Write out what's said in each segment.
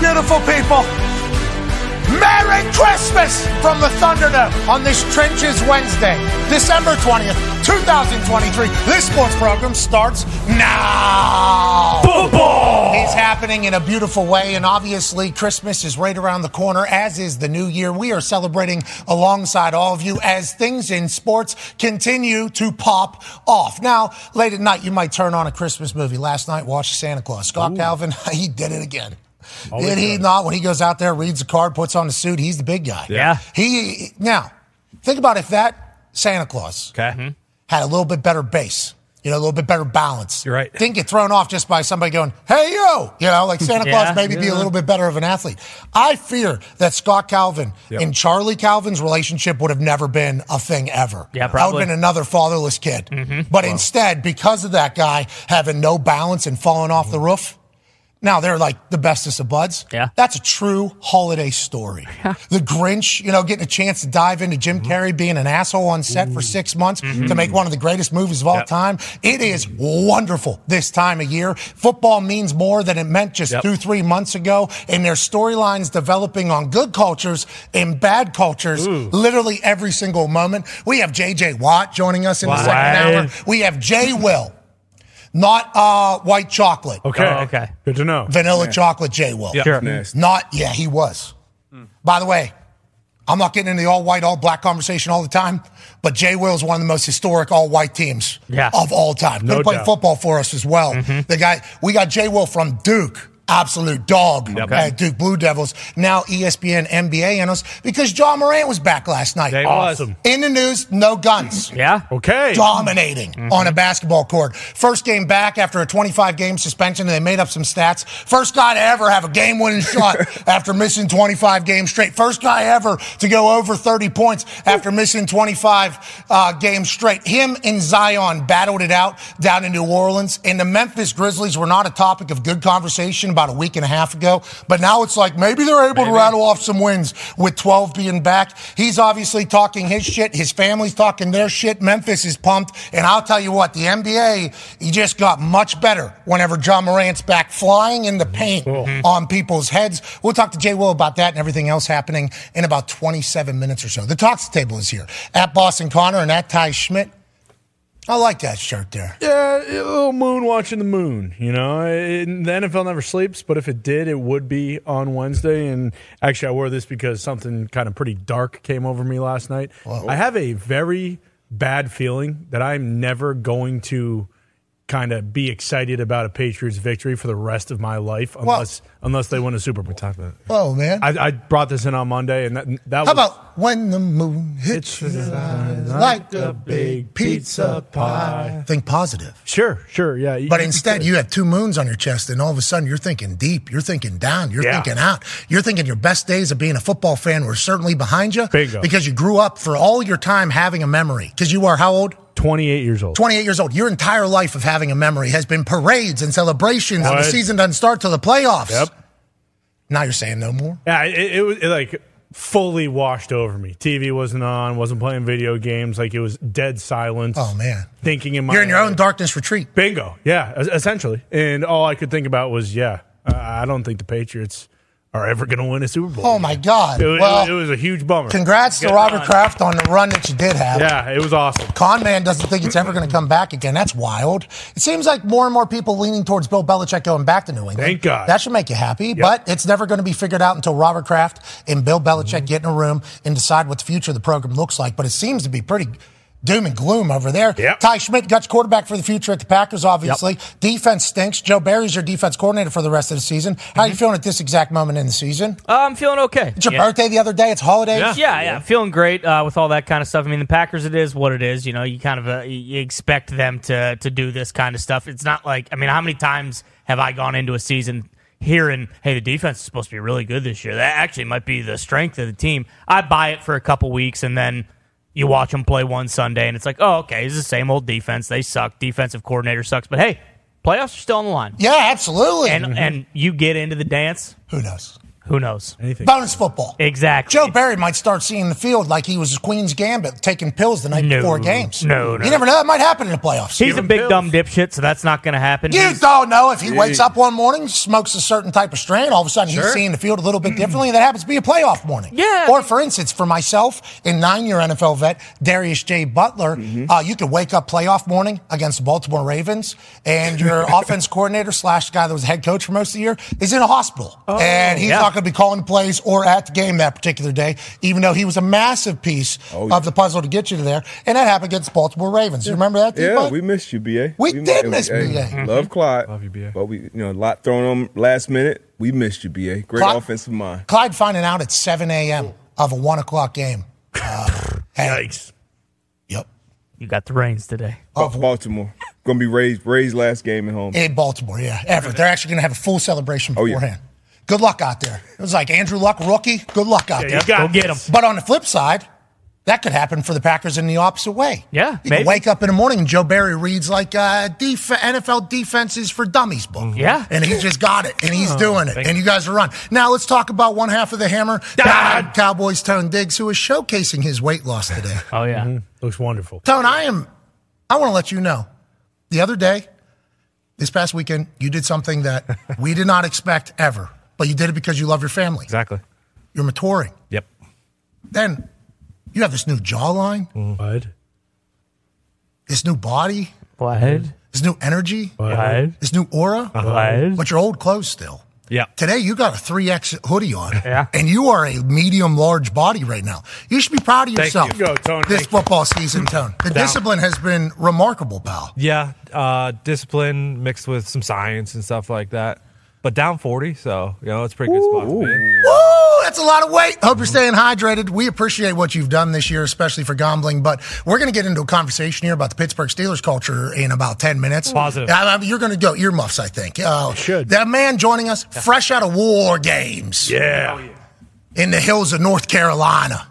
beautiful people. Merry Christmas from the Thunderdome on this Trenches Wednesday, December 20th, 2023. This sports program starts now. It's happening in a beautiful way, and obviously, Christmas is right around the corner, as is the new year. We are celebrating alongside all of you as things in sports continue to pop off. Now, late at night, you might turn on a Christmas movie. Last night, watched Santa Claus. Scott Calvin, he did it again. did he not? When he goes out there, reads the card, puts on the suit, he's the big guy. Yeah. He now think about if that Santa Claus Okay. Mm-hmm. had a little bit better base, you know, a little bit better balance. You're right. Didn't get thrown off just by somebody going, hey, yo, you know, like Santa Yeah, Claus maybe be a yeah. little bit better of an athlete. I fear that Scott Calvin Yep. and Charlie Calvin's relationship would have never been a thing ever. Yeah, I would probably. have Mm-hmm. been another fatherless kid. But instead, because of that guy having no balance and falling off the roof, now they're like the bestest of buds. Mm-hmm. Yeah. That's a true holiday story. the Grinch, you know, getting a chance to dive into Jim Mm-hmm. Carrey being an asshole on set for six months to make one of the greatest movies of all Yep. time. It is wonderful this time of year. Football means more than it meant just Yep. two, three months ago. And their storylines developing on good cultures and bad cultures literally every single moment. We have JJ Watt joining us in the Wow. second hour. We have J Will, not uh, white chocolate. Okay. Oh, okay. Good to know. Vanilla chocolate J Will. Yeah. Sure. Not, yeah, he was. By the way, I'm not getting into the all white, all black conversation all the time, but J Will is one of the most historic all white teams Yeah. Mm-hmm. of all time. No he played doubt. football for us as well. The guy, we got J Will from Duke. Absolute dog at Duke Blue Devils. Now E ESPN NBA analyst because John Morant was back last night. They was. Awesome. In the news, no guns Yeah. Okay. dominating on a basketball court. First game back after a 25 game suspension, and they made up some stats. First guy to ever have a game winning shot after missing 25 games straight. First guy ever to go over 30 points after missing 25 uh, games straight. Him and Zion battled it out down in New Orleans, and the Memphis Grizzlies were not a topic of good conversation about a week and a half ago, but now it's like maybe they're able to rattle off some wins with 12 being back. He's obviously talking his shit. His family's talking their shit. Memphis is pumped. And I'll tell you what, the NBA, he just got much better whenever John Morant's back flying in the paint on people's heads. We'll talk to Jay Will about that and everything else happening in about 27 minutes or so. The Talks Table is here at Boston Connor and at Ty Schmidt. I like that shirt there. Yeah, a little moon watching the moon. You know, It- the NFL never sleeps, but if it did, it would be on Wednesday. And actually, I wore this because something kind of pretty dark came over me last night. I have a very bad feeling that I'm never going to kind of be excited about a Patriots victory for the rest of my life unless unless they win a Super Bowl. Oh, man. I, I brought this in on Monday, and that, that was How about when the moon hits It's your eyes like a big pizza pie. Think positive. Sure, sure, yeah. But instead, you have two moons on your chest, and all of a sudden, you're thinking deep, you're thinking down, you're Yeah. thinking out, you're thinking your best days of being a football fan were certainly behind you Bingo. because you grew up for all your time having a memory. Because you are how old? 28 years old. 28 years old. Your entire life of having a memory has been parades and celebrations, and the Right. season doesn't start till the playoffs. Yep. Now you're saying no more. Yeah, it, it was it, like fully washed over me. TV wasn't on, wasn't playing video games. Like it was dead silence. Oh man, Thinking in my you're in your own darkness retreat. bingo. Yeah, es- essentially. And all I could think about was, yeah, I I don't think the Patriots are ever going to win a Super Bowl. Oh my God. It, wa- it well, wa- it was a huge bummer. congrats to Good Robert run. Kraft on the run that you did have. Yeah, it was awesome. Con man doesn't think it's ever going to come back again. That's wild. It seems like more and more people leaning towards Bill Belichick going back to New England. Thank God. That should make you happy, but it's never going to be figured out until Robert Kraft and Bill Belichick get in a room and decide what the future of the program looks like. But it seems to be pretty doom and gloom over there. Yep. Ty Schmidt, guts quarterback for the future at the Packers, obviously. Defense stinks. Joe Barry's your defense coordinator for the rest of the season. How are Mm-hmm. you feeling at this exact moment in the season? Uh, I'm feeling okay. It's your yeah. birthday the other day. It's holidays. Yeah, yeah, feeling great uh, with all that kind of stuff. I mean, the Packers, it is what it is. You know, you kind of uh, you expect them to to do this kind of stuff. It's not like I mean, how many times have I gone into a season hearing, "Hey, the defense is supposed to be really good this year. That actually might be the strength of the team." I buy it for a couple weeks, and then you watch them play one Sunday, and it's like, "Oh, okay, it's the same old defense. They suck. Defensive coordinator sucks." But hey, playoffs are still on the line, Yeah, absolutely. and and you get into the dance. Who knows? Who knows? Anything. Bonus football. Exactly. Joe Barry might start seeing the field like he was his Queen's Gambit, taking pills the night No. before games. No, no. You never know. That might happen in the playoffs. He's a him big pills. dumb dipshit, so that's not going to happen. you He's- don't know if he wakes up one morning, smokes a certain type of strain, all of a sudden Sure. he's seeing the field a little bit differently, and that happens to be a playoff morning. Yeah, I Or, for instance, for myself, in nine year NFL vet, Darius J. Butler, Mm-hmm. uh, you could wake up playoff morning against the Baltimore Ravens, and your offense coordinator slash guy that was head coach for most of the year is in a hospital. Oh, and he's yeah. not going to be calling plays or at the game that particular day, even though he was a massive piece of the puzzle to get you to there. And that happened against the Baltimore Ravens. You remember that? Oh, Yeah, D-Bud? we missed you, BA. We did miss hey, BA. Love Clyde. Love you, BA. But we, you know, a lot thrown on last minute. We missed you, BA. Great Clyde- offensive mind. Clyde finding out at 7 a.m. of a 1 o'clock game. Uh, hey, Yikes. Yep. you got the reins today. Oh, Ba- Baltimore. Gonna be Ray's Ray's last game at home. In Baltimore, yeah. Everett. They're actually going to have a full celebration Oh, yeah. beforehand. Good luck out there. It was like Andrew Luck, rookie. Good luck out you there. got Go get him. this. But on the flip side, that could happen for the Packers in the opposite way. Yeah, You maybe. could wake up in the morning and Joe Barry reads like uh, def- NFL defenses for dummies book. Mm-hmm. Yeah. Oh, And he just got it and he's doing it. And you guys are on. Now let's talk about one half of the hammer, Dad. Cowboys Tone Diggs, who is showcasing his weight loss today. Oh yeah. Mm-hmm. Looks wonderful. Tone, I am. I want to let you know. The other day, this past weekend, you did something that we did not expect ever, but you did it because you love your family. Exactly. You're maturing. Yep. Then you have this new jawline, Bud. this new body, What? this new energy, What? this new aura, What? but your old clothes still. Yeah. Today you got a 3X hoodie on, Yeah. and you are a medium large body right now. You should be proud of yourself. you. Go, Tone. This Thank you. football season, Tone. The discipline has been remarkable, pal. Yeah, uh, discipline mixed with some science and stuff like that. But down 40, so, you know, it's a pretty good spot to be in. Woo! That's a lot of weight. Hope you're staying hydrated. We appreciate what you've done this year, especially for gambling. But we're going to get into a conversation here about the Pittsburgh Steelers culture in about 10 minutes. Positive. I- I- you're going to go earmuffs, I think. Uh, should. That man joining us fresh out of war games Yeah. in the hills of North Carolina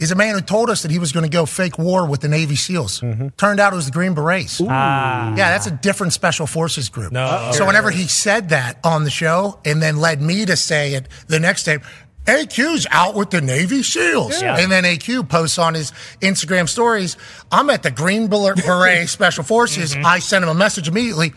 is a man who told us that he was going to go fake war with the Navy SEALs. Turned out it was the Green Berets. Yeah, that's a different special forces group. No. So whenever he said that on the show and then led me to say it the next day, AQ's out with the Navy SEALs. Yeah. And then AQ posts on his Instagram stories, I'm at the Green Bel- Beret Special Forces. Mm-hmm. I sent him a message immediately.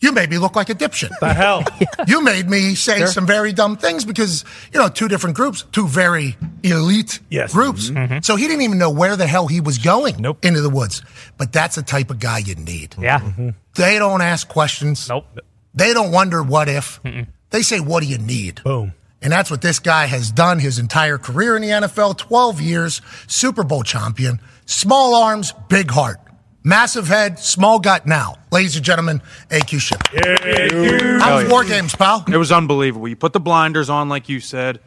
You made me look like a dipshit. The hell. You made me say some very dumb things because, you know, two different groups, two very elite Yes. Mm-hmm. groups. So he didn't even know where the hell he was going Nope. into the woods. But that's the type of guy you need. Yeah. They don't ask questions. Nope. They don't wonder what if. They say, what do you need? Boom. And that's what this guy has done his entire career in the NFL 12 years, Super Bowl champion, small arms, big heart, massive head, small gut now. Ladies and gentlemen, AQ Ship. How was War Games, pal? It was unbelievable. You put the blinders on, like you said.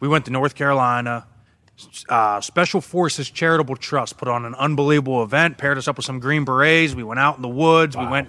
We went to North Carolina. Uh, Special Forces Charitable Trust put on an unbelievable event, paired us up with some Green Berets. We went out in the woods. We went,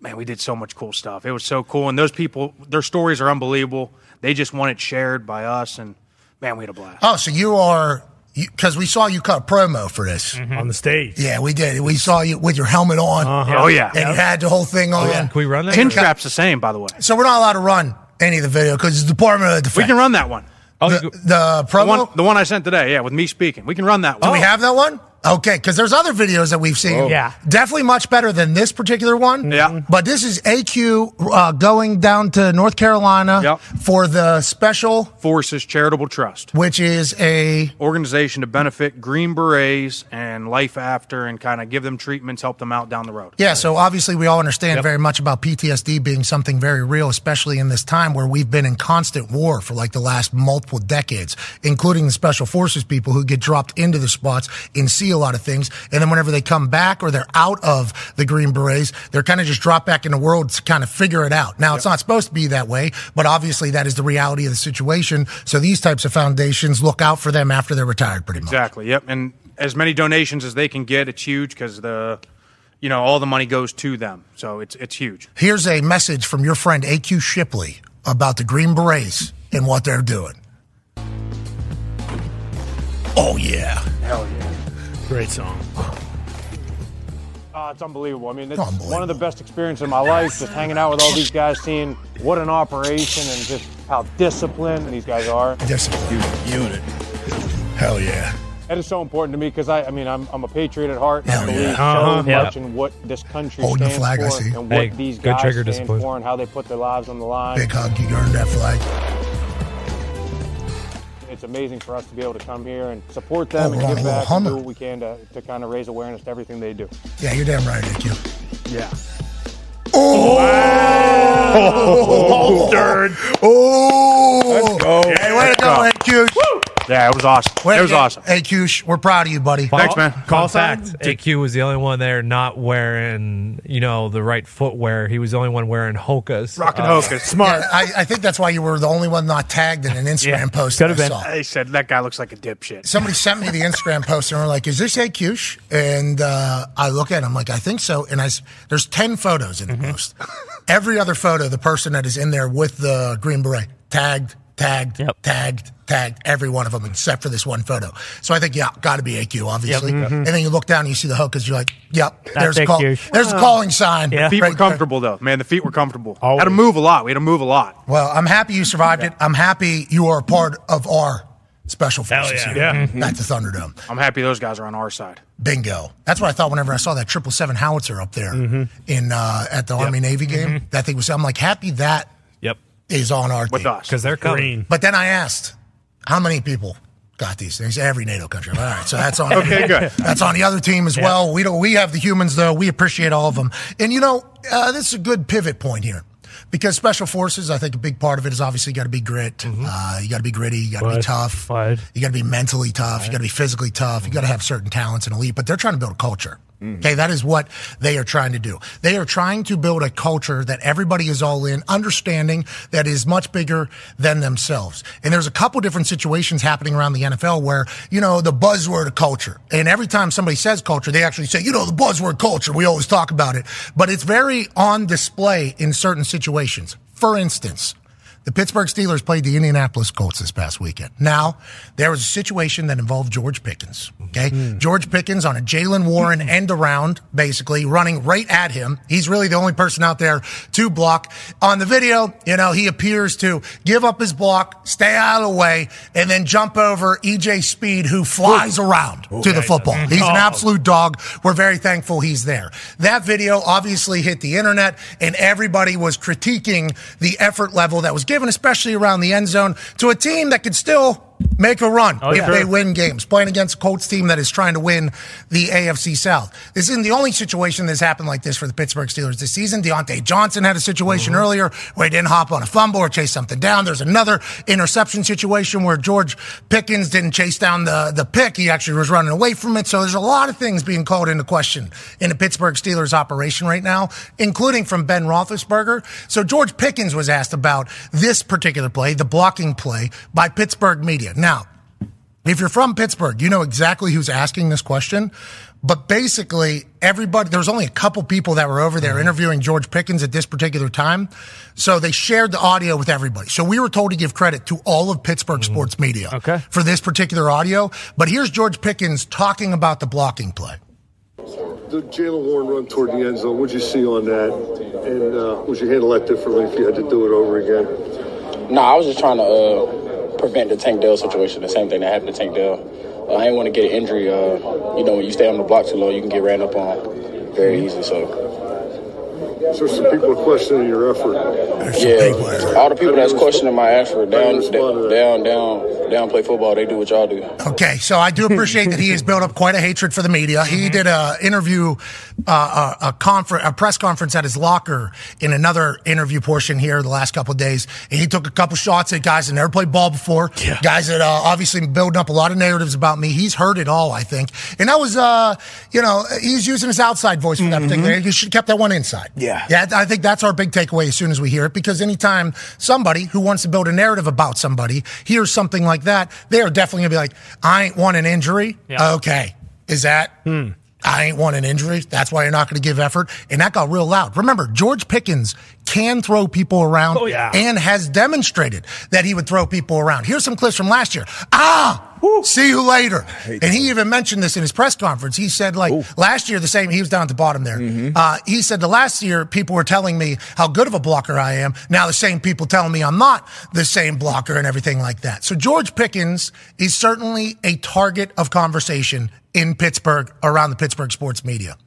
man, we did so much cool stuff. It was so cool. And those people, their stories are unbelievable. They just want it shared by us. And man, we had a blast. Oh, so you are because we saw you cut a promo for this. On the stage. Yeah, we did. We saw you with your helmet on, Oh, yeah. and you had the whole thing on. Uh-huh. Oh, Can we run that? Pin trap's the same, by the way. So we're not allowed to run any of the video because it's Department of We Defense. can run that one. Oh, you the, go- the The one, promo. the one I sent today, yeah, with me speaking. We can run that Do one. we have that one? Okay, because there's Oh. other videos that we've seen. Yeah. definitely much better than this particular one. Yeah. Mm-hmm. but this is AQ uh, going down to North Carolina Yep. for the special, Forces Charitable Trust. which is a organization to benefit Green Berets and Life After and kind of give them treatments, help them out down the road. Yeah, so obviously we all understand very much about PTSD being something very real, especially in this time where we've been in constant war for like the last multiple decades, including the special forces people who get dropped into the spots and see a lot of things. And then whenever they come back or they're out of the Green Berets, they're kind of just dropped back in the world to kind of figure it out. Now, it's not supposed to be that way, but obviously that is the reality of the situation. So these types of foundations look out for them after they're retired, pretty much. Exactly. Yep. And as many donations as they can get, it's huge because the, you know, all the money goes to them. So it's it's huge. Here's a message from your friend AQ Shipley about the Green Berets and what they're doing. Oh, yeah. Great song. Uh, it's unbelievable. I mean, it's Unbelievable. one of the best experiences of my life, just hanging out with all these guys, seeing what an operation and just how disciplined these guys are. Discipline unit. Hell yeah. That is so important to me because I, I mean, I'm, I'm a patriot at heart. and I Hell believe yeah. Uh-huh. so Yeah. much in what this country Holding the stands flag, I for see. and what Hey, these good guys trigger stand discipline. for and how they put their lives on the line. Big hug. You earned that flag. It's amazing for us to be able to come here and support Oh, them we're on and a give little back and Hummer. do what we can to, to kind of raise awareness to everything they do. Yeah, you're damn right, IQ. Yeah. Oh! Oh! Let's go. Hey, way to go, AQ. Yeah, it was awesome. Way it was to- awesome. AQ, we're proud of you, buddy. Thanks, man. Call Call fact, sign? AQ was the only one there not wearing, you know, the right footwear. He was the only one wearing Hoka's. Rockin' Uh, Hocus. Smart. I, I think that's why you were the only one not tagged in an Instagram Yeah, post. could've that I been. saw. They said that guy looks like a dipshit. Somebody sent me the Instagram post and we're like, "Is this AQ?" And uh, I look at, it, I'm like, "I think so." And I, s- there's ten photos in the Mm-hmm. post. Every other photo, the person that is in there with the green beret tagged, tagged, Yep. tagged, tagged. Every one of them except for this one photo. So I think, yeah, got to be AQ, obviously. Mm-hmm. And then you look down and you see the hook, because you're like, "Yep, there's a call, AQ. there's a calling sign." Yeah. Feet right were there. comfortable though, man. The feet were comfortable. Always. Had to move a lot. We had to move a lot. Well, I'm happy you survived it. I'm happy you are a part of our special forces. yeah. Mm-hmm. here. Yeah. Not the Thunderdome. I'm happy those guys are on our side. Bingo. That's what I thought whenever I saw that triple seven howitzer up there in uh, at the Army Navy game. That thing was. I'm like happy that Yep. is on our With team. us. Because they're coming. Green. But then I asked, how many people got these things? Every NATO country. I'm like, All right, so that's on. Okay, good. That's on the other team as well. We don't. We have the humans though. We appreciate all of them. And you know, uh, this is a good pivot point here. Because special forces, I think a big part of it is obviously you got to be grit. Uh, you got to be gritty. You got to be Mm-hmm. Right. tough. Right. You got to be mentally tough. You got to be physically tough. You got to have certain talents and elite. But they're trying to build a culture. Mm. Okay, that is what they are trying to do. They are trying to build a culture that everybody is all in, understanding that is much bigger than themselves. And there's a couple different situations happening around the NFL where, you know, the buzzword of culture. And every time somebody says culture, they actually say, you know, the buzzword culture. We always talk about it. But it's very on display in certain situations. For instance, the Pittsburgh Steelers played the Indianapolis Colts this past weekend. Now, there was a situation that involved George Pickens. Okay. George Pickens on a Jalen Warren end around, basically running right at him. He's really the only person out there to block. On the video, you know, he appears to give up his block, stay out of the way, and then jump over EJ Speed, who flies around to the football. He's an absolute dog. We're very thankful he's there. That video obviously hit the internet, and everybody was critiquing the effort level that was given, especially around the end zone, to a team that could still make a run if yeah. they win games, playing against a Colts team that is trying to win the AFC South. This isn't the only situation that's happened like this for the Pittsburgh Steelers this season. Deontay Johnson had a situation earlier where he didn't hop on a fumble or chase something down. There's another interception situation where George Pickens didn't chase down the, the pick. He actually was running away from it. So there's a lot of things being called into question in the Pittsburgh Steelers operation right now, including from Ben Roethlisberger. So George Pickens was asked about this particular play, the blocking play by Pittsburgh media. Now, if you're from Pittsburgh, you know exactly who's asking this question. But basically, everybody, there was only a couple people that were over there interviewing George Pickens at this particular time. So they shared the audio with everybody. So we were told to give credit to all of Pittsburgh sports media Okay. for this particular audio. But here's George Pickens talking about the blocking play. The Jalen Warren run toward the end zone, what'd you see on that? And uh, would you handle that differently if you had to do it over again? No, I was just trying to uh, prevent the Tank Dell situation, the same thing that happened to Tank Dell. Uh, I didn't want to get an injury. Uh, you know, when you stay on the block too long, you can get ran up on very easily. So, So there's some people questioning your effort. yeah, all the people that's questioning my effort down, respond to down, down, down, play football. They do what y'all do. Okay, so I do appreciate that he has built up quite a hatred for the media. He did a interview, uh, a, a conference, a press conference at his locker in another interview portion here the last couple of days. And he took a couple shots at guys that never played ball before, guys that uh, obviously building up a lot of narratives about me. He's heard it all, I think. And that was, uh, you know, he's using his outside voice for that particular. He should have kept that one inside. Yeah. yeah. I I think that's our big takeaway as soon as we hear it, because anytime somebody who wants to build a narrative about somebody hears something like that, they are definitely gonna be like, "I ain't want an injury." Yeah. Okay, is that? I ain't want an injury. That's why you're not going to give effort. And that got real loud. Remember, George Pickens can throw people around Oh, yeah. and has demonstrated that he would throw people around. Here's some clips from last year. Ah, See you later. And he even mentioned this in his press conference. He said, like, last year, the same, he was down at the bottom there. Mm-hmm. Uh, he said, the last year, people were telling me how good of a blocker I am. Now the same people telling me I'm not the same blocker and everything like that. So George Pickens is certainly a target of conversation in Pittsburgh, around the Pittsburgh sports media.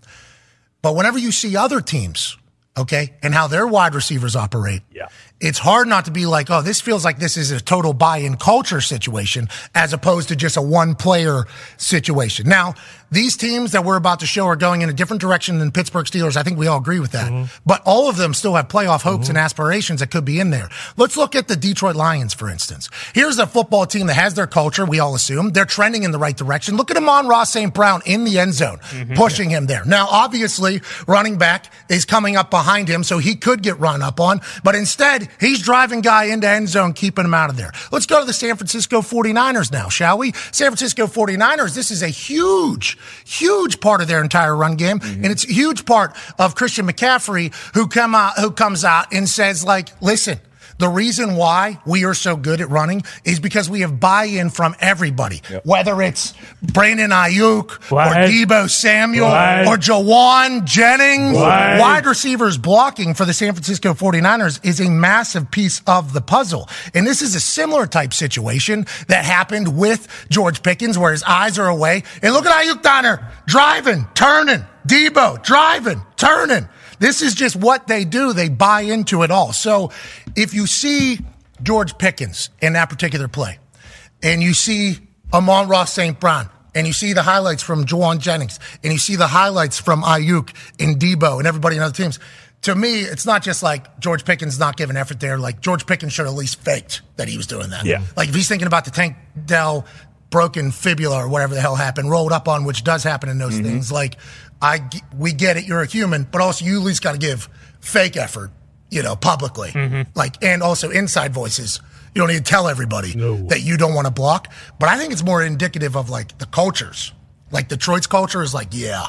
But whenever you see other teams, okay, and how their wide receivers operate, yeah. it's hard not to be like, oh, this feels like this is a total buy in culture situation as opposed to just a one player situation. Now, these teams that we're about to show are going in a different direction than Pittsburgh Steelers. I think we all agree with that. But all of them still have playoff hopes and aspirations that could be in there. Let's look at the Detroit Lions, for instance. Here's a football team that has their culture, we all assume. They're trending in the right direction. Look at Amon Ross St. Brown in the end zone, pushing him there. Now, obviously, running back is coming up behind him, so he could get run up on, but instead, he's driving guy into end zone, keeping him out of there. Let's go to the San Francisco 49ers now, shall we? San Francisco 49ers, this is a huge, huge part of their entire run game, and it's a huge part of Christian McCaffrey who come out, who comes out and says like, "Listen, the reason why we are so good at running is because we have buy-in from everybody, whether it's Brandon Ayuk What? or Debo Samuel What? or Jawan Jennings. What? Wide receivers blocking for the San Francisco 49ers is a massive piece of the puzzle. And this is a similar type situation that happened with George Pickens where his eyes are away. And look at Ayuk Donner driving, turning, Debo driving, turning. This is just what they do. They buy into it all. So if you see George Pickens in that particular play, and you see Amon Ross St. Brown, and you see the highlights from Juwan Jennings, and you see the highlights from Ayuk and Debo and everybody in other teams. To me, it's not just like George Pickens not giving effort there. Like George Pickens should have at least faked that he was doing that. Yeah. Like if he's thinking about the Tank Dell broken fibula or whatever the hell happened, rolled up on, which does happen in those things. Like I, g- we get it. You're a human, but also you at least got to give fake effort, you know, publicly. Like and also inside voices. You don't need to tell everybody that you don't want to block. But I think it's more indicative of like the cultures. Like Detroit's culture is like, yeah.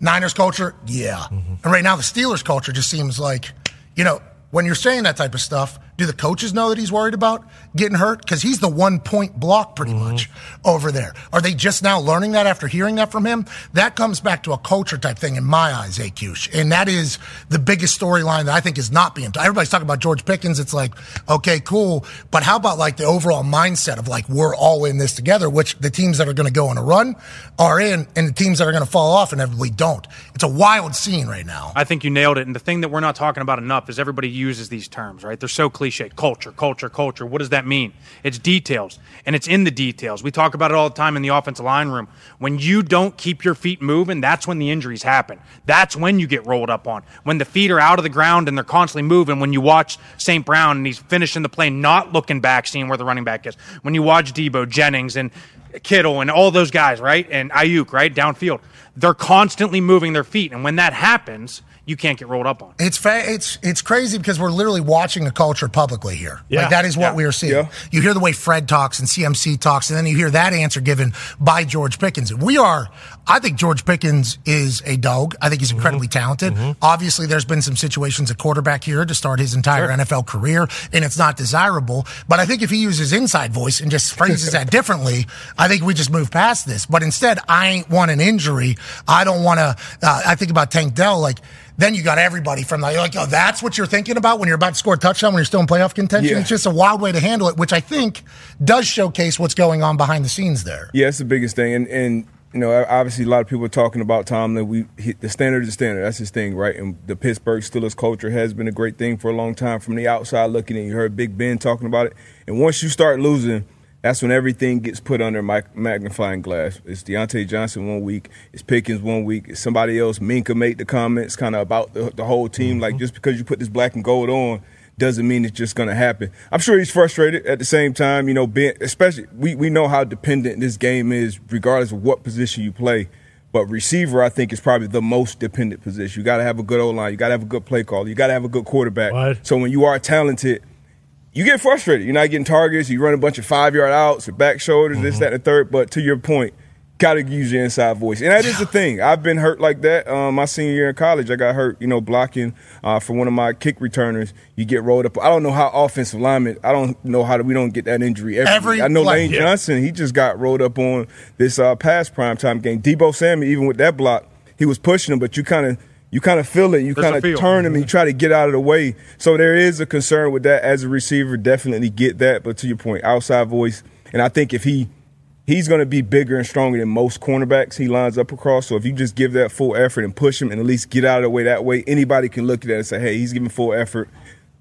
Niners culture, yeah. And right now the Steelers culture just seems like, you know, when you're saying that type of stuff, do the coaches know that he's worried about getting hurt? Because he's the one point block pretty much over there. Are they just now learning that after hearing that from him? That comes back to a culture type thing in my eyes, AQ. And that is the biggest storyline that I think is not being. Everybody's talking about George Pickens. It's like, okay, cool. But how about like the overall mindset of like, we're all in this together, which the teams that are going to go on a run are in and the teams that are going to fall off inevitably don't. It's a wild scene right now. I think you nailed it. And the thing that we're not talking about enough is everybody uses these terms, right? They're so cliche. Culture, culture, culture. What does that mean? It's details, and it's in the details. We talk about it all the time in the offensive line room. When you don't keep your feet moving, that's when the injuries happen. That's when you get rolled up on. When the feet are out of the ground and they're constantly moving. When you watch St. Brown and he's finishing the play, not looking back, seeing where the running back is. When you watch Debo, Jennings, and Kittle and all those guys, right? And Ayuk, right? Downfield. They're constantly moving their feet. And when that happens, you can't get rolled up on. It's fa- it's it's crazy because we're literally watching a culture publicly here. Yeah. Like that is what we are seeing. Yeah. You hear the way Fred talks and CMC talks, and then you hear that answer given by George Pickens. We are, I think George Pickens is a dog. I think he's incredibly Mm-hmm. talented. Obviously, there's been some situations at quarterback here to start his entire NFL career, and it's not desirable. But I think if he uses inside voice and just phrases that differently, I think we just move past this. But instead, I ain't want an injury. I don't want to. Uh, I think about Tank Dell like then you got everybody from like, like, oh, that's what you're thinking about when you're about to score a touchdown when you're still in playoff contention. Yeah. It's just a wild way to handle it, which I think does showcase what's going on behind the scenes there. Yeah, it's the biggest thing, and and you know, obviously, a lot of people are talking about Tomlin. We he, the standard is the standard. That's his thing, right? And the Pittsburgh Steelers culture has been a great thing for a long time. From the outside looking in, you heard Big Ben talking about it, and once you start losing. That's when everything gets put under my magnifying glass. It's Deontay Johnson one week, it's Pickens one week, it's somebody else. Minka made the comments kind of about the, the whole team. Like just because you put this black and gold on, doesn't mean it's just going to happen. I'm sure he's frustrated at the same time, you know, being, especially we, we know how dependent this game is regardless of what position you play. But receiver, I think, is probably the most dependent position. You got to have a good O line. You got to have a good play call. You got to have a good quarterback. Right. So when you are talented, you get Mm-hmm. frustrated. You're not getting targets. You run a bunch of five yard outs or back shoulders, this, that, and the third. But to your point, gotta use your inside voice. And that is the thing. I've been hurt like that. Um, my senior year in college, I got hurt, you know, blocking uh, for one of my kick returners. You get rolled up. I don't know how offensive linemen, I don't know how we don't get that injury every, Every week. I know play, Lane yeah. Johnson, he just got rolled up on this uh, past primetime game. Debo Samuel, even with that block, he was pushing him, but you kind of you kind of feel it. You There's kind a of feel. Mm-hmm. turn him and you try to get out of the way. So there is a concern with that as a receiver. Definitely get that. But to your point, outside voice, and I think if he he's going to be bigger and stronger than most cornerbacks he lines up across. So if you just give that full effort and push him and at least get out of the way that way, anybody can look at that and say, hey, he's giving full effort.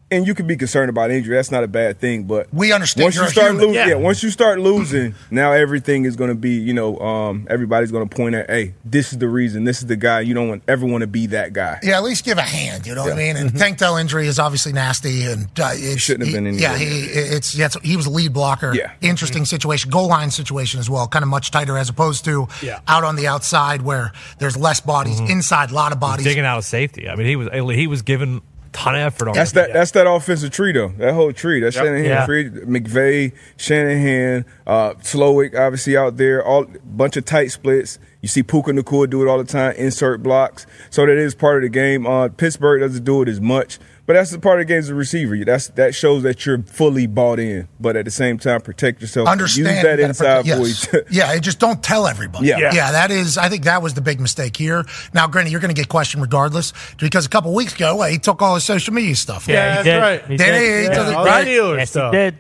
And you can be concerned about injury. That's not a bad thing. But We understand once you're you a start human. losing, Yeah. yeah, once you start losing, now everything is going to be, you know, um, everybody's going to point at, hey, this is the reason, this is the guy. You don't want, ever want to be that guy. Yeah, at least give a hand. You know what I mean? And Tank Dell injury is obviously nasty, and uh, it's, Shouldn't have been he, anywhere Yeah, near he it's yeah, it's- he was a lead blocker. Yeah. interesting situation, goal line situation as well. Kind of much tighter as opposed to Yeah. out on the outside where there's less bodies. Mm-hmm. Inside, a lot of bodies. digging out of safety. I mean, he was he was giving ton of effort on That's that. that. That's that offensive tree though. That whole tree. That's Shanahan, Oh, Yeah. Free, McVay, Shanahan, uh, Slowick, obviously out there. All bunch of tight splits. You see Puka Nakua do it all the time. Insert blocks. So that is part of the game. Uh, Pittsburgh doesn't do it as much, but that's the part of the game as a receiver. That's that shows that you're fully bought in, but at the same time protect yourself. Understand Use that you gotta inside protect- voice. yes. yeah, and just don't tell everybody. Yeah. Yeah. that is. I think that was the big mistake here. Now, granted, you're going to get questioned regardless because a couple weeks ago he took all his social media stuff. Yeah, he that's did. right. He Then did. he- Yeah, he does it all right. the Steelers Yes, he stuff. did.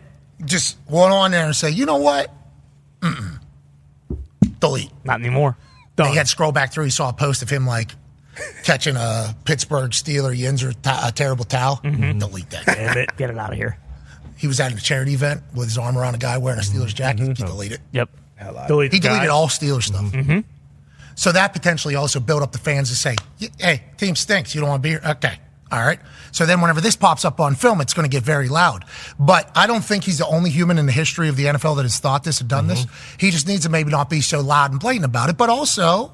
just went on there and say, you know what? Mm-mm. Delete. Not anymore. And he had to scroll back through. He saw a post of him like catching a Pittsburgh Steeler Yinzer t- a terrible towel. Delete that. Mm-hmm. Damn it. Get it out of here. He was at a charity event with his arm around a guy wearing a Steelers jacket. You delete it. Mm-hmm. Yep. Delete He the deleted guy. all Steelers stuff. Mm-hmm. So that potentially also built up the fans to say, "Y- hey, team stinks. You don't want to be here. Okay. All right. So then whenever this pops up on film, it's going to get very loud. But I don't think he's the only human in the history of the NFL that has thought this and done this. Mm-hmm. He just needs to maybe not be so loud and blatant about it. But also,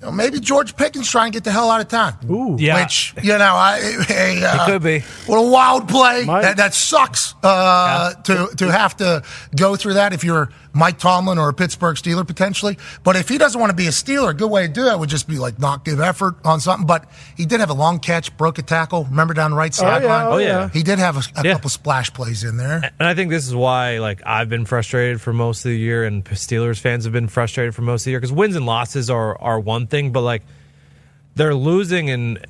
you know, maybe George Pickens trying to get the hell out of town. Ooh. Yeah. Which, you know, I, hey, uh, could be. What a wild play. Might. That, that sucks uh, to, to have to go through that if you're Mike Tomlin or a Pittsburgh Steeler potentially. But if he doesn't want to be a Steeler, a good way to do that would just be like not give effort on something. But he did have a long catch, broke a tackle, remember down the right sideline? oh, yeah. He did have a, a Yeah. couple splash plays in there. And I think this is why, like, I've been frustrated for most of the year, and Steelers fans have been frustrated for most of the year because wins and losses are are one thing, but like they're losing and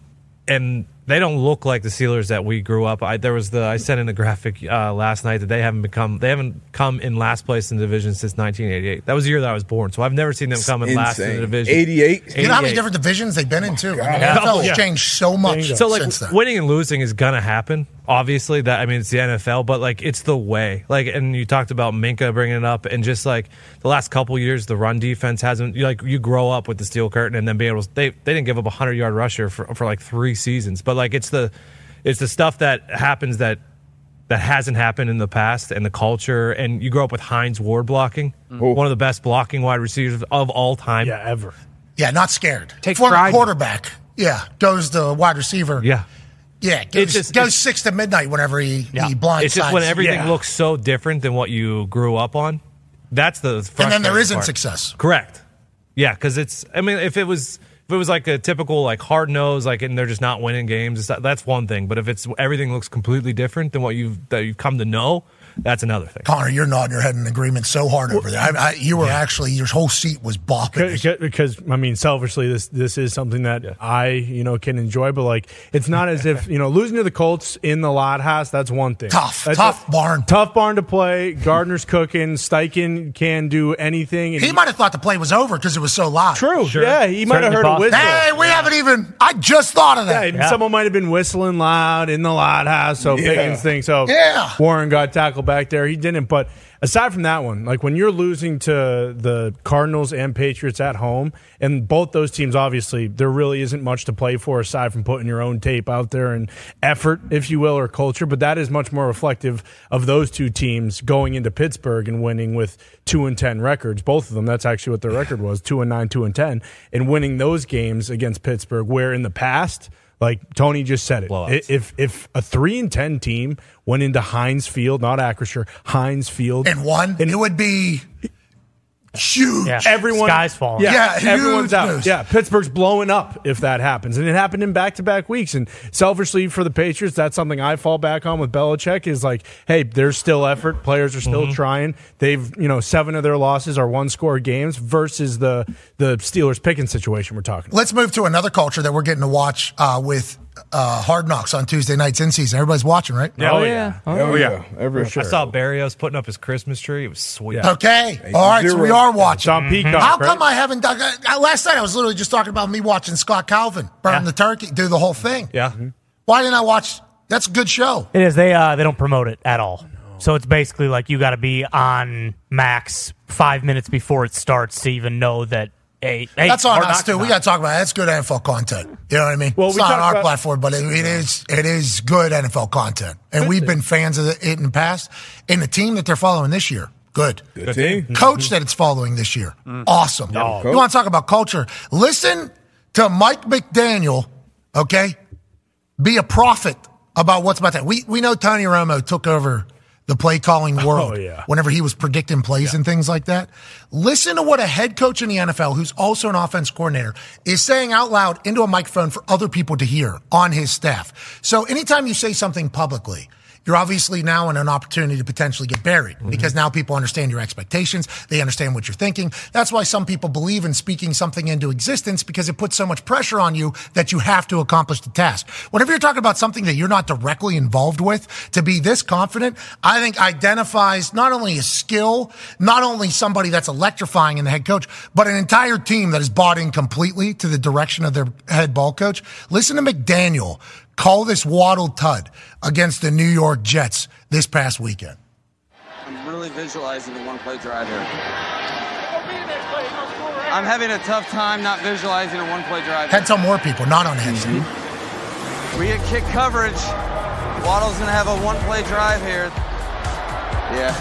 and they don't look like the Steelers that we grew up. I there was the I sent in a graphic uh, last night that they haven't become they haven't come in last place in the division since 1988. That was the year that I was born, so I've never seen them come in last in the Insane. division. 88? You know how many 88. different divisions they've been in, too? I mean, NFL has Yeah. changed so much So like since then. winning and losing is gonna happen. Obviously, that I mean it's the NFL, but like it's the way. Like, and you talked about Minka bringing it up, and just like the last couple years, the run defense hasn't. You like you grow up with the steel curtain, and then being able to, they they didn't give up a hundred yard rusher for for like three seasons. But like it's the it's the stuff that happens that that hasn't happened in the past, and the culture, and you grow up with Heinz Ward blocking, one of the best blocking wide receivers of all time. Yeah, ever. Yeah, not scared. Take Former pride in it. quarterback. Yeah, goes to wide receiver. yeah. yeah, goes, just- goes it's- six to midnight whenever he, he blindsides. It's just when everything Yeah. looks so different than what you grew up on. That's the and then there frustrating isn't part. success. Correct. Yeah, because it's. I mean, if it was if it was like a typical like hard nose, like and they're just not winning games. It's not, that's one thing. But if it's everything looks completely different than what you've that you've come to know, that's another thing. Connor, you're nodding your head in agreement so hard over there. I, I, you were actually your whole seat was bopping. because, because, I mean, selfishly, this this is something that I you know can enjoy, but like it's not as if you know losing to the Colts in the Lot House. That's one thing. Tough, That's tough a- barn. tough barn to play. Gardner's cooking. Steichen can do anything. and He might have thought the play was over because it was so loud. true. Yeah, he might have Certainly heard possible. a whistle. Hey, we haven't even. I just thought of Yeah, that. and someone might have been whistling loud in the lot house. So Pickens thing. So Yeah. Warren got tackled back there. He didn't. But aside from that one, like when you're losing to the Cardinals and Patriots at home, and both those teams, obviously, there really isn't much to play for aside from putting your own tape out there and effort, if you will, or culture. But that is much more reflective of those two teams going into Pittsburgh and winning with two and ten records. Both of them. That's actually what their record was: two and nine, two and ten, and winning those games against Pittsburgh, where in the past. Like Tony just said it. I- If if a three and ten team went into Heinz Field, not Acrisure, Heinz Field, And one, it would be Huge. Yeah. Everyone, Sky's falling. Yeah, Yeah, everyone's huge out. news. Yeah, Pittsburgh's blowing up if that happens, and it happened in back-to-back weeks. And selfishly for the Patriots, that's something I fall back on with Belichick is like, hey, there's still effort. Players are Mm-hmm. still trying. They've you know seven of their losses are one-score games versus the the Steelers picking situation we're talking. about. Let's move to another culture that we're getting to watch uh, with uh, Hard Knocks on Tuesday nights in season. Everybody's watching, right? Yeah, oh, yeah. Oh, yeah. Every, I saw Barrios putting up his Christmas tree. It was sweet. Okay. All right. So we zero. are It's watching. on Mm-hmm. Peacock. How right? come I haven't dug? I- I- Last night I was literally just talking about me watching Scott Calvin burn Yeah. the turkey, do the whole thing. Yeah. Why didn't I watch? That's a good show. Mm-hmm. It is. They uh, they don't promote it at all. So it's basically like you got to be on max five minutes before it starts to even know that. Hey, hey That's on Hard us Knocks too. is We on. got to talk about it. that's good NFL content. You know what I mean? Well, it's we not on talked our about- platform, but it, it is it is good NFL content, and we've been fans of it in the past. And the team that they're following this year, good. Good team. Mm-hmm. Coach that it's following this year, Mm. awesome. You want to talk about culture? Listen to Mike McDaniel. Okay, be a prophet about what's about that. We we know Tony Romo took over the play calling world yeah. whenever he was predicting plays and things like that. Listen to what a head coach in the NFL who's also an offense coordinator is saying out loud into a microphone for other people to hear on his staff. So anytime you say something publicly, you're obviously now in an opportunity to potentially get buried because now people understand your expectations. They understand what you're thinking. That's why some people believe in speaking something into existence because it puts so much pressure on you that you have to accomplish the task. Whenever you're talking about something that you're not directly involved with, to be this confident, I think identifies not only a skill, not only somebody that's electrifying in the head coach, but an entire team that is bought in completely to the direction of their head ball coach. Listen to McDaniel call this Waddle Tud against the New York Jets this past weekend. I'm really visualizing the one play drive here. I'm having a tough time not visualizing a one play drive. Had some more people, not on his. Mm-hmm. We get kick coverage. Waddle's gonna have a one play drive here. Yeah.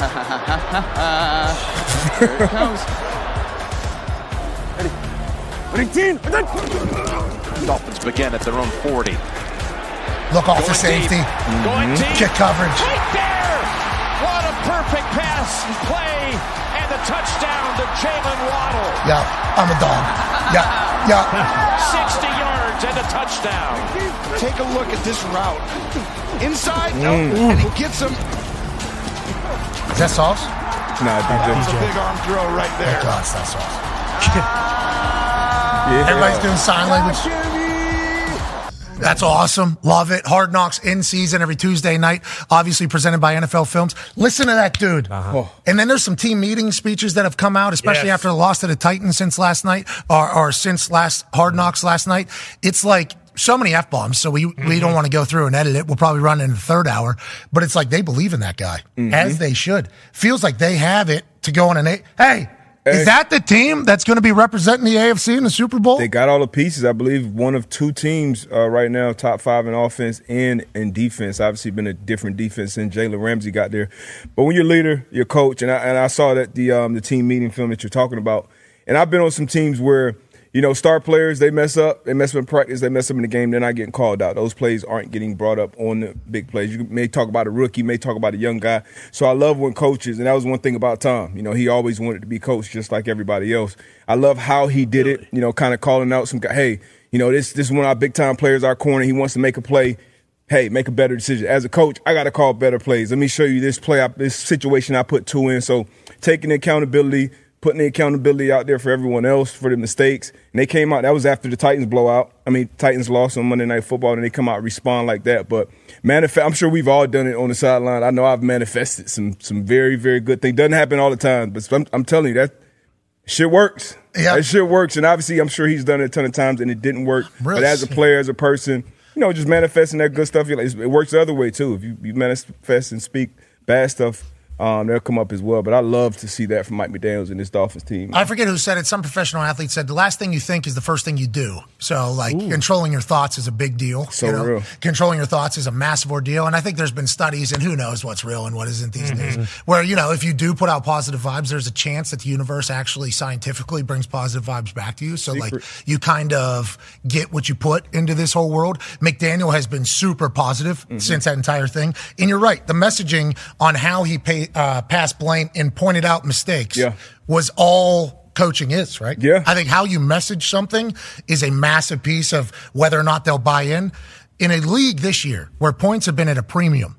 here it comes. Dolphins begin at their own 40. Look off for safety, Going deep. kick coverage. Right there! What a perfect pass and play and the touchdown to Jalen Waddle. Yeah, I'm a dog. Yeah, yeah. 60 yards and a touchdown. Take a look at this route. Inside, no, and he gets him. Is that sauce? Nah, It's a DJ. big arm throw right there. God, it's not sauce. Yeah. Everybody's doing sign language. That's awesome. Love it. Hard Knocks in season every Tuesday night, obviously presented by NFL Films. Listen to that dude. And then there's some team meeting speeches that have come out, especially Yes. after the loss to the Titans since last night or, or since last Hard Knocks last night. It's like so many F bombs. So we, we don't want to go through and edit it. We'll probably run it in the third hour, but it's like they believe in that guy as they should. Feels like they have it to go on an eight. Hey, is that the team that's going to be representing the AFC in the Super Bowl? They got all the pieces. I believe one of two teams uh, right now, top five in offense and in defense. Obviously, been a different defense since Jalen Ramsey got there. But when your leader, your coach, and I, and I saw that the um, the team meeting film that you're talking about, and I've been on some teams where you know star players they mess up, they mess up in practice, they mess up in the game, they're not getting called out. Those plays aren't getting brought up on the big plays. You may talk about a rookie, may talk about a young guy. So I love when coaches, and that was one thing about Tom. You know, he always wanted to be coached just like everybody else. I love how he did it. You know, kind of calling out some guy. Hey, you know, this this is one of our big time players, our corner. He wants to make a play. Hey, make a better decision. As a coach, I got to call better plays. Let me show you this play, I, this situation I put two in. So taking the accountability, putting the accountability out there for everyone else for the mistakes. And they came out. That was after the Titans blowout. I mean, Titans lost on Monday Night Football, and they come out and respond like that. But manifest. I'm sure we've all done it on the sideline. I know I've manifested some some very very good things. Doesn't happen all the time, but I'm, I'm telling you that shit works. Yeah. That shit works. And obviously, I'm sure he's done it a ton of times and it didn't work. Really? But as a player, as a person, you know, just manifesting that good stuff, you're like, it works the other way too. If you, you manifest and speak bad stuff, um, they'll come up as well. But I love to see that from Mike McDaniels and this Dolphins team. I forget who said it. Some professional athlete said the last thing you think is the first thing you do. So, like, controlling your thoughts is a big deal. So you know? real. Controlling your thoughts is a massive ordeal. And I think there's been studies, and who knows what's real and what isn't these Mm-hmm. days, where, you know, if you do put out positive vibes, there's a chance that the universe actually scientifically brings positive vibes back to you. So, like, you kind of get what you put into this whole world. McDaniel has been super positive since that entire thing. And you're right. The messaging on how he pay, play, uh, pass blame and pointed out mistakes was all coaching is, right? Yeah. I think how you message something is a massive piece of whether or not they'll buy in. In a league this year where points have been at a premium,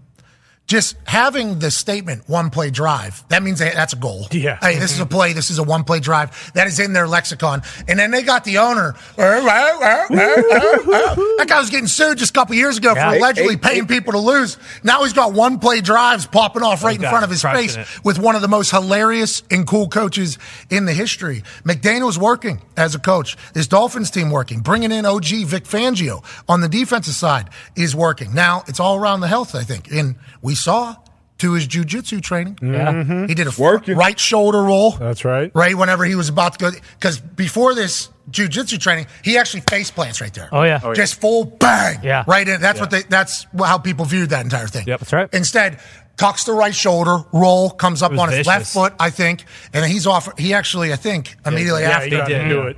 just having the statement one play drive, that means that that's a goal. Yeah. Hey, this is a play. This is a one play drive. That is in their lexicon. And then they got the owner. "Oh, oh, oh, oh, oh, oh." that guy was getting sued just a couple years ago Yeah. for allegedly Eight- eight- paying people to lose. Now he's got one play drives popping off right in got front it. of his Crushing face it. with one of the most hilarious and cool coaches in the history. McDaniel's working as a coach. This Dolphins team working. Bringing in OG Vic Fangio on the defensive side is working. Now it's all around the health, I think. And we saw to his jujitsu training. Yeah. Mhm. He did a right shoulder roll. Mm-hmm. That's right. Right whenever he was about to go. Because before this jujitsu training, he actually face plants right there. Oh, yeah. Oh, yeah. Just full bang. Yeah. Right in. That's what they that's how people viewed that entire thing. Yep, that's right. Instead, cocks the right shoulder, roll, comes up It was on his vicious. left foot, I think, and then he's off he actually, I think, immediately after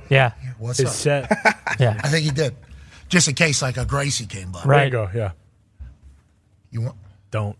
Yeah. What's His up? set. yeah. I think he did. Just in case like a Gracie came by. Right. There you go. Yeah. You want Don't.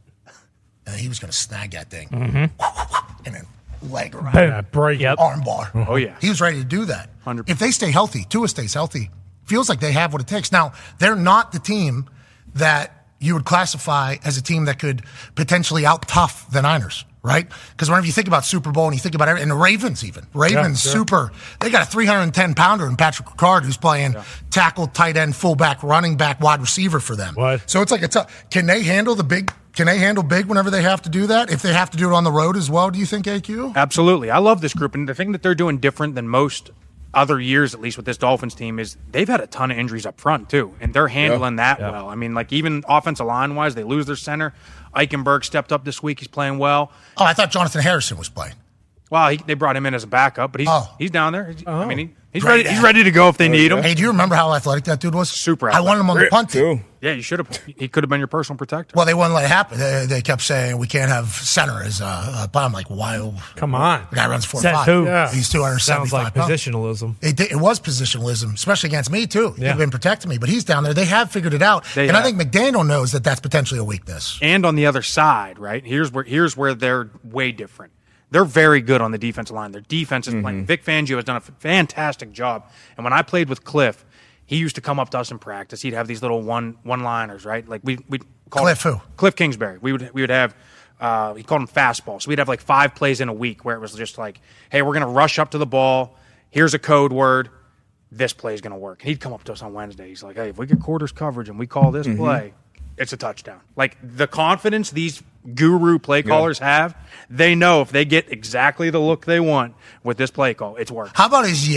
and he was gonna snag that thing. Mm-hmm. Mhm. And then leg right. Boom. Yeah, break it. arm bar. Oh, yeah. He was ready to do that. If they stay healthy, Tua stays healthy. Feels like they have what it takes. Now, they're not the team that you would classify as a team that could potentially out tough the Niners, right? Because whenever you think about Super Bowl and you think about every, and the Ravens even. Ravens Yeah, sure. super they got a 310 pounder in Patrick Ricard who's playing tackle, tight end, fullback, running back, wide receiver for them. What? So it's like a tough can they handle the big can they handle big whenever they have to do that? If they have to do it on the road as well, do you think AQ? Absolutely. I love this group. And the thing that they're doing different than most other years, at least with this Dolphins team, is they've had a ton of injuries up front, too. And they're handling that Yeah. well. I mean, like, even offensive line wise, they lose their center. Eichenberg stepped up this week. He's playing well. Oh, I thought Jonathan Harrison was playing. Oh. Well, he, they brought him in as a backup, but he's he's down there. He's- I mean, he, he's Great ready. He's guy. ready to go if they need him. Hey, do you remember how athletic that dude was? Super. I wanted him on the Rip, punt team. Yeah, you should have. He could have been your personal protector. Well, they wouldn't let it happen. They, they kept saying we can't have center as a, a punt. I'm like, why? Come on. The guy runs four Says five. who? Yeah. He's two hundred seventy Sounds five. like positionalism. It, did- it was positionalism, especially against me too. Yeah. You've been protecting me, but he's down there. They have figured it out, They and I have. think McDaniel knows that that's potentially a weakness. And on the other side, right here's where here's where they're way different. They're very good on the defensive line. Their defense is Mm-hmm. playing. Vic Fangio has done a f- fantastic job. And when I played with Cliff, he used to come up to us in practice. He'd have these little one one liners, right? Like we we call Cliff who? Cliff Kingsbury. We would we would have uh, he called them fastballs. So we'd have like five plays in a week where it was just like, hey, we're gonna rush up to the ball. Here's a code word. This play is gonna work. He'd come up to us on Wednesday. He's like, hey, if we get quarters coverage and we call this Mm-hmm. Mhm. play, it's a touchdown. Like the confidence these guru play callers have, they know if they get exactly the look they want with this play call, it's working. How about his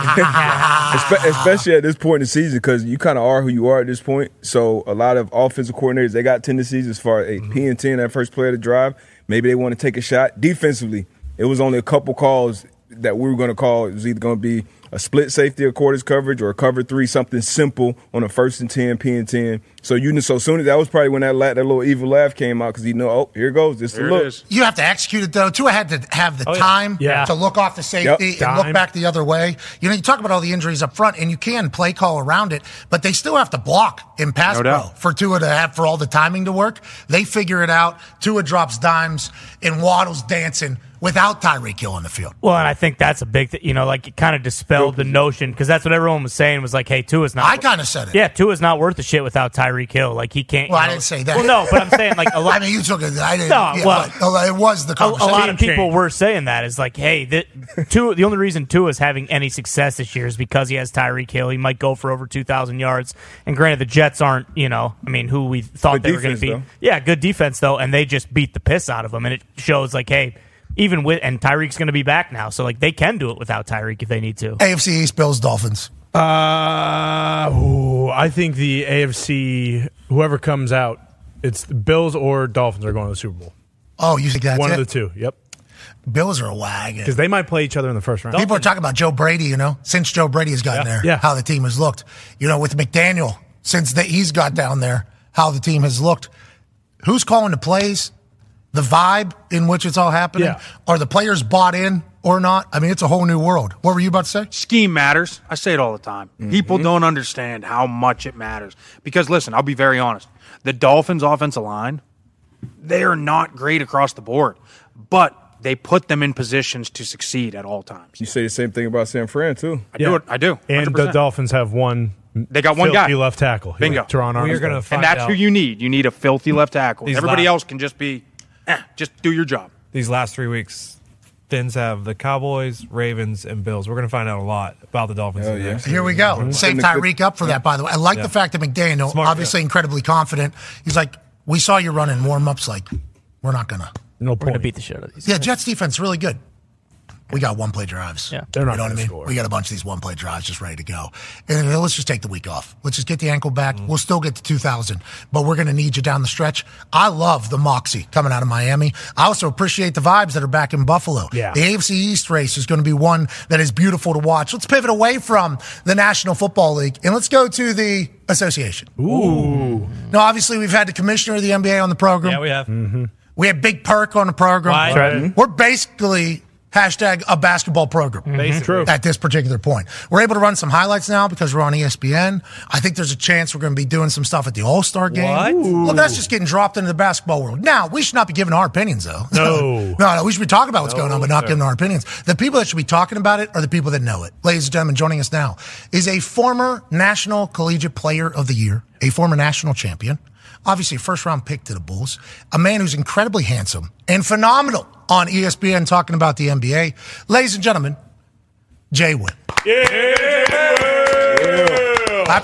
yeah? Espe- especially at this point in the season because you kind of are who you are at this point. So a lot of offensive coordinators they got tendencies as far as hey, P and ten that first player to drive. Maybe they want to take a shot defensively. It was only a couple calls that we were going to call. It was either going to be a split safety or quarters coverage or a cover three, something simple on a first and ten, P and ten. So you knew so soon as that was probably when that la- that little evil laugh came out because you know oh here goes this the look. You have to execute it though. Tua had to have Oh, the time Yeah. to look off the safety Yep. and Time. look back the other way. You know, you talk about all the injuries up front, and you can play call around it, but they still have to block in pass No pro doubt. for Tua to have for all the timing to work. They figure it out. Tua drops dimes and Waddle's dancing without Tyreek Hill on the field. Well, and I think that's a big, th- you know, like it kind of dispelled the notion because that's what everyone was saying was like, hey, Tua's not. I kinda said it. Yeah, Tua's not worth the shit without Tyreek Hill. Like he can't. Well, you I know- didn't say that. Well, no, but I'm saying like a lot. I mean, you took it. I didn't. No, yeah, well- but, uh, it was the a, a conversation. lot of people were saying that is like, hey, the, Tua, the only reason Tua is having any success this year is because he has Tyreek Hill. He might go for over 2,000 yards. And granted, the Jets aren't, you know, I mean, who we thought Good they were going defense, to be. though. Yeah, good defense, though. And they just beat the piss out of them. And it shows, like, hey, even with, and Tyreek's going to be back now. So, like, they can do it without Tyreek if they need to. AFC East Bills Dolphins. Uh, ooh, I think the AFC, whoever comes out, it's the Bills or Dolphins are going to the Super Bowl. Oh, you think that's one it? of the two? Yep, Bills are a wagon. because they might play each other in the first round. People are talking about Joe Brady, you know, since Joe Brady has gotten there, Yeah. how the team has looked. You know, with McDaniel, since that he's got down there, how the team has looked. Who's calling the plays? The vibe in which it's all happening? Yeah. Are the players bought in or not? I mean, it's a whole new world. What were you about to say? Mm-hmm. Scheme matters. I say it all the time. People don't understand how much it matters. Because listen, I'll be very honest. The Dolphins offensive line they are not great across the board, but they put them in positions to succeed at all times. You say the same thing about San Fran too. I do. it- I do. And the 100%. Dolphins have one. They got one filthy guy. left tackle. Bingo. Teron Armstrong. and that's who you need. You need a filthy left tackle. These Everybody last- else can just be, eh, just do your job. These last three weeks, Fins have the Cowboys, Ravens, and Bills. We're going to find out a lot about the Dolphins. in the next Here we series. go. Save Tyreek up for that, by the way. I like Yeah. the fact that McDaniel, Smart, obviously incredibly confident, he's like, we saw you running warm ups. Like, we're not gonna. No We're going to beat the shit out of these. Yeah, Jets defense really good. We got one play drives. Yeah, They're not You know what I gonna mean? score. We got a bunch of these one play drives just ready to go. And then let's just take the week off. Let's just get the ankle back. Mm. We'll still get to 2,000, but we're going to need you down the stretch. I love the moxie coming out of Miami. I also appreciate the vibes that are back in Buffalo. Yeah. The AFC East race is going to be one that is beautiful to watch. Let's pivot away from the National Football League and let's go to the association. Ooh. Now, obviously, we've had the commissioner of the NBA on the program. Yeah, we have. Mm-hmm. We had Big Perk on the program. Right. That's right. We're basically hashtag a basketball program Basically. Mm-hmm. True. at this particular point. We're able to run some highlights now because we're on E ESPN. I think there's a chance we're going to be doing some stuff at the All Star game. What? Look, that's just getting dropped into the basketball world. Now, we should not be giving our opinions, though. No. no, no, we should be talking about what's No, going on, but not sir. giving our opinions. The people that should be talking about it are the people that know it. Ladies and gentlemen, joining us now is a former National Collegiate Player of the Year, a former national champion, obviously a first round pick to the Bulls, a man who's incredibly handsome and phenomenal on E ESPN talking about the NBA. Ladies and gentlemen, Jay Wood. Clap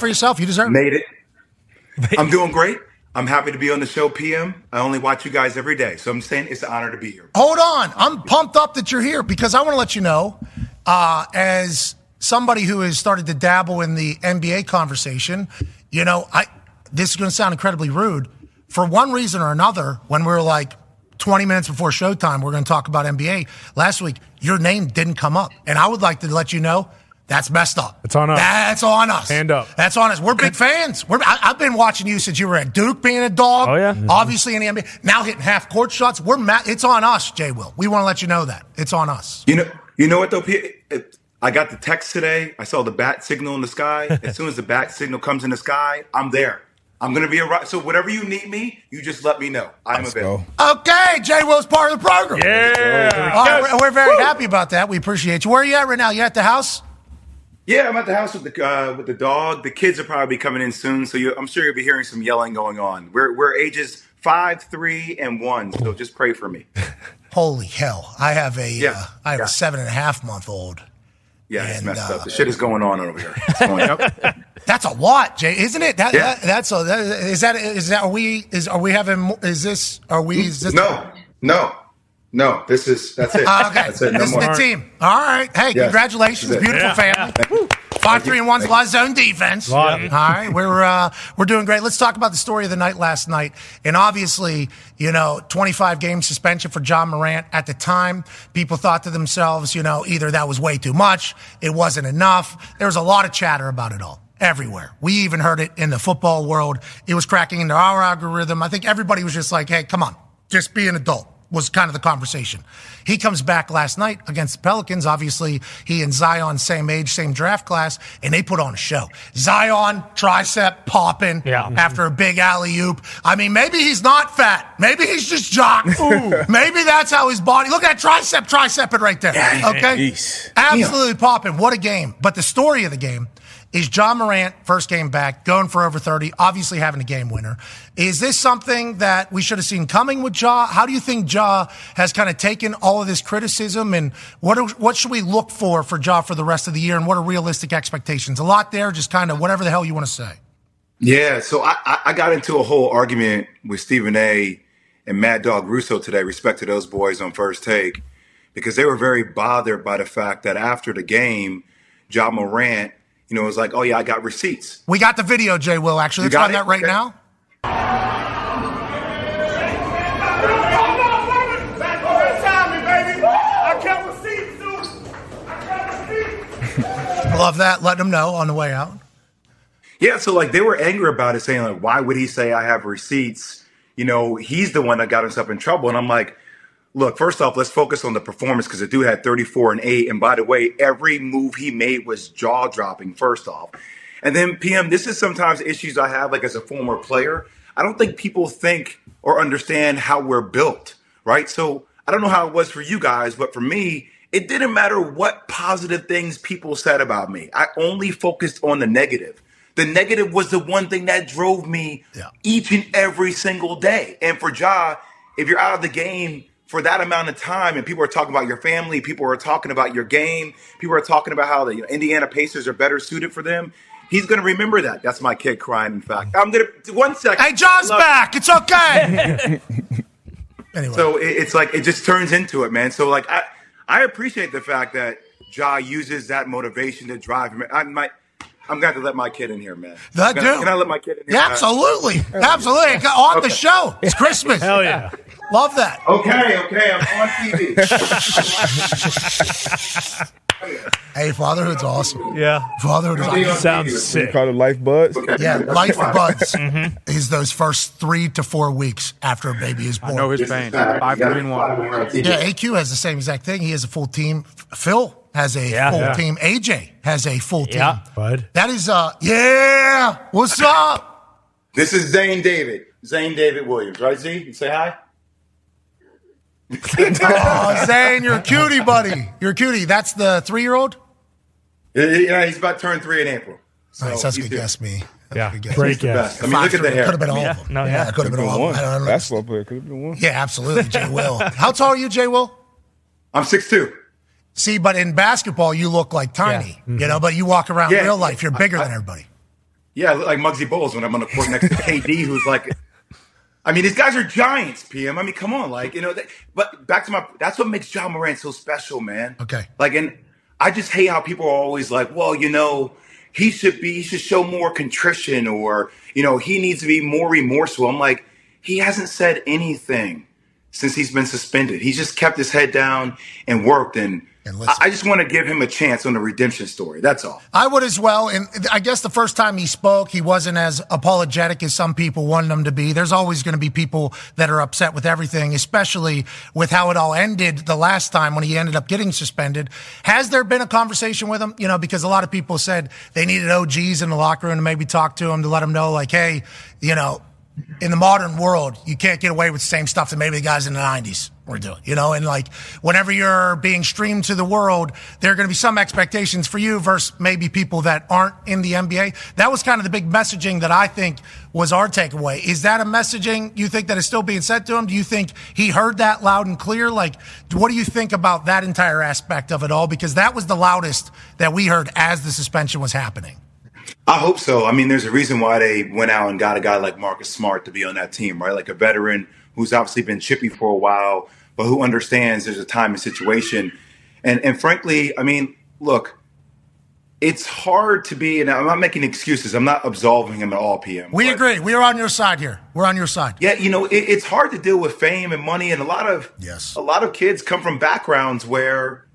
for yourself. You deserve it. Made it. I'm doing great. I'm happy to be on the show, PM. I only watch you guys every day, so I'm saying it's an honor to be here. Hold on. I'm pumped up that you're here because I want to let you know, uh, as somebody who has started to dabble in the NBA conversation, you know, I this is going to sound incredibly rude. For one reason or another, when we were like 20 minutes before showtime, we're going to talk about NBA. Last week, your name didn't come up. And I would like to let you know that's messed up. It's on us. That's on us. Hand up. That's on us. We're big fans. We're, I, I've been watching you since you were at Duke, being a dog. Oh yeah. Mm-hmm. Obviously in the NBA, now hitting half court shots. We're ma- It's on us, Jay. Will we want to let you know that it's on us. You know, you know what though, P- it- I got the text today. I saw the bat signal in the sky. As soon as the bat signal comes in the sky, I'm there. I'm gonna be around. So whatever you need me, you just let me know. I'm available. Okay, Jay Will's part of the program. Yeah. All right, Yes. we're, we're very Woo. happy about that. We appreciate you. Where are you at right now? You at the house? Yeah, I'm at the house with the uh, with the dog. The kids are probably coming in soon, so you, I'm sure you'll be hearing some yelling going on. We're we're ages five, three, and one, so just pray for me. Holy hell! I have a Yeah. uh, I have a seven and a half month old. Yeah, it's And, messed uh, up. The shit is going on over here. That's a lot, Jay, isn't it? That, Yeah. that that's a that, is that is that are we is are we having mo- is this are we is this No, no, no. This is that's it. Ah, okay, That's it. No this more. is the team. All right, hey, Yes. congratulations, That's it. beautiful Yeah. family. Five three and one's a lot of zone defense. Lot. All right, we're uh, we're doing great. Let's talk about the story of the night last night, and obviously, you know, 25 game suspension for John Morant. At the time, people thought to themselves, you know, either that was way too much, it wasn't enough. There was a lot of chatter about it all. Everywhere. We even heard it in the football world. It was cracking into our algorithm. I think everybody was just like, hey, come on, just be an adult, was kind of the conversation. He comes back last night against the Pelicans. Obviously, he and Zion, same age, same draft class, and they put on a show. Zion, tricep popping after a big alley oop. I mean, maybe he's not fat. Maybe he's just jocked. maybe that's how his body. Look at that tricep, triceping right there. Yeah. Okay. Jeez. Absolutely popping. What a game. But the story of the game is John Morant, first game back, going for over 30, obviously having a game winner. Is this something that we should have seen coming with Ja? How do you think Ja has kind of taken all of this criticism and what, are, what should we look for for Ja for the rest of the year and what are realistic expectations? A lot there, just kind of whatever the hell you want to say. Yeah, so I, I- I got into a whole argument with Stephen A. and Mad Dog Russo today, respect to those boys on first take, because they were very bothered by the fact that after the game, John Morant, you know, was like, "Oh yeah, I got receipts." We got the video, Jay Will, actually. You Let's got run it? that right Okay. now. Love that. Let them know on the way out. Yeah, so like they were angry about it, saying like, "Why would he say I have receipts?" You know, he's the one that got himself in trouble. And I'm like, look, first off, let's focus on the performance because the dude had 34 and eight. And by the way, every move he made was jaw dropping. First off, and then PM, this is sometimes issues I have like as a former player. I don't think people think or understand how we're built, right? So I don't know how it was for you guys, but for me, it didn't matter what positive things people said about me. I only focused on the negative. The negative was the one thing that drove me each and every single day. And for Ja, if you're out of the game for that amount of time and people are talking about your family, people are talking about your game, people are talking about how the you know, Indiana Pacers are better suited for them, he's going to remember that. That's my kid crying, in fact. I'm going to, one second. Hey, Ja's Look. back. It's okay. So it, it's like it just turns into it, man. So like I, I appreciate the fact that Ja uses that motivation to drive him. I might, I'm gonna have to let my kid in here, man. That Can I- do. Can I let my kid in here? Yeah, man? absolutely. Absolutely. It got On the Okay. show. It's Christmas. Hell yeah. Love that. Okay, okay, I'm on TV. hey, fatherhood's awesome. Yeah. Fatherhood is awesome. You call it life buds? Yeah, life buds Mm-hmm. is those first three to four weeks after a baby is born. know his This is pain. fact. Five You gotta- green water. Yeah, AQ has the same exact thing. He has a full team. Phil has a full Yeah. team. AJ has a full team. Yeah. Bud. That is uh yeah. What's up? This is Zane David. Zane David Williams, right? Z, you say hi. Oh, Zane, you're a cutie, buddy. You're a cutie. That's the three year old? Yeah, he's about to turn three in April. nice, that's a he's good here. guess me. Yeah. He's the best. I mean, look at the hair. Could have been all Yeah. of them. No, yeah. yeah. It could have been all of them. I don't know. Basketball player could have been one. Yeah, absolutely, Jay Will. How tall are you, Jay Will? I'm 6'2". See, but in basketball, you look like tiny, you know, but you walk around Yeah. real life, you're bigger I- than everybody. Yeah, I look like Muggsy Bowles when I'm on the court next to KD, who's like, I mean, these guys are giants, PM. I mean, come on, like you know. They, but back to my, that's what makes John Moran so special, man. Okay. Like, and I just hate how people are always like, well, you know, he should be, he should show more contrition, or you know, he needs to be more remorseful. I'm like, he hasn't said anything since he's been suspended. He's just kept his head down and worked, and, I, I just want to give him a chance on the redemption story. That's all. I would as well. And I guess the first time he spoke, he wasn't as apologetic as some people wanted him to be. There's always going to be people that are upset with everything, especially with how it all ended the last time when he ended up getting suspended. Has there been a conversation with him? You know, because a lot of people said they needed OGs in the locker room to maybe talk to him to let him know, like, hey, you know, in the modern world, you can't get away with the same stuff that maybe the guys in the 90s were doing, you know? And like, whenever you're being streamed to the world, there are going to be some expectations for you versus maybe people that aren't in the NBA. That was kind of the big messaging that I think was our takeaway. Is that a messaging you think that is still being sent to him? Do you think he heard that loud and clear? Like, what do you think about that entire aspect of it all? Because that was the loudest that we heard as the suspension was happening. I hope so. I mean, there's a reason why they went out and got a guy like Marcus Smart to be on that team, right? Like a veteran who's obviously been chippy for a while, but who understands there's a time and situation. And and frankly, I mean, look, it's hard to be. And I'm not making excuses. I'm not absolving him at all, PM. We agree. We are on your side here. We're on your side. Yeah, you know, it, it's hard to deal with fame and money, and a lot of yes, a lot of kids come from backgrounds where,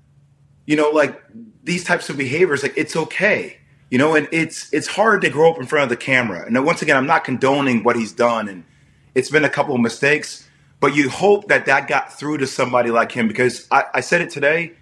you know, like these types of behaviors, like it's okay, you know, and it's it's hard to grow up in front of the camera. And once again, I'm not condoning what he's done, and it's been a couple of mistakes, but you hope that that got through to somebody like him because I, I said it today.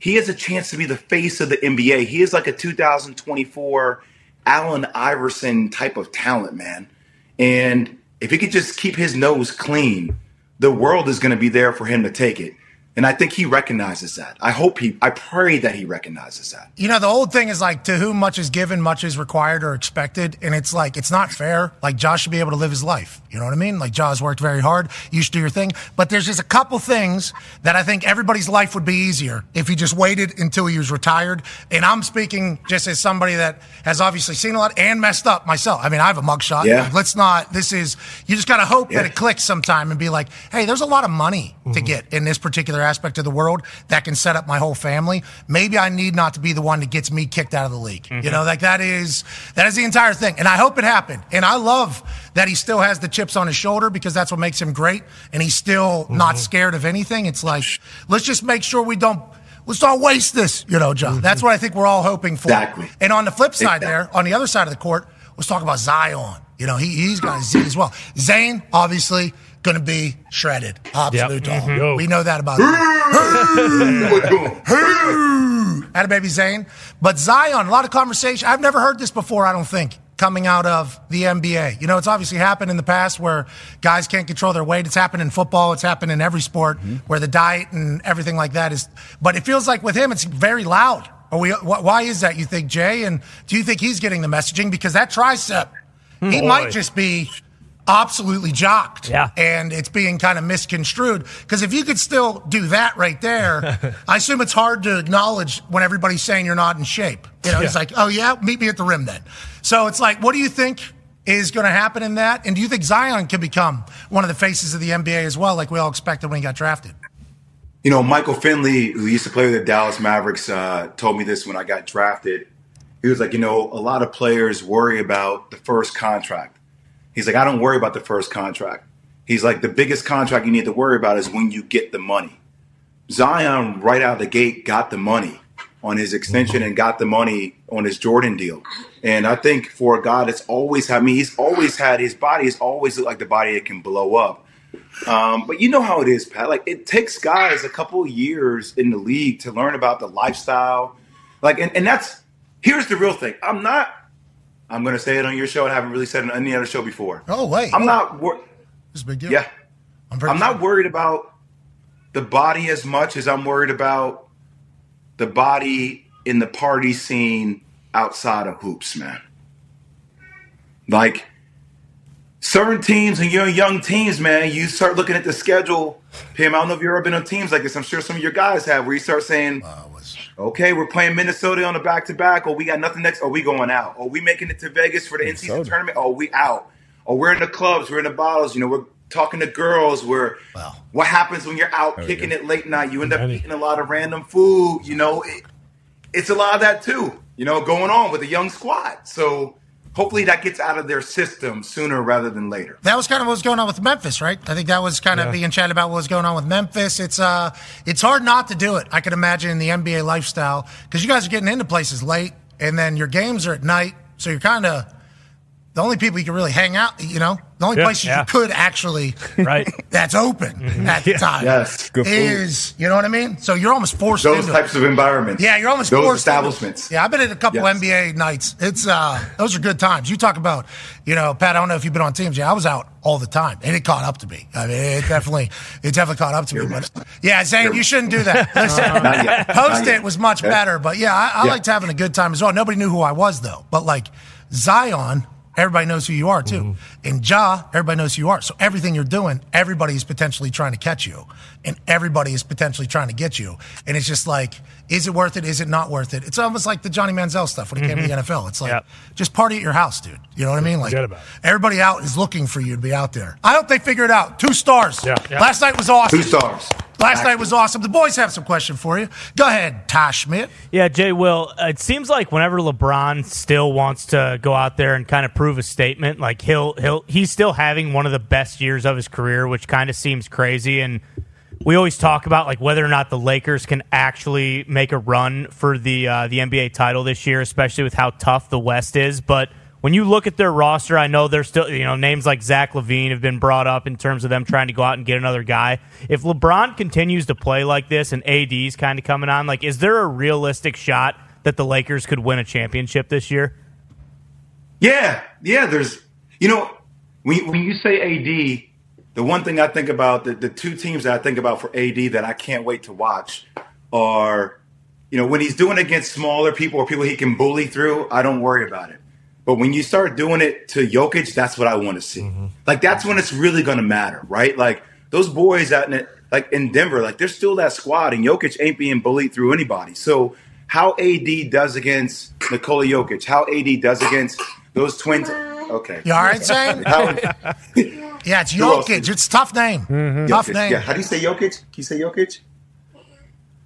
He has a chance to be the face of the NBA. He is like a 2024 Allen Iverson type of talent, man. And if he could just keep his nose clean, the world is going to be there for him to take it. And I think he recognizes that. I hope he, I pray that he recognizes that. You know, the old thing is like to whom much is given, much is required or expected. And it's like, it's not fair. Like, Josh should be able to live his life. You know what I mean? Like, Josh worked very hard. You should do your thing. But there's just a couple things that I think everybody's life would be easier if he just waited until he was retired. And I'm speaking just as somebody that has obviously seen a lot and messed up myself. I mean, I have a mugshot. Yeah. Like, let's not, this is, you just got to hope that Yeah. Mm-hmm. it clicks sometime and be like, hey, there's a lot of money to get in this particular aspect of the world that can set up my whole family. Maybe I need not to be the one that gets me kicked out of the league. You Mhm. Mm-hmm. know, like that is that is the entire thing. And I hope it happened. And I love that he still has the chips on his shoulder because that's what makes him great. And he's still Mm-hmm. not scared of anything. It's like, let's just make sure we don't let's not waste this, you know, John. That's what I think we're all hoping for. Mm-hmm. Exactly. And on the flip side Exactly. there, on the other side of the court, let's talk about Zion. You know, he, he's got a Z as well. Zane, obviously, going to be shredded. Absolute Yep. dog. Mhm. Yo. We know that about him. Had a baby Zane. But Zion, a lot of conversation. I've never heard this before, I don't think. coming out of the NBA. You know, it's obviously happened in the past where guys can't control their weight. It's happened in football. It's happened in every sport Mm-hmm. where the diet and everything like that is. But it feels like with him, it's very loud. Are we? Wh- why is that? You think, Jay? And do you think he's getting the messaging? Because that tricep, he Hmm. Boy. might just be absolutely jocked. Yeah. And it's being kind of misconstrued. Because if you could still do that right there, I assume it's hard to acknowledge when everybody's saying you're not in shape. You know, it's Yeah. like, oh, yeah, meet me at the rim then. So it's like, what do you think is going to happen in that? And do you think Zion can become one of the faces of the NBA as well, like we all expected when he got drafted? You know, Michael Finley, who used to play with the Dallas Mavericks, uh, told me this when I got drafted. He was like, you know, a lot of players worry about the first contract. He's like, I don't worry about the first contract. He's like, the biggest contract you need to worry about is when you get the money. Zion, right out of the gate, got the money on his extension and got the money on his Jordan deal. And I think for a guy that's always had, I mean, he's always had his body has always looked like the body that can blow up. Um, but you know how it is, Pat. Like it takes guys a couple of years in the league to learn about the lifestyle. Like, and, and that's here's the real thing. I'm not. I'm gonna say it on your show. and I haven't really said it on any other show before. Oh, wait. I'm not. Wor- It's a big deal. yeah, I'm, I'm not worried about the body as much as I'm worried about the body in the party scene outside of hoops, man. Like certain teams and your young teams, man, you start looking at the schedule. Pam, I don't know if you've ever been on teams like this. I'm sure some of your guys have, where you start saying, "Okay, we're playing Minnesota on a back-to-back, or we got nothing next, or we going out, or we making it to Vegas for the in-season tournament, or we out, or we're in the clubs, we're in the bottles, you know, we're talking to girls, we're what happens when you're out There we kicking go. it late night? You end up eating a lot of random food, you know." It, it's a lot of that too, you know, going on with a young squad. So hopefully that gets out of their system sooner rather than later. That was kind of what was going on with Memphis, right? I think that was kind Yeah. of being chatted about what was going on with Memphis. It's uh, it's hard not to do it. I could imagine in the NBA lifestyle because you guys are getting into places late, and then your games are at night, so you're kind of the only people you can really hang out. You know, the only Yeah. places Yeah. you could actually right that's open at the Yeah. time. Yes. Good food. is you know what I mean? So you're almost forced Those into types it. of environments. Yeah, you're almost Those forced into it. establishments. Yeah, I've been at a couple Yes. NBA nights. It's uh, those are good times. You talk about, you know, Pat. I don't know if you've been on teams. Yeah, I was out all the time, and it caught up to me. I mean, it definitely, it definitely caught up to me. But yeah, Zane, you shouldn't do that. Not yet. Not Post yet. it was much Yeah. better, but yeah, I, I Yeah. liked having a good time as well. Nobody knew who I was though, but like Zion. Everybody knows who you are too. Mm-hmm. And Ja, everybody knows who you are. So everything you're doing, everybody is potentially trying to catch you and everybody is potentially trying to get you. And it's just like, is it worth it? Is it not worth it? It's almost like the Johnny Manziel stuff when he came to Mm-hmm. the NFL. It's like, just party at your house, dude. You know what I mean? Like, Forget about it. everybody out is looking for you to be out there. I hope they figure it out. Two stars. Yeah. Last night was awesome. Two stars. Last night was awesome. The boys have some question for you. Go ahead, Tosh Schmidt. Yeah, Jay Will. uh, It seems like whenever LeBron still wants to go out there and kind of prove a statement, like he'll he'll he's still having one of the best years of his career, which kind of seems crazy. And we always talk about like whether or not the Lakers can actually make a run for the uh, the NBA title this year, especially with how tough the West is. But when you look at their roster, I know they're still, you know, names like Zach Levine have been brought up in terms of them trying to go out and get another guy. If LeBron continues to play like this and AD's kind of coming on, like, is there a realistic shot that the Lakers could win a championship this year? Yeah, yeah. There's, you know, when when you say AD, the one thing I think about the the two teams that I think about for AD that I can't wait to watch are, you know, when he's doing against smaller people or people he can bully through, I don't worry about it. But when you start doing it to Jokic, that's what I want to see. Mm-hmm. Like that's when it's really going to matter, right? Like those boys out in it, like in Denver, like they're still that squad, and Jokic ain't being bullied through anybody. So how AD does against Nikola Jokic, how AD does against those twins? Okay, You all right, Zane? How- Yeah, it's Who else? Jokic. It's a tough name. Tough Mm-hmm. Jokic. name. Yeah, how do you say Jokic? Can you say Jokic?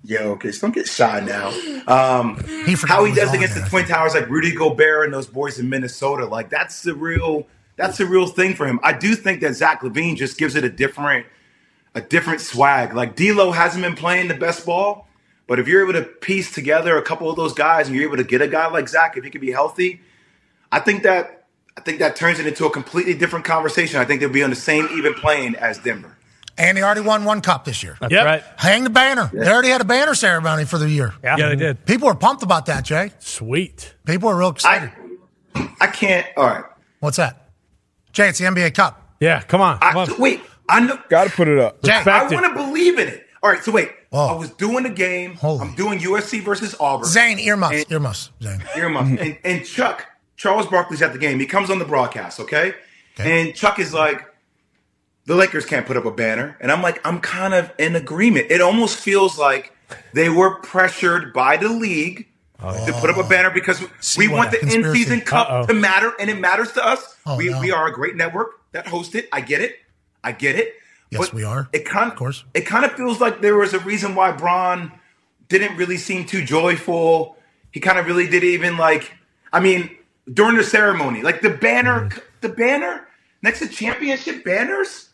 Yeah, Jokic. Don't get shy now. Um, how he does against the Twin Towers, like Rudy Gobert and those boys in Minnesota, like that's the real that's the real thing for him. I do think that Zach Levine just gives it a different a different swag. Like D'Lo hasn't been playing the best ball, but if you're able to piece together a couple of those guys and you're able to get a guy like Zach, if he can be healthy, I think that I think that turns it into a completely different conversation. I think they'll be on the same even plane as Denver. And he already won one cup this year. That's Yep. right. Hang the banner. They already had a banner ceremony for the year. Yeah. Yeah, they did. People were pumped about that, Jay. Sweet. People were real excited. I can't. All right. What's that? Jay, it's the NBA Cup. Yeah, come on. I, wait, I know. Got to put it up. Jack, I Respect it. want to believe in it. All right, so wait. I was doing the game. I'm doing USC versus Auburn. Zane, earmuffs, earmuffs, Zane. earmuffs. and, and Chuck, Charles Barkley's at the game. He comes on the broadcast, okay? And Chuck is like, the Lakers can't put up a banner. And I'm like, I'm kind of in agreement. It almost feels like they were pressured by the league to put up a banner because we Oh. what want a the in conspiracy. season cup Uh-oh. to matter and it matters to us. Oh, we, no. we are a great network that hosts it. I get it. I get it. Yes, we are. It kind of course. It kind of feels like there was a reason why Braun didn't really seem too joyful. He kind of really did even like. I mean, during the ceremony, like the banner, Mm-hmm. the banner next to championship banners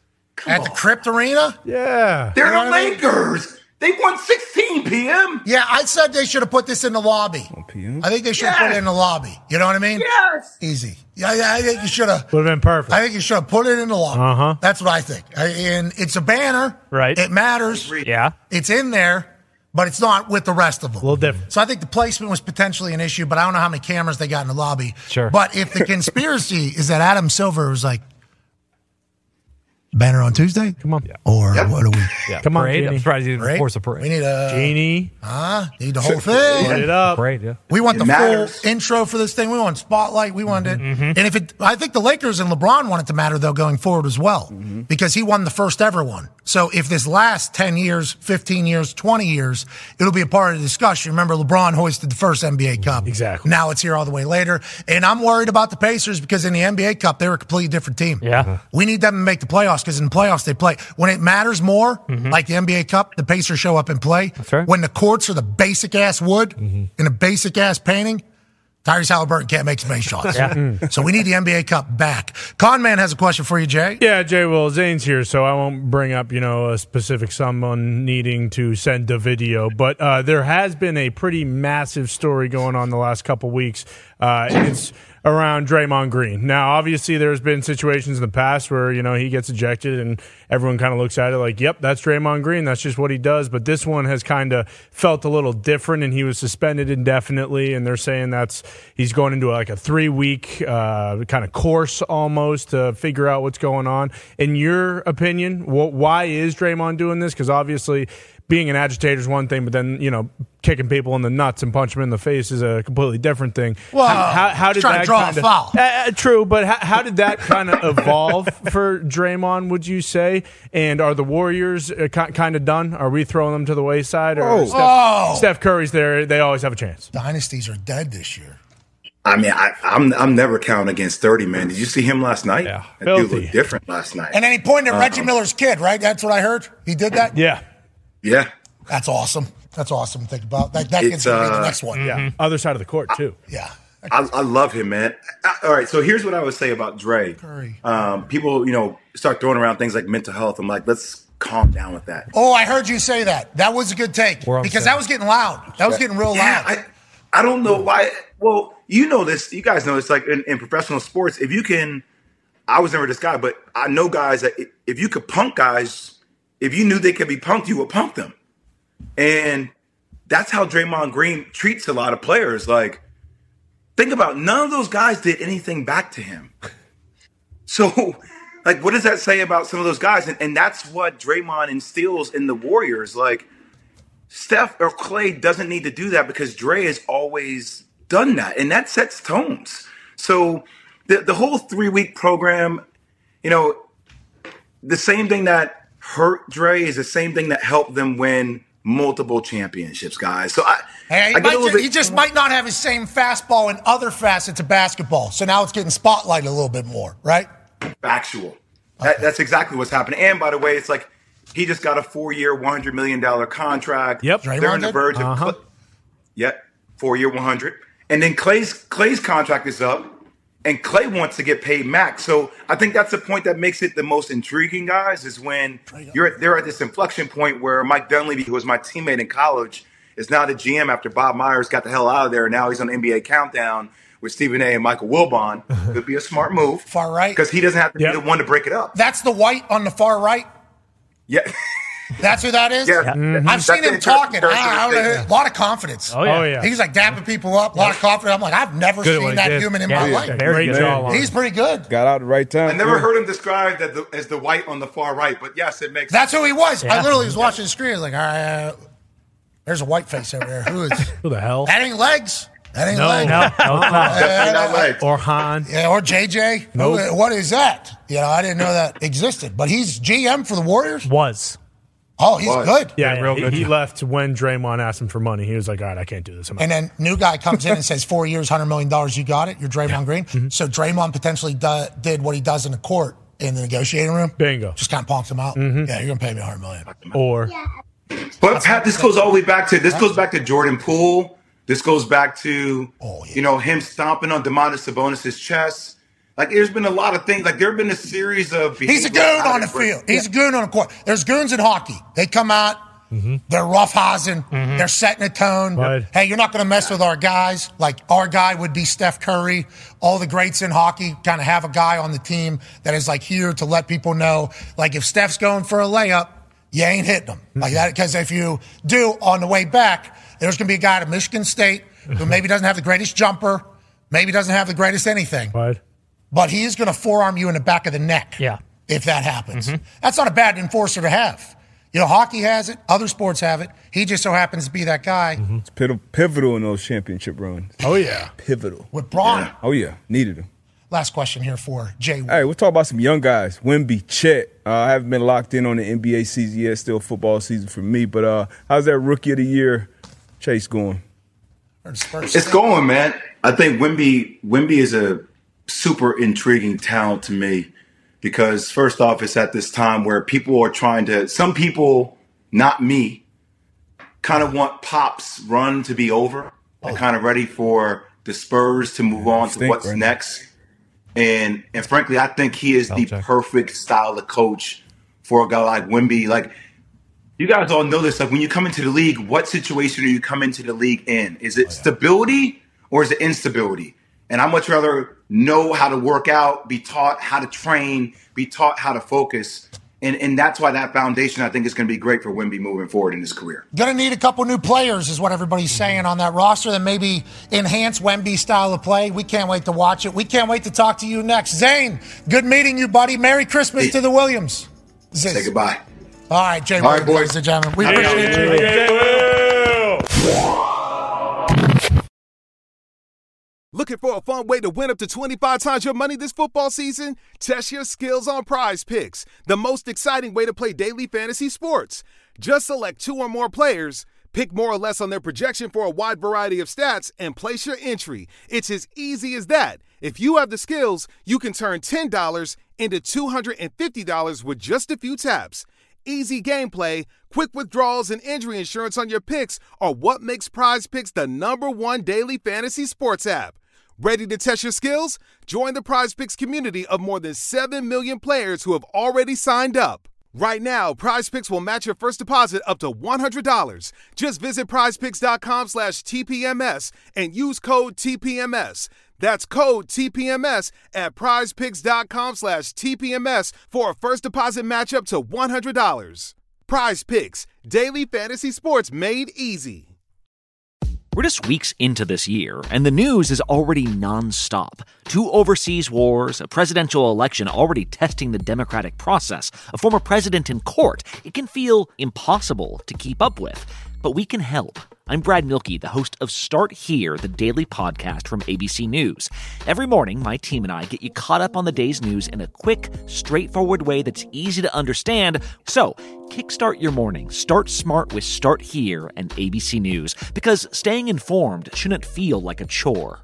At the Crypt Arena? Yeah. They're the Lakers. They won 16 p.m. Yeah, I said they should have put this in the lobby. Oh, I think they should have put it in the lobby. You know what I mean? Yes. Easy. Yeah, yeah I think you should have. Would have been perfect. I think you should have put it in the lobby. Uh-huh. That's what I think. I- And it's a banner. Right. It matters. Yeah. It's in there, but it's not with the rest of them. A little different. So I think the placement was potentially an issue, but I don't know how many cameras they got in the lobby. Sure. But if the conspiracy is that Adam Silver was like, banner on Tuesday? Come on. Or what do we? Yeah. Come on, parade. Jeannie. I'm surprised you didn't Parade? force a parade. We need a Genie. Huh? Need the whole thing. Parade. it up. Parade, yeah. We want It the matters. full intro for this thing. We want spotlight. We want Mm-hmm. it. And if it, I think the Lakers and LeBron want it to matter though going forward as well, Mm-hmm. because he won the first ever one. So if this lasts ten years, fifteen years, twenty years, it'll be a part of the discussion. Remember, LeBron hoisted the first NBA Cup. Exactly. Now it's here all the way later, and I'm worried about the Pacers because in the NBA Cup they were a completely different team. Yeah. We need them to make the playoffs because in the playoffs they play when it matters more, like the NBA Cup. The Pacers show up and play. Mm-hmm. That's right. Mm-hmm. When the courts are the basic ass wood and a basic ass painting, Tyrese Halliburton can't make space shots. Yeah. so we need the NBA Cup back. Conman has a question for you, Jay. Yeah, Jay. Well, Zane's here, so I won't bring up you know a specific someone needing to send a video, but uh, there has been a pretty massive story going on the last couple weeks. Uh, it's around Draymond Green. Now, obviously, there's been situations in the past where you know he gets ejected, and everyone kind of looks at it like, "Yep, that's Draymond Green. That's just what he does." But this one has kind of felt a little different, and he was suspended indefinitely, and they're saying that's he's going into like a three week uh, kind of course almost to figure out what's going on. In your opinion, wh- why is Draymond doing this? Because obviously, being an agitator is one thing, but then you know, kicking people in the nuts and punch them in the face is a completely different thing. Well, how, how, how he's did trying to that draw a kinda- foul. Uh, uh, true, but how, how did that kind of evolve for Draymond? Would you say? And are the Warriors uh, kind of done? Are we throwing them to the wayside? Or Whoa. Steph, Whoa. Steph Curry's there; they always have a chance. Dynasties are dead this year. I mean, I, I'm I'm never counting against 30, man. Did you see him last night? Yeah, that dude filthy. looked different last night. And then he pointed at Uh-oh. Reggie Miller's kid, right? That's what I heard. He did that. Yeah, yeah, That's awesome. That's awesome to think about. That that It's, gets gonna be the uh, next one. yeah, other side of the court too. Yeah. I, I love him, man. I- all right, so here's what I would say about Dre. Curry. Um, people, you know, start throwing around things like mental health. I'm like, let's calm down with that. Oh, I heard you say that. That was a good take We're on because set. that was getting loud. That was getting real Yeah, loud. I, I don't know why. Well, you know this. You guys know it's like in, in professional sports. If you can, I was never this guy, but I know guys that i- if you could punk guys, if you knew they could be punked, you would punk them. And that's how Draymond Green treats a lot of players. Like, think about it, none of those guys did anything back to him. So, like, what does that say about some of those guys? And, and that's what Draymond instills in the Warriors. Like, Steph or Clay doesn't need to do that because Dre has always done that, and that sets tones. So the the whole three week program, you know, the same thing that hurt Dre is the same thing that helped them win multiple championships, guys. So I, Hey, he, I get might a ju- little bit. he just might not have his same fastball in other facets of basketball. So now it's getting spotlighted a little bit more, right? factual. That, that's exactly what's happening. And by the way, it's like he just got a four-year, one hundred million dollar contract. Yep. they're Draymond on the did? verge of. Uh-huh. Cl- yep, four-year, one hundred. And then Clay's Clay's contract is up, and Clay wants to get paid max. So I think that's the point that makes it the most intriguing, guys. Is when you're at, they're at this inflection point where Mike Dunleavy, who was my teammate in college, is now the GM after Bob Myers got the hell out of there. Now he's on NBA Countdown. With Stephen A. and Michael Wilbon, could be a smart move Far right. because he doesn't have to Yep. be the one to break it up. That's the white on the far right. Yeah. That's who that is? Yeah. Mhm. I've seen That's him the talking. interpretation I- I don't know, of a lot of confidence. Oh, yeah. Oh, yeah. He's like dapping people up, a lot of confidence. I'm like, I've never Good at what seen he that did. human in Yeah, my yeah. life. Very good jawline. He's pretty good. Got out at the right time. I never Yeah. heard him described that the, as the white on the far right, but yes, it makes. That's who he was. I Yeah. literally was watching the screen. I was like, all right, uh, there's a white face over there. Who is? Who the hell? That ain't legs. That ain't No, legs. no, no, it's not. Definitely not legs. Or Han. Yeah, or JJ. Who- Nope. What is that? You know, I didn't know that existed. But he's GM for the Warriors? Was. Oh, he's good. Yeah, he, He left when Draymond asked him for money. He was like, "All right, I can't do this." I'm out." And then new guy comes in and says, four years, $100 million, you got it. You're Draymond Green. Mm-hmm. So Draymond potentially do, did what he does in the court in the negotiating room. Bingo. Mm-hmm. Just kind of punks him out. Yeah, you're going to pay me $100 million. Or. But Pat, this goes all the way back to this goes back to Jordan Poole. This goes back to Oh, you know him stomping on Demonis Sabonis' chest. Like there's been a lot of things. Like there have been a series of. He's a behaviors goon out on the of- field. He's a goon on the court. There's goons in hockey. They come out, they're roughhousing, they're setting a tone. Mm-hmm. Right. Hey, you're not going to mess with our guys. Like our guy would be Steph Curry. All the greats in hockey kind of have a guy on the team that is like here to let people know. Like if Steph's going for a layup, you ain't hitting him Mm-hmm. like that. Because if you do on the way back, there's going to be a guy at Michigan State who Mm-hmm. maybe doesn't have the greatest jumper, maybe doesn't have the greatest anything, right. but he is going to forearm you in the back of the neck Yeah. if that happens. That's not a bad enforcer to have. You know, hockey has it, other sports have it. He just so happens to be that guy It's pivotal, pivotal in those championship runs. Oh yeah, pivotal. with Braun. Oh yeah, needed him. Last question here for Jay. All right, we'll talk about some young guys. Wimby, Chet. Uh, I haven't been locked in on the NBA season yet. Still football season for me. But uh, how's that rookie of the year chase going? It's going, man. I think Wimby Wimby is a super intriguing talent to me because first off, it's at this time where people are trying to. Some people, not me, kind of want Pop's run to be over. and kind of ready for the Spurs to move on to Oh. stink what's right now. next. And and frankly, I think he is the perfect style of coach for a guy like Wimby. Like you guys all know this. Like when you come into the league, what situation are you coming to the league in? Oh, Is it stability or is it instability? And I much rather know how to work out, be taught how to train, be taught how to focus. And and that's why that foundation I think is going to be great for Wimby moving forward in his career. Gonna need a couple new players, is what everybody's saying on that roster that maybe enhance Wemby's style of play. We can't wait to watch it. We can't wait to talk to you next. Zane, good meeting you, buddy. Merry Christmas to the Williams. Say goodbye. All right, Jay. All right, Williams, ladies and gentlemen. We Hey, appreciate hey, you. Looking for a fun way to win up to 25 times your money this football season? Test your skills on prize picks, the most exciting way to play daily fantasy sports. Just select two or more players, pick more or less on their projection for a wide variety of stats, and place your entry. It's as easy as that. If you have the skills, you can turn $10 into $250 with just a few taps. Easy gameplay, quick withdrawals, and injury insurance on your picks are what makes Prize Picks the number one daily fantasy sports app. Ready to test your skills? Join the Prize Picks community of more than 7 million players who have already signed up. Right now, Prize Picks will match your first deposit up to $100. Just visit prizepicks.com slash TPMS and use code TPMS. That's code TPMS at prizepicks.com slash TPMS for a first deposit match up to $100. Prize Picks, daily fantasy sports made easy. We're just weeks into this year, and the news is already nonstop. Two overseas wars, a presidential election already testing the democratic process, a former president in court. It can feel impossible to keep up with, but we can help. I'm Brad Milkey, the host of Start Here, the daily podcast from ABC News. Every morning, my team and I get you caught up on the day's news in a quick, straightforward way that's easy to understand. So, kickstart your morning. Start smart with Start Here and ABC News, because staying informed shouldn't feel like a chore.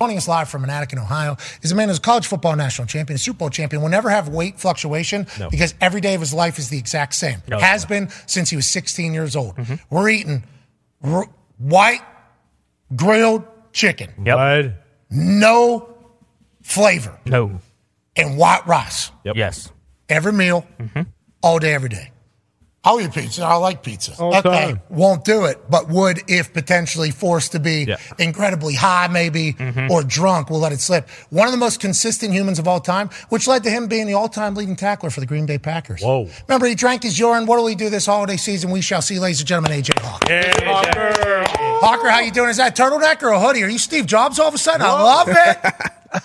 Joining us live from Manhattan, Ohio, is a man who's a college football national champion, a Super Bowl champion. Will never have weight fluctuation No. because every day of his life is the exact same. No, it's Mm-hmm. Has been since he was 16 years old. We're eating r- white grilled chicken. Yep. No flavor. No. And white rice Yes. every meal, all day, every day. I'll eat pizza. I like pizza. All okay, time. won't do it, but would if potentially forced to be incredibly high, maybe or drunk, will let it slip. One of the most consistent humans of all time, which led to him being the all-time leading tackler for the Green Bay Packers. Whoa! Remember, he drank his urine. What will he do this holiday season? We shall see, ladies and gentlemen. AJ Hawk. Hawker, how you doing? Is that a turtleneck or a hoodie? Are you Steve Jobs all of a sudden? I love it.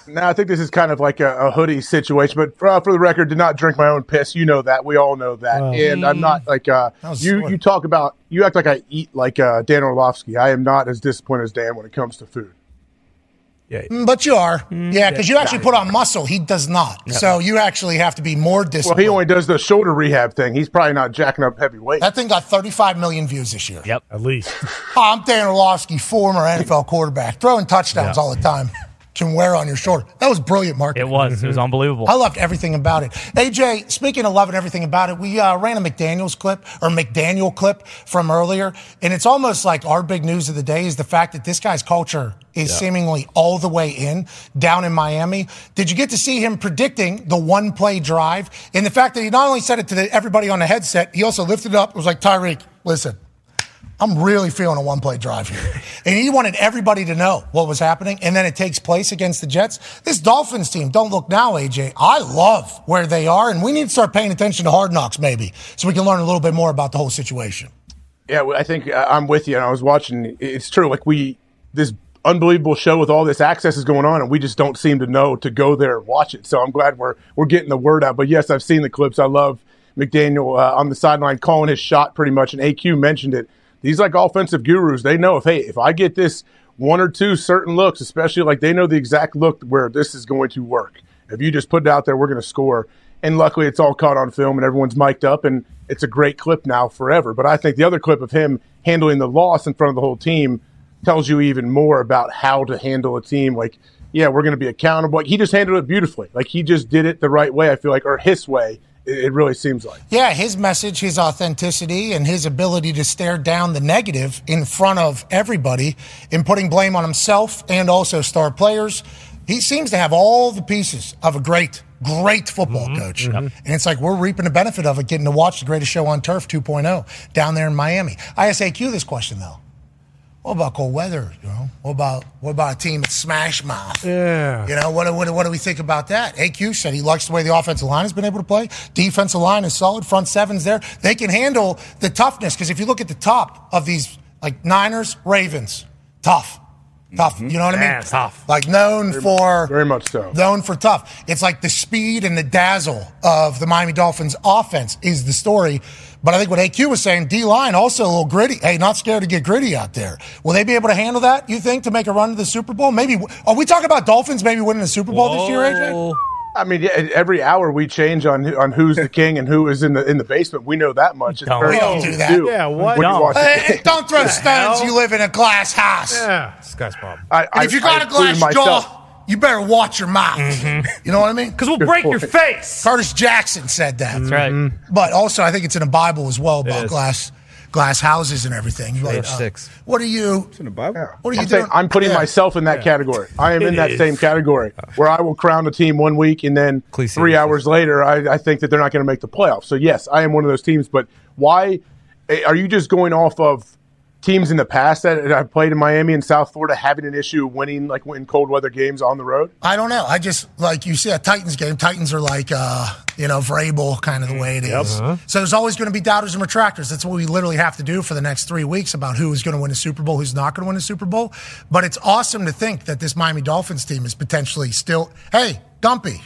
Now, I think this is kind of like a, a hoodie situation, but uh, for the record, did not drink my own piss. You know that. We all know that. Wow. And I'm not like uh, was you. slick. You talk about you act like I eat like uh, Dan Orlovsky. I am not as disappointed as Dan when it comes to food. Mm, But you are. yeah, because you yeah. actually put on muscle. He does not. No. So you actually have to be more Well, disciplined. he only does the shoulder rehab thing. He's probably not jacking up heavy weight. that thing got 35 million views this year. Yep. At least. Hi, Oh, I'm Dan Orlovsky, former NFL quarterback, throwing touchdowns all the time. Can wear on your shoulder. That was brilliant marketing. It was. It was unbelievable. I loved everything about it. AJ, speaking of loving everything about it, we uh, ran a McDaniels clip or McDaniel clip from earlier, and it's almost like our big news of the day is the fact that this guy's culture is Yeah. seemingly all the way in down in Miami. Did you get to see him predicting the one play drive and the fact that he not only said it to the, everybody on the headset, he also lifted it up. It was like Tyreek, listen. I'm really feeling a one play drive here. And he wanted everybody to know what was happening. And then it takes place against the Jets. This Dolphins team, don't look now, AJ. I love where they are. And we need to start paying attention to hard knocks, maybe, so we can learn a little bit more about the whole situation. Yeah, well, I think uh, I'm with you. And I was watching. It's true. Like we, this unbelievable show with all this access is going on, and we just don't seem to know to go there and watch it. So I'm glad we're we're getting the word out. But yes, I've seen the clips. I love McDaniel uh, on the sideline calling his shot pretty much, and AQ mentioned it. These like offensive gurus, they know if hey, if I get this one or two certain looks, especially like they know the exact look where this is going to work. If you just put it out there, we're going to score. And luckily, it's all caught on film and everyone's mic'd up, and it's a great clip now forever. But I think the other clip of him handling the loss in front of the whole team tells you even more about how to handle a team. Like, yeah, we're going to be accountable. Like, he just handled it beautifully. Like, he just did it the right way, I feel like, or his way. It, it really seems like. Yeah, his message, his authenticity, and his ability to stare down the negative in front of everybody and putting blame on himself and also star players. He seems to have all the pieces of a great, great football coach. And it's like we're reaping the benefit of it, getting to watch the greatest show on turf 2.0 down there in Miami. I ISAQ this question, though. What about cold weather? You know, what about what about a team at Smash Mouth? Yeah. You know, what, what, what do we think about that? AQ said he likes the way the offensive line has been able to play. Defensive line is solid. Front seven's there. They can handle the toughness because if you look at the top of these, like Niners, Ravens, tough. Tough. You know what I Yeah, mean? tough. Like known for. Very much so. Known for tough. It's like the speed and the dazzle of the Miami Dolphins offense is the story. But I think what AQ was saying, D line also a little gritty. Hey, not scared to get gritty out there. Will they be able to handle that, you think, to make a run to the Super Bowl? Maybe. Are we talking about Dolphins maybe winning the Super Bowl this year, AJ? I mean, yeah, every hour we change on who- on who's the king and who is in the in the basement. We know that much. It's Don't. very We don't easy do to that. Yeah, what? When you Don't. watch the Hey, game. hey, don't throw stones. You live in a glass house. Yeah. This guy's problem. I, And if you got a a glass jaw, you better watch your mouth. You know what I mean? Because Mm-hmm. we'll Good break your point. face. Curtis Jackson said that. That's right. Mhm. But also, I think it's in the Bible as well about is. glass glass houses and everything. You're like, Page uh, six. What are you? It's in the Bible. What are you I'm, doing? saying, I'm putting Yeah. myself in that category. I am It in that is. same category where I will crown a team one week and then three hours later, I, I think that they're not going to make the playoffs. So yes, I am one of those teams. But why eh, are you just going off of teams in the past that I played in Miami and South Florida having an issue winning like in cold weather games on the road? I don't know. I just like you see a Titans game. Titans are like uh, you know Vrabel kind of the way it is. Yep. Uh-huh. So there's always going to be doubters and retractors. That's what we literally have to do for the next three weeks about who is going to win the Super Bowl, who's not going to win the Super Bowl. But it's awesome to think that this Miami Dolphins team is potentially still. Hey, Dumpy,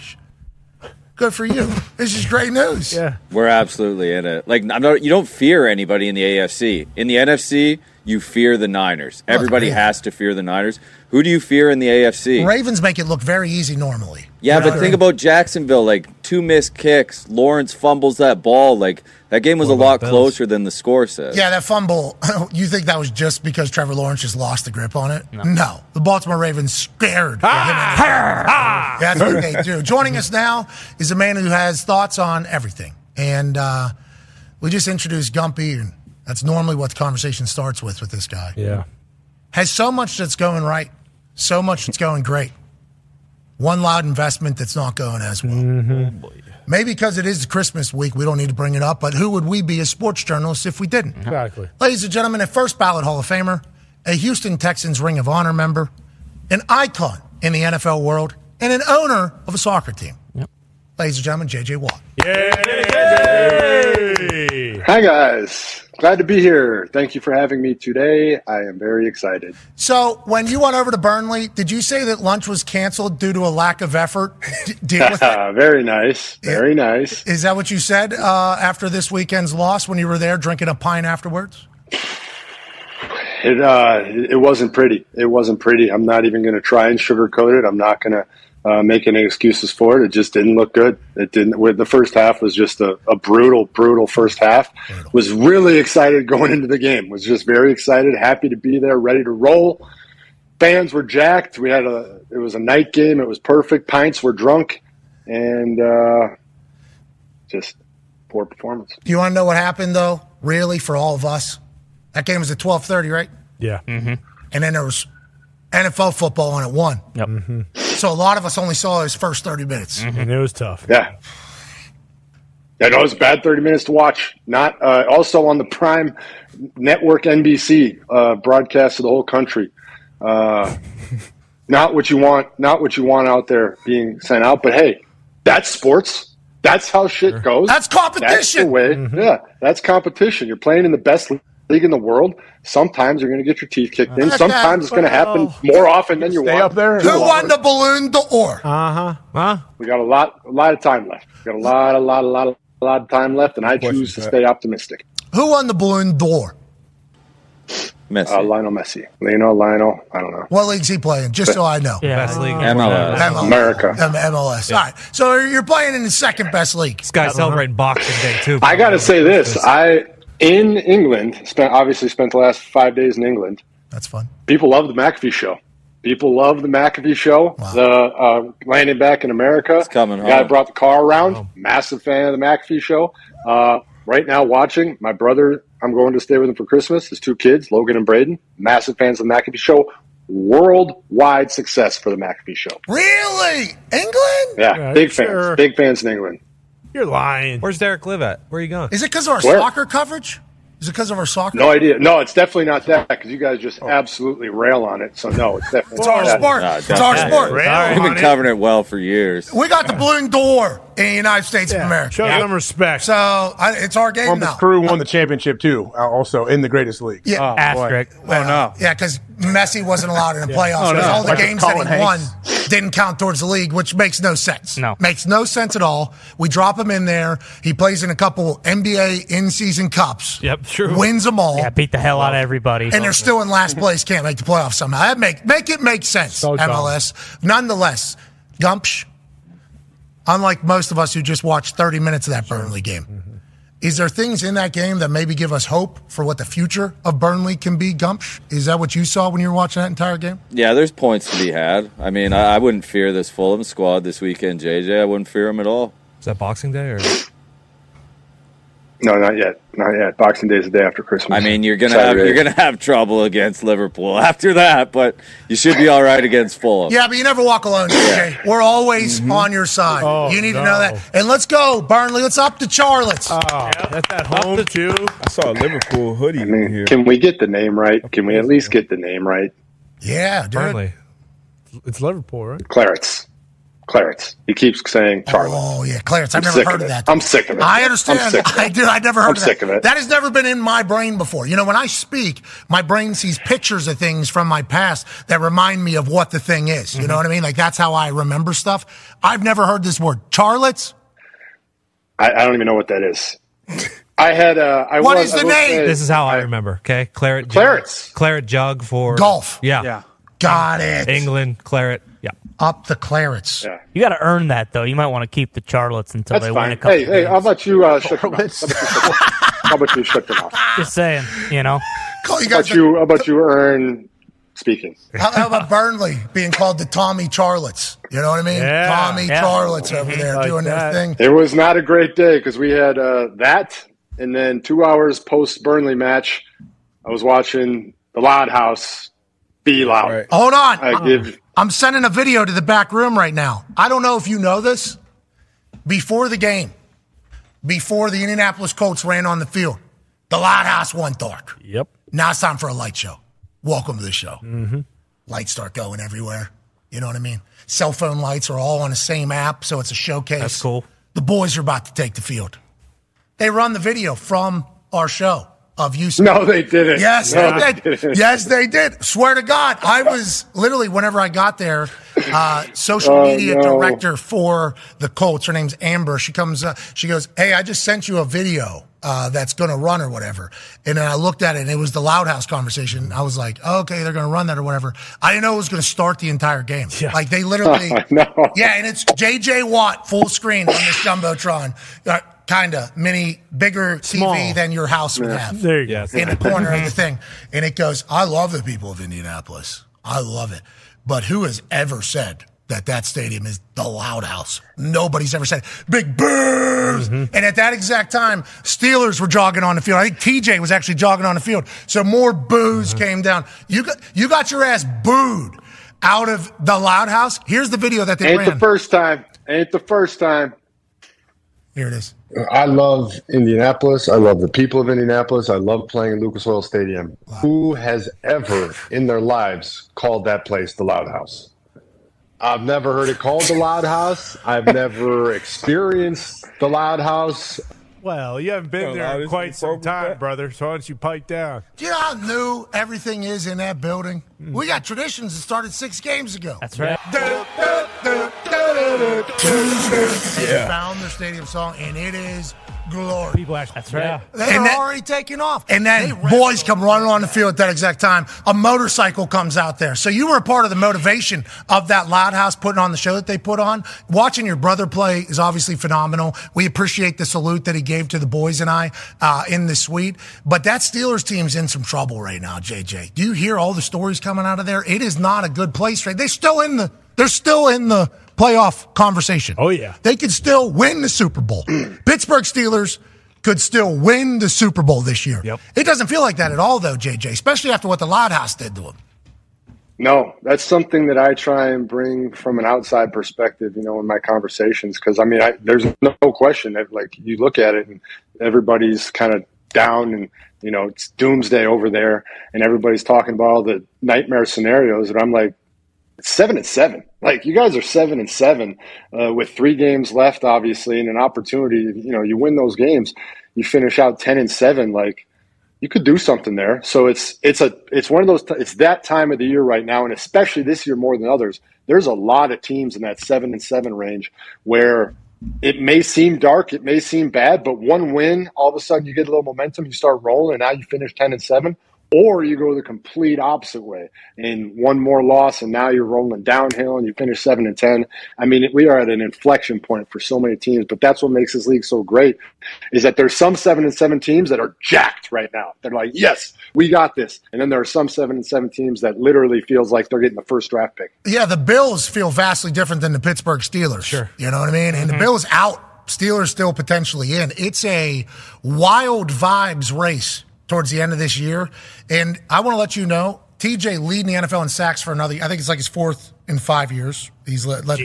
good for you. this is great news. Yeah. We're absolutely in it. Like I'm not. You don't fear anybody in the AFC. In the NFC, you fear the Niners. Everybody has to fear the Niners. Who do you fear in the AFC? Ravens make it look very easy normally. Yeah, but think about Jacksonville. Like two missed kicks. Lawrence fumbles that ball. Like that game was a lot closer than the score says. Yeah, that fumble. You think that was just because Trevor Lawrence just lost the grip on it? No, the Baltimore Ravens scared. him into- That's what they do. Joining us now is a man who has thoughts on everything, and uh, we just introduced Gumpy, and that's normally what the conversation starts with with this guy. Yeah. Has so much that's going right, so much that's going great. One loud investment that's not going as well. Maybe because it is Christmas week, we don't need to bring it up, but who would we be as sports journalists if we didn't? Exactly. Ladies and gentlemen, a first ballot Hall of Famer, a Houston Texans Ring of Honor member, an icon in the NFL world, and an owner of a soccer team. Ladies and gentlemen, JJ Watt. Hi, guys. Glad to be here. Thank you for having me today. I am very excited. So, when you went over to Burnley, did you say that lunch was canceled due to a lack of effort? D- deal with it? very nice. Very nice. Is that what you said uh, after this weekend's loss when you were there drinking a pint afterwards? It, uh, it wasn't pretty. It wasn't pretty. I'm not even going to try and sugarcoat it. I'm not going to uh, make any excuses for it. It just didn't look good. It didn't. with- The first half was just a, a brutal, brutal first half. Was really excited going into the game. Was just very excited, happy to be there, ready to roll. Fans were jacked. We had a. It was a night game. It was perfect. Pints were drunk, and uh, just poor performance. Do you want to know what happened though? Really, for all of us, that game was at twelve thirty, right? Yeah. Mm-hmm. And then there was NFL football on at one. Yep. So a lot of us only saw his first thirty minutes. Mm-hmm. Mm-hmm. And it was tough. Yeah. Yeah, no, it was a bad 30 minutes to watch. Not uh, also on the prime network NBC uh, broadcast to the whole country. Uh, not what you want. Not what you want out there being sent out. But hey, that's sports. That's how shit goes. That's That's the competition. way. Yeah, that's competition. You're playing in the best league in the world. Sometimes you're going to get your teeth kicked in. That's Sometimes it's going to happen football. more often than you want. Who won the balloon d'or? Uh huh. Huh? We got a lot, a lot of time left. We got a lot, a lot, a lot, a lot of time left, and I choose to stay optimistic. Who won the balloon d'or? Messi. Uh, Lionel Messi, Lionel, Lionel. I don't know. What league's he playing? Just so I know. Best league. uh, MLS. MLS. Uh, America. Um, MLS. All right. So you're playing in the second best league. This Uh-huh. guy's celebrating Boxing Day too. I got to say this: I in England spent obviously spent the last five days in England. That's fun. People love the McAfee show. People love the McAfee show. The uh, landing back in America. It's coming. The guy home. brought the car around. Oh. Massive fan of the McAfee show. Uh, right now, watching my brother. I'm going to stay with him for Christmas. His two kids, Logan and Braden. Massive fans of the McAfee show. Worldwide success for the McAfee show. Really? England? Yeah, Yeah, big fans. sure. Big fans in England. You're lying. Where's Derek live at? Where are you going? Is it because of our Where? soccer coverage? Is it because of our soccer? No idea. No, it's definitely not that because you guys Oh. just absolutely rail on it. So no, it's definitely It's not our that. sport. Nah, It's our definitely. sport. We've been covering it well for years. We got the balloon d'or in the United States of America. Show them respect. So I, it's our game Columbus now. Crew won the championship too, uh, also in the greatest league. Yeah. Oh, boy. Asterisk. oh no. Yeah, because Messi wasn't allowed in the Yeah. playoffs. Oh, no. because All the Like games that he Colin Hanks. won didn't count towards the league, which makes no sense. No. Makes no sense at all. We drop him in there. He plays in a couple NBA in season cups. Yep, true. Wins them all. Yeah, beat the hell out of everybody. And they're still in last place, can't make the playoffs somehow. That make make it make sense, So dumb. MLS. Nonetheless, Gumpsh, unlike most of us who just watched 30 minutes of that Burnley game, is there things in that game that maybe give us hope for what the future of Burnley can be, Gumpsh? Is that what you saw when you were watching that entire game? Yeah, there's points to be had. I mean, I, I wouldn't fear this Fulham squad this weekend, JJ. I wouldn't fear them at all. Is that Boxing Day or? No, not yet. Not yet. Boxing Day is the day after Christmas. I mean, you're gonna have, Saturday. you're gonna have trouble against Liverpool after that, but you should be all right against Oh. Fulham. Yeah, but you never walk alone, DJ. We're always Mm-hmm. on your side. you need to no. know that. And let's go, Burnley. Let's up to Charlotte's. That's at home too. I saw a Liverpool hoodie here. Can we get the name right? Can we at least get the name right? Yeah, dude. Burnley. It's Liverpool, right? Clarence. Clarence. He keeps saying Charlotte. Oh yeah, Clarence. I've I'm never sick heard of of it. that. I'm sick of it. I I'm understand. sick of it. I do. I never heard I'm of that. sick of it. That has never been in my brain before. You know, when I speak, my brain sees pictures of things from my past that remind me of what the thing is. You Mm-hmm. know what I mean? Like that's how I remember stuff. I've never heard this word, Charlotte's. I, I don't even know what that is. I had. Uh, I What was, is the I will name? say- This is how I remember. Okay, claret. Clarets. Jug, claret jug for Golf. Yeah. Yeah. Got it. England claret. Yeah. Up the clarets. You got to earn that though. You might want to keep the Charlottes until That's they win fine. a couple. Hey, hey, how about you uh, shut them off? How about you shut them off? Just saying, you know. you How about you, how about you earn speaking? How, how about Burnley being called the Tommy Charlottes? You know what I mean? Yeah. Tommy Yeah. Charlottes Mm-hmm. over there doing their thing. It was not a great day because we had uh, that, and then two hours post Burnley match, I was watching the Loud House be loud. Hold on. I give I'm sending a video to the back room right now. I don't know if you know this. Before the game, before the Indianapolis Colts ran on the field, the lighthouse went dark. Yep. Now it's time for a light show. Welcome to the show. Lights start going everywhere. You know what I mean? Cell phone lights are all on the same app, so it's a showcase. That's cool. The boys are about to take the field. They run the video from our show of you. No, they didn't. Yes, No, they they did. didn't. Yes, they did. Swear to God, I was literally whenever I got there, uh, social Oh, media no. director for the Colts. Her name's Amber. She comes. Uh, she goes, "Hey, I just sent you a video." Uh, that's going to run or whatever. And then I looked at it and it was the Loud House conversation. I was like, okay, they're going to run that or whatever. I didn't know it was going to start the entire game. Like they literally, no. yeah, and it's JJ Watt full screen on this jumbotron, uh, kind of mini, bigger TV than your house would Yeah. have. There you go. In the corner of the thing, and it goes. I love the people of Indianapolis. I love it, but who has ever said that that stadium is the loud house? Nobody's ever said it. big boos. And at that exact time, Steelers were jogging on the field. I think TJ was actually jogging on the field, so more boos came down. You got you got your ass booed out of the loud house. Here's the video that they Ain't ran. the first time. Ain't the first time. Here it is. I love Indianapolis. I love the people of Indianapolis. I love playing at Lucas Oil Stadium. Who has ever in their lives called that place the Loud House? I've never heard it called the Loud House. I've never experienced the Loud House. Well, you haven't been Well, there in obviously quite some time, brother. So why don't you pike down? Do you know how new everything is in that building? We got traditions that started six games ago. That's right. They Yeah. found the stadium song, and it is glory. People actually, that's right. They are already taking off. And then boys come running on the field at that exact time. A motorcycle comes out there. So you were a part of the motivation of that Loud House putting on the show that they put on. Watching your brother play is obviously phenomenal. We appreciate the salute that he gave to the boys and I uh, in the suite. But that Steelers team's in some trouble right now, JJ. Do you hear all the stories coming out of there? It is not a good place right. They're still in the they're still in the playoff conversation. Oh yeah. They could still win the Super Bowl. Pittsburgh Steelers could still win the Super Bowl this year. Yep. It doesn't feel like that at all, though, JJ, especially after what the Loud House did to him. No, that's something that I try and bring from an outside perspective, you know, in my conversations. Because I mean, I, there's no question that like you look at it and everybody's kind of down and you know it's doomsday over there, and everybody's talking about all the nightmare scenarios, and I'm like, it's seven and seven. Like you guys are seven and seven uh, with three games left, obviously, and an opportunity. You know, you win those games, you finish out ten and seven. Like you could do something there. So it's it's a it's one of those t- it's that time of the year right now, and especially this year more than others. There's a lot of teams in that seven and seven range where it may seem dark, it may seem bad, but one win, all of a sudden you get a little momentum, you start rolling, and now you finish ten and seven. Or you go the complete opposite way in one more loss, and now you're rolling downhill, and you finish seven and ten. I mean, we are at an inflection point for so many teams, but that's what makes this league so great is that there's some seven and seven teams that are jacked right now. They're like, yes, we got this. And then there are some seven and seven teams that literally feels like they're getting the first draft pick. Yeah, the Bills feel vastly different than the Pittsburgh Steelers. Sure. Mm-hmm. You know what I mean? And the Bills out, Steelers still potentially in. It's a wild vibes race towards the end of this year. And I want to let you know, TJ leading the NFL in sacks for another, I think it's like his fourth in five years. He's let, let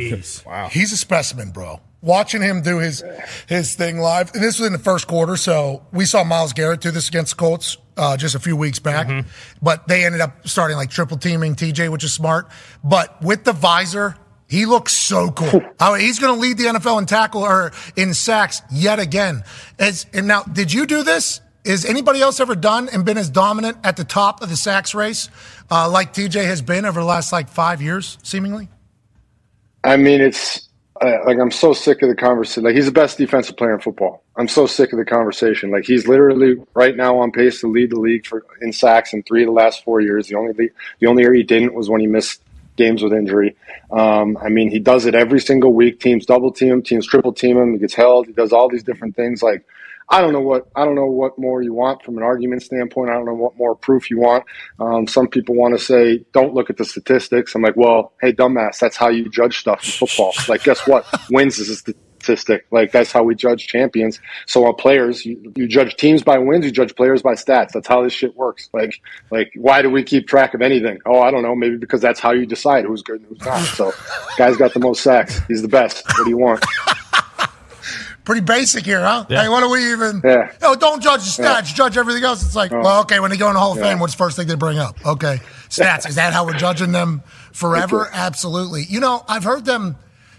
wow. He's a specimen, bro. Watching him do his his thing live, and this was in the first quarter, so we saw Miles Garrett do this against the Colts uh, just a few weeks back. But they ended up starting like triple teaming TJ, which is smart. But with the visor, he looks so cool. I mean, he's going to lead the NFL in tackle or in sacks yet again. As, and now, did you do this? Is anybody else ever done and been as dominant at the top of the sacks race uh, like TJ has been over the last like five years, seemingly? I mean, it's uh, like I'm so sick of the conversation. Like he's the best defensive player in football. I'm so sick of the conversation. Like he's literally right now on pace to lead the league for in sacks in three of the last four years. The only le- the only year he didn't was when he missed games with injury. Um, I mean, he does it every single week. Teams double team him, teams triple team him. He gets held. He does all these different things. Like I don't know what I don't know what more you want from an argument standpoint. I don't know what more proof you want. Um, some people want to say, "Don't look at the statistics." I'm like, "Well, hey, dumbass, that's how you judge stuff in football. Like, guess what? Wins is a st- statistic. Like that's how we judge champions. So on players, you, you judge teams by wins, you judge players by stats. That's how this shit works. Like, like why do we keep track of anything? Oh, I don't know. Maybe because that's how you decide who's good and who's not. So, guy's got the most sacks. He's the best. What do you want? Pretty basic here, huh? Yeah. Hey, what do we even? Yeah. No, don't judge the stats. Yeah. Judge everything else. It's like, Oh. well, okay, when they go in the Hall of Yeah. Fame, what's the first thing they bring up? Okay, stats. Is that how we're judging them forever? Okay. Absolutely. You know, I've heard them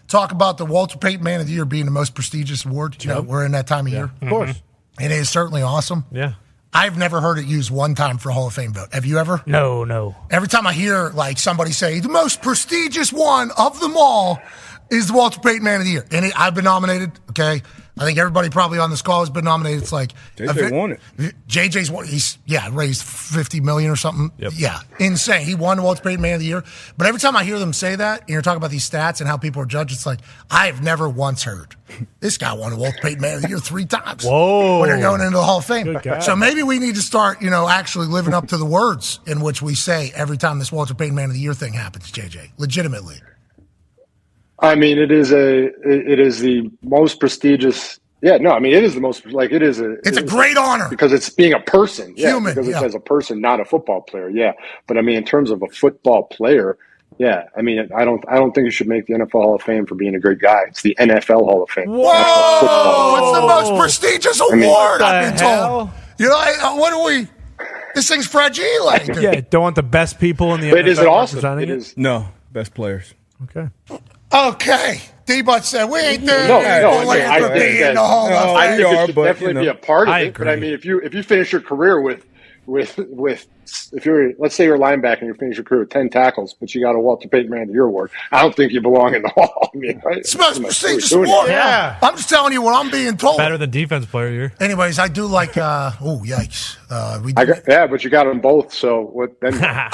talk about the Walter Payton Man of the Year being the most prestigious award. You know, we're in that time of year. Of course. It is certainly awesome. Yeah. I've never heard it used one time for a Hall of Fame vote. Have you ever? No, no. Every time I hear like somebody say the most prestigious one of them all is the Walter Payton Man of the Year, and it, I've been nominated. Okay, I think everybody probably on this call has been nominated. It's like JJ if won it. JJ's won. He's yeah raised fifty million or something. Yeah, insane. He won the Walter Payton Man of the Year. But every time I hear them say that, and you're talking about these stats and how people are judged, it's like I have never once heard this guy won the Walter Payton Man of the Year three times. Whoa. when they're going into the Hall of Fame. Oh. Good God. So maybe we need to start, you know, actually living up to the words in which we say every time this Walter Payton Man of the Year thing happens, JJ. Legitimately. I mean, it is a it it is the most prestigious. Yeah, no, I mean it is the most like it is a. It's a great honor because it's being a person, yeah, Human, because it's yeah. as a person, not a football player. Yeah, but I mean, in terms of a football player, yeah, I mean, I don't I don't think you should make the NFL Hall of Fame for being a great guy. It's the NFL Hall of Fame. Whoa! What's the most prestigious I award mean- I've What been the told? You know, I, uh, what are we? This thing's fragile. Like, yeah, don't want the best people in the But NFL is it awesome? representing It it. is- No, best players. Okay. Okay. D Bud said, we ain't there. No, yet. no, We're looking I, for think being that- the Hall of I think Fame. it should definitely be a part of I it. But I agree. mean, if you if you finish your career with with with if you're let's say you're a linebacker and you finish your career with ten tackles, but you got a Walter Payton Man of the Year award, I don't think you belong in the Hall. I mean, right? It's the most I'm not prestigious doing it. award. I'm just telling you what I'm being told. Better than defense player year. Anyways, I do like, uh, oh, yikes. Uh, we I got, yeah, but you got them both. So what then?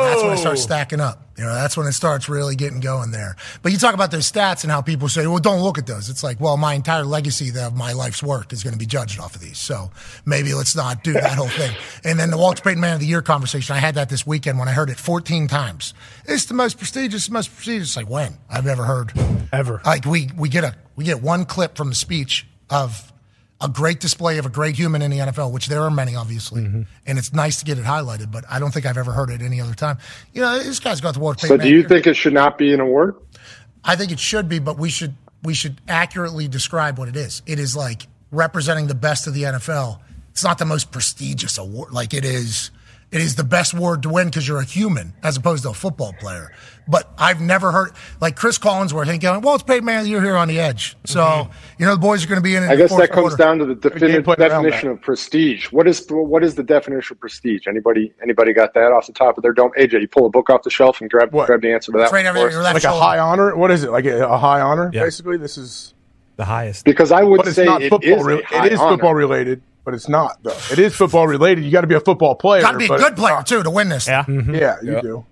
That's when it starts stacking up. You know, that's when it starts really getting going there. But you talk about those stats and how people say, well, don't look at those. It's like, well, my entire legacy of my life's work is going to be judged off of these. So maybe let's not do that whole thing. And then the Walter Payton Man of the Year conversation, I had that this weekend when I heard it 14 times. It's the most prestigious, most prestigious. Like when? I've never heard. Ever. Like we, we get a, we get one clip from the speech of a great display of a great human in the NFL, which there are many, obviously. And it's nice to get it highlighted, but I don't think I've ever heard it any other time. You know, this guy's got the Walter So Payton. do you Man. think it should not be an award? I think it should be, but we should we should accurately describe what it is. It is like representing the best of the NFL. It's not the most prestigious award. Like it is, it is the best award to win because you're a human as opposed to a football player. But I've never heard like Chris Collinsworth. He going, well, it's Peyton Man. You're here on the edge, so you know the boys are going to be in. it in Mm-hmm. I the guess fourth that comes quarter. down to the game defini- plan around definition of prestige. What is what is the definition of prestige? Anybody anybody got that off the top of their dome? AJ, you pull a book off the shelf and grab grab the answer to that. one for us. like a high honor. What is it? Like a, a high honor? Basically, this is the highest. Because I would but it's say not it football. is a re- high it is honor. football related, but it's not though. It is football related. You got to be a football player. Got to be a but- Mm-hmm. good player too to win this. Yeah, Yeah, you do.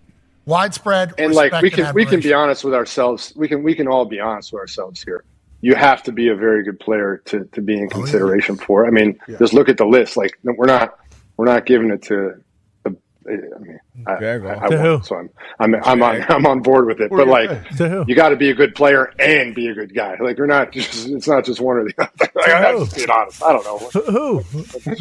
Widespread and respect like we and can we can admiration. be honest with ourselves. We can we can all be honest with ourselves here. You have to be a very good player to, to be in consideration for. I mean, just look at the list. Like no, we're not we're not giving it to the. I mean, I, I, I To won't, so I'm I'm I'm on I'm on board with it. Who are But you like, with? To who? you got to be a good player and be a good guy. Like you're not just it's not just one or the other. Like, I'm just being honest. I don't know. Who?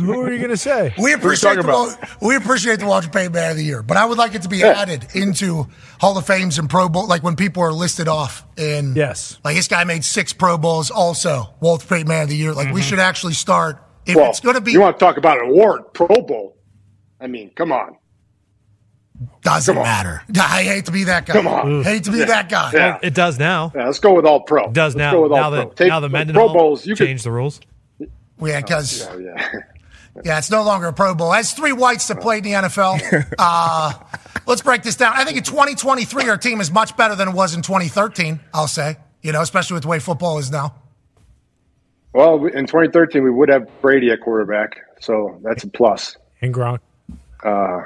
Who are you going to say? We appreciate the Wal- we appreciate the Walter Payton Man of the Year, but I would like it to be Yeah. added into Hall of Fames and Pro Bowl, like when people are listed off. And Yes. like this guy made six Pro Bowls, also Walter Payton Man of the Year. Like we should actually start if well, it's going to be you want to talk about an award, Pro Bowl. I mean, come on. doesn't come on. matter. I hate to be that guy. Come on. hate to be Yeah. that guy. Yeah. It does now. Yeah, let's go with all pro. Does Let's now. go with all now pro. that Take- now the like, Mendenhall Pro Bowls, you could- changed the rules. Yeah, because yeah, yeah. it's no longer a Pro Bowl. That's three whites that played in the NFL. Uh, let's break this down. I think in 2023, our team is much better than it was in 2013. I'll say, you know, especially with the way football is now. Well, we- in 2013, we would have Brady at quarterback, so that's a plus. And Gronk. Uh,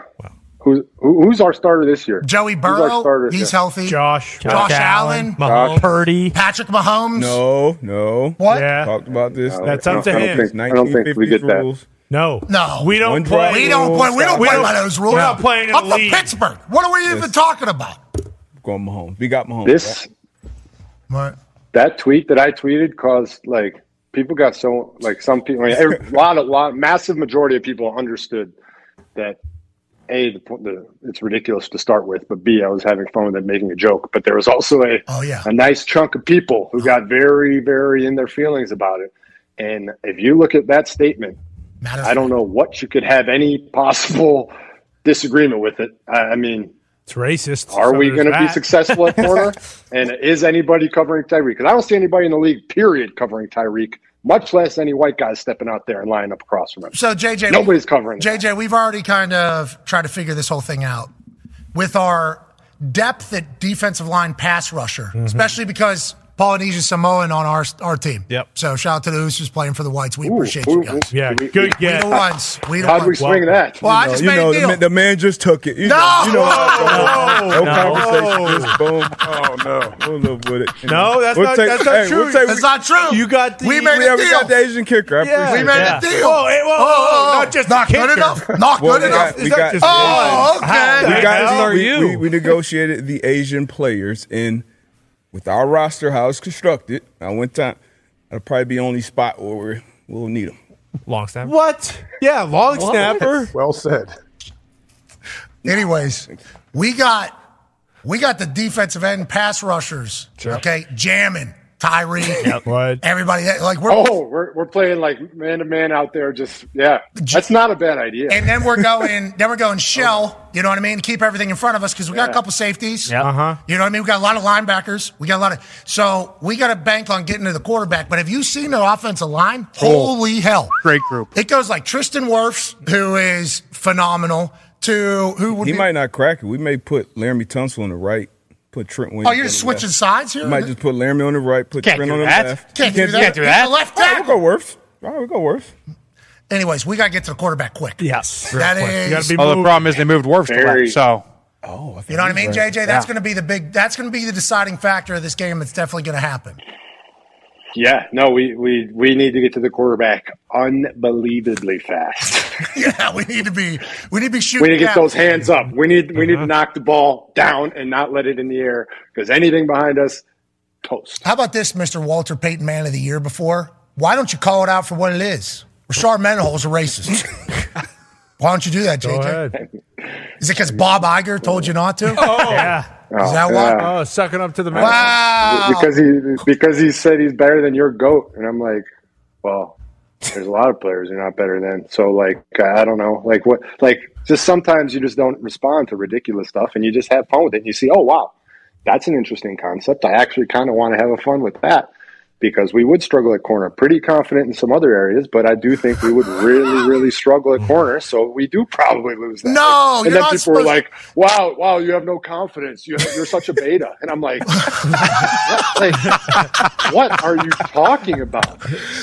who, who, who's our starter this year? Joey Who's our Burrow, starter? he's Yeah. healthy. Josh, Josh, Allen, Mahomes. Purdy, Patrick Mahomes. No, no. What? Yeah. Talked about this. No, That's up to I don't him. think- I don't think we get that. 1950s rules. No. No. We don't One play. drive We don't play. We don't We play don't- by those rules. we're not playing in I'm the from league. Pittsburgh. What are we even talking about? Going Mahomes. We got Mahomes. This- Right. that tweet that I tweeted caused like people got so like some people I mean, every- a lot a lot massive majority of people understood that a the, po- the it's ridiculous to start with, but b I was having fun with it making a joke, but there was also a Oh, yeah. Oh. a nice chunk of people who got very very in their feelings about it, and if you look at that statement, I don't know what you could have any possible disagreement with it. I, I mean. It's racist. Are so we there's going to be that. successful at corner? and is anybody covering Tyreek? Because I don't see anybody in the league, period, covering Tyreek, much less any white guys stepping out there and lining up across from him. So JJ, nobody's covering. that. JJ, we've already kind of tried to figure this whole thing out with our depth at defensive line pass rusher, Mm-hmm. especially because Polynesian Samoan on our our team. Yep. So shout out to the Usus playing for the Whites. We appreciate you guys. Yeah, good We guess. the ones. We the How'd we ones. swing that? Well, I You just know- made you a deal. know, the man, the man just took it. You No! know, you know how No! it goes. no, No. conversation, just boom. Oh no, we'll live with it. You No, know. that's We'll not- take- that's not hey, true. we'll take- That's not true. You got the- We made a deal. got the Asian kicker. I Yeah. appreciate We made a that. deal. Whoa, hey, whoa, whoa, Oh, whoa, not just Oh, not the good kicker. enough. Not Well, good we enough. got- we got- oh, okay. We got we, we, we negotiated the Asian players in with our roster how it's constructed. I went down. That'll probably be the only spot where we're, we'll need them. Long snapper. What? Yeah, long What? snapper. Well said. Anyways, we got we got the defensive end pass rushers. Okay, jamming Tyree. Everybody that- like we're oh, we're, we're playing like man to man out there. Just yeah, that's not a bad idea. and then we're going then we're going shell. You know what I mean? Keep everything in front of us because we got a Yeah. couple safeties. Yeah. Uh-huh. You know what I mean? We got a lot of linebackers. We got a lot of so we got to bank on getting to the quarterback. But have you seen their offensive line? Holy hell! Great group. It goes like Tristan Wirfs, who is phenomenal. To who would he be? might not crack it. We may put Laramie Tunsil on the right, put Trent. Williams oh, you're just on the left. switching sides We here. might just put Laramie on the right, put Can't Trent do on the that. left. Can't do that. He's the left Oh, All right, we'll go worse. All right, we'll go worse. Anyways, we got to get to the quarterback quick. Yes, Real that quick. is. Although the problem is they moved Worf to Very- left. So You know what I mean, Right. JJ? That's Yeah. going to be the big. That's going to be the deciding factor of this game. It's definitely going to happen. Yeah, no, we we we need to get to the quarterback unbelievably fast. yeah, we need to be we need to be shooting. We need to get down. Uh-huh. those hands up. We need we need to knock the ball down and not let it in the air because anything behind us, toast. How about this, Mr. Walter Payton Man of the Year before? Why don't you call it out for what it is? Rashard Menhole's a racist. Why don't you do that, JJ? Is it because Bob Iger told you not to? Oh. Yeah. Is that why? Oh, sucking up to the man. Wow. because he because he said he's better than your goat, and I'm like, well, there's a lot of players you're not better than. So like, I don't know, like what, like just sometimes you just don't respond to ridiculous stuff, and you just have fun with it. And you see, oh wow, that's an interesting concept. I actually kind of want to have a fun with that because we would struggle at corner. Pretty confident in some other areas, but I do think we would really, really struggle at corner. So we do probably lose that. No, and you're then not people were supposed- like, "Wow, wow, you have no confidence. You have, you're such a beta." And I'm like, like, what are you talking about?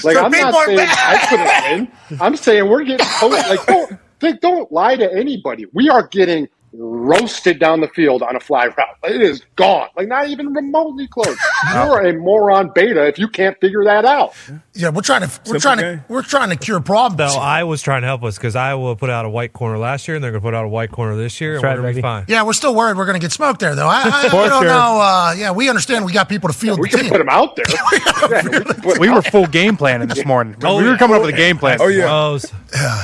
Like, So I'm not people are saying mad. I couldn't win. I'm saying we're getting told, like, don't, like, don't lie to anybody. We are getting roasted down the field on a fly route. Like, It is gone. Like, not even remotely close. You're a moron beta if you can't figure that out. Yeah, we're trying to Simple we're trying game. to we're trying to cure problems. Though Iowa's trying to help us because Iowa put out a white corner last year, and they're going to put out a white corner this year, and right, we're going to be fine. Yeah, we're still worried we're going to get smoked there, though. I, I, I For don't sure. know. Uh, yeah, we understand we got people to field. We can put them out there. we were full game planning this morning. Like, we were coming up with a game plan. Yeah,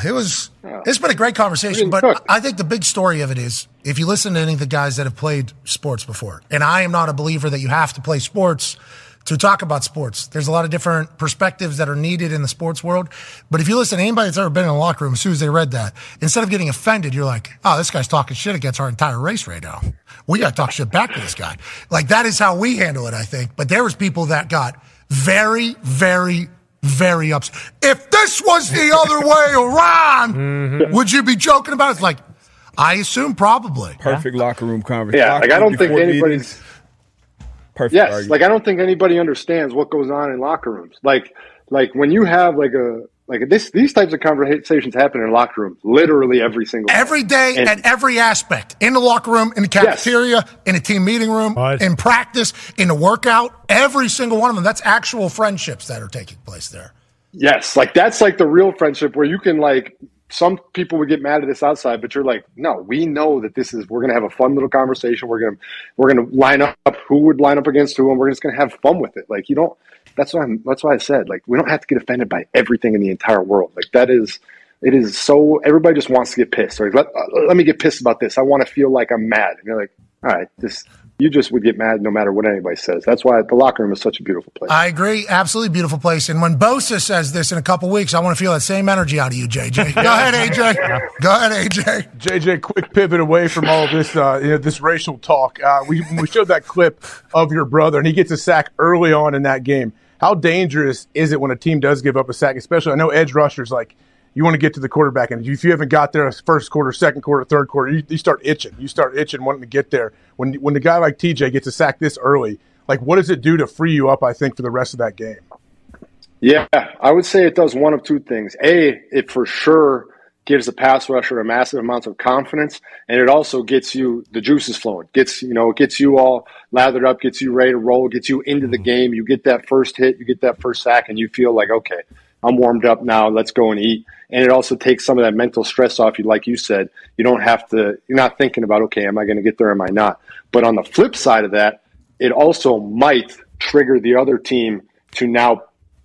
it was. It's been a great conversation, but I think the big story of it is if you listen to any of the guys that have played sports before, and I am not a believer that you have to play sports to talk about sports. There's a lot of different perspectives that are needed in the sports world, but if you listen to anybody that's ever been in a locker room, as soon as they read that, instead of getting offended, you're like, "Oh, this guy's talking shit against our entire race right now. We got to talk shit back to this guy." Like that is how we handle it, I think. But there was people that got very, very very upset. If this was the other way around, would you be joking about it? It's like, I assume probably. Perfect locker room conversation. Yeah, like, I don't think anybody's. perfect. Yes, argument. like I don't think anybody understands what goes on in locker rooms. Like, like when you have like a like this, these types of conversations happen in locker rooms literally every single day. Every day And- at every aspect in the locker room, in the cafeteria, in a team meeting room, in practice, in the workout, every single one of them. That's actual friendships that are taking place there. Yes, like that's like the real friendship where you can like some people would get mad at us outside, but you're like, no, we know that this is. We're gonna have a fun little conversation. We're gonna we're gonna line up who would line up against who, and we're just gonna have fun with it. Like you don't. That's why I'm. That's why I said like we don't have to get offended by everything in the entire world. Like that is. It is so. Everybody just wants to get pissed. Or let uh, let me get pissed about this. I want to feel like I'm mad. And you're like, all right, this. You just would get mad no matter what anybody says. That's why the locker room is such a beautiful place. I agree. Absolutely beautiful place. And when Bosa says this in a couple weeks, I want to feel that same energy out of you, JJ. Go ahead, AJ. Go ahead, AJ. JJ, quick pivot away from all this, uh, you know, this racial talk. Uh, we, we showed that clip of your brother, and he gets a sack early on in that game. How dangerous is it when a team does give up a sack? Especially, I know edge rushers like you want to get to the quarterback, and if you haven't got there first quarter, second quarter, third quarter, you, you start itching. You start itching, wanting to get there. When when the guy like TJ gets a sack this early, like what does it do to free you up? I think for the rest of that game. Yeah, I would say it does one of two things. A, it for sure gives the pass rusher a massive amount of confidence, and it also gets you the juices flowing. Gets you know, it gets you all lathered up, gets you ready to roll, gets you into the game. You get that first hit, you get that first sack, and you feel like okay, I'm warmed up now. Let's go and eat. And it also takes some of that mental stress off you, like you said. You don't have to. You're not thinking about okay, am I going to get there? Am I not? But on the flip side of that, it also might trigger the other team to now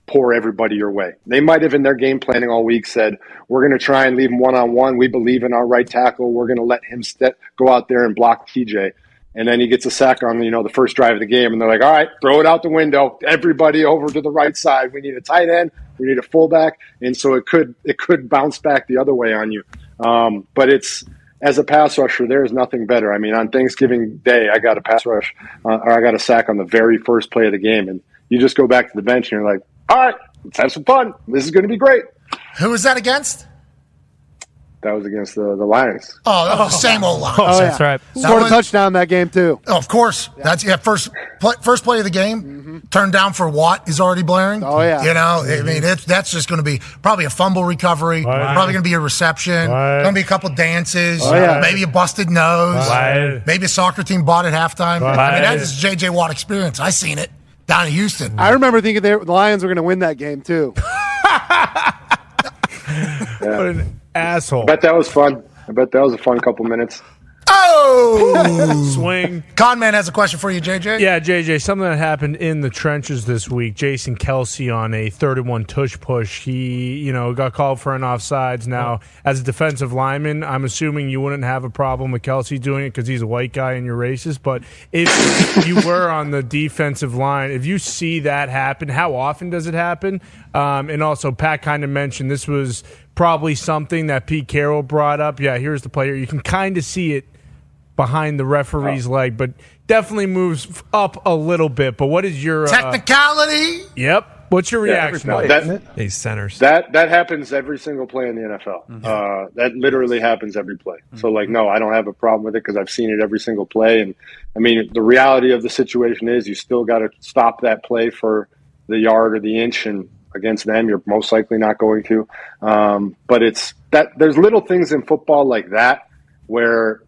pour everybody your way. They might have in their game planning all week said, "We're going to try and leave him one on one. We believe in our right tackle. We're going to let him step, go out there and block TJ." And then he gets a sack on you know the first drive of the game, and they're like, "All right, throw it out the window. Everybody over to the right side. We need a tight end. We need a fullback." And so it could it could bounce back the other way on you. Um, but it's as a pass rusher, there is nothing better. I mean, on Thanksgiving Day, I got a pass rush, uh, or I got a sack on the very first play of the game, and you just go back to the bench and you're like, all right, let's have some fun. This is going to be great. Who was that against? That was against the, the Lions. Oh, oh, same old line. Oh, that's right. That Scored a one- touchdown that game too. Oh, of course. That's yeah. First play, first play of the game, turned down for Watt is already blaring. Mm-hmm. Oh, yeah. You know, I mean, it's, that's just going to be probably a fumble recovery. Right. Probably going to be a reception. Right. Going to be a couple dances. Oh, yeah. Maybe a busted nose. Right. Maybe a soccer team bought at halftime. I mean, Right. that's just JJ Watt experience. I seen it down in Houston. I remember thinking they, the Lions were going to win that game too. Yeah. asshole. I bet that was fun. I bet that was a fun couple minutes. Oh, swing. Conman has a question for you, JJ. Yeah, JJ, something that happened in the trenches this week. Jason Kelsey on a third and one tush push. He, you know, got called for an offsides. Now, Oh. as a defensive lineman, I'm assuming you wouldn't have a problem with Kelsey doing it because he's a white guy and you're racist. But if you were on the defensive line, if you see that happen, how often does it happen? Um, and also, Pat kind of mentioned this was probably something that Pete Carroll brought up. Yeah, here's the player. You can kind of see it behind the referee's leg, but definitely moves f- up a little bit. But what is your uh, Technicality. Yep. What's your Yeah, reaction? no, Mike? that- These centers. That that happens every single play in the NFL. Uh, that literally happens every play. So like, no, I don't have a problem with it because I've seen it every single play. And I mean, the reality of the situation is you still got to stop that play for the yard or the inch, and against them, you're most likely not going to. Um, but it's that there's little things in football like that where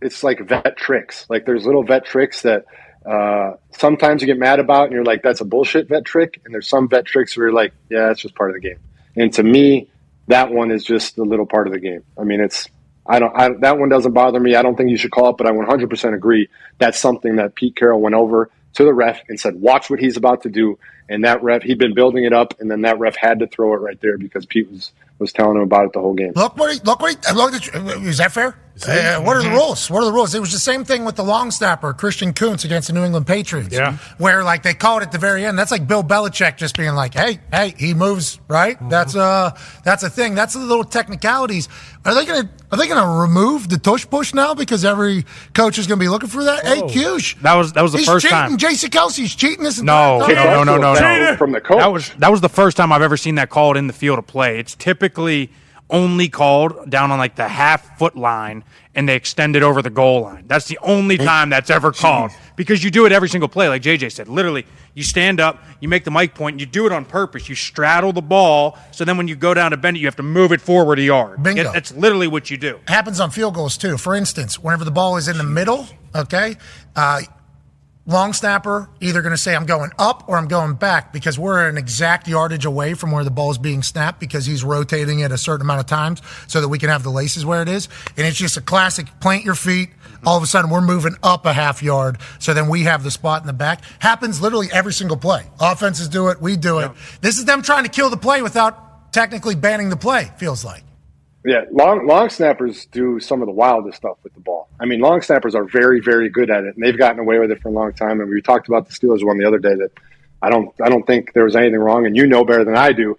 it's like vet tricks. Like there's little vet tricks that uh, sometimes you get mad about, and you're like, "That's a bullshit vet trick." And there's some vet tricks where you're like, "Yeah, that's just part of the game." And to me, that one is just a little part of the game. I mean, it's I don't I, that one doesn't bother me. I don't think you should call it, but I 100% agree that's something that Pete Carroll went over to the ref and said, "Watch what he's about to do." And that ref, he'd been building it up, and then that ref had to throw it right there because Pete was was telling him about it the whole game. Look what he, look what he, look at, is that fair? Uh, what are Mm-hmm. the rules? What are the rules? It was the same thing with the long snapper, Christian Kuntz against the New England Patriots. Yeah. Where like they called at the very end. That's like Bill Belichick just being like, Hey, hey, he moves, right? Mm-hmm. That's uh that's a thing. That's the little technicalities. Are they gonna are they gonna remove the tush push now because every coach is gonna be looking for that? Hey Cush. That was that was the He's first cheating. time. Jason Kelsey's cheating this No, entire time. no, no, no, no, no. From the coach. That was that was the first time I've ever seen that called in the field of play. It's typically only called down on like the half foot line and they extend it over the goal line. That's the only time that's ever called because you do it every single play like JJ said. Literally, you stand up, you make the mic point, you do it on purpose. You straddle the ball so then when you go down to bend it, you have to move it forward a yard. Bingo. It- that's literally what you do. happens on field goals too. For instance, whenever the ball is in the middle, okay, uh, long snapper either going to say I'm going up or I'm going back because we're an exact yardage away from where the ball's being snapped because he's rotating it a certain amount of times so that we can have the laces where it is. And it's just a classic plant your feet. All of a sudden, we're moving up a half yard, so then we have the spot in the back. Happens literally every single play. Offenses do it, we do it. This is them trying to kill the play without technically banning the play. Feels like. Yeah, long long snappers do some of the wildest stuff with the ball. I mean, long snappers are very very good at it, and they've gotten away with it for a long time. And we talked about the Steelers one the other day that I don't I don't think there was anything wrong, and you know better than I do.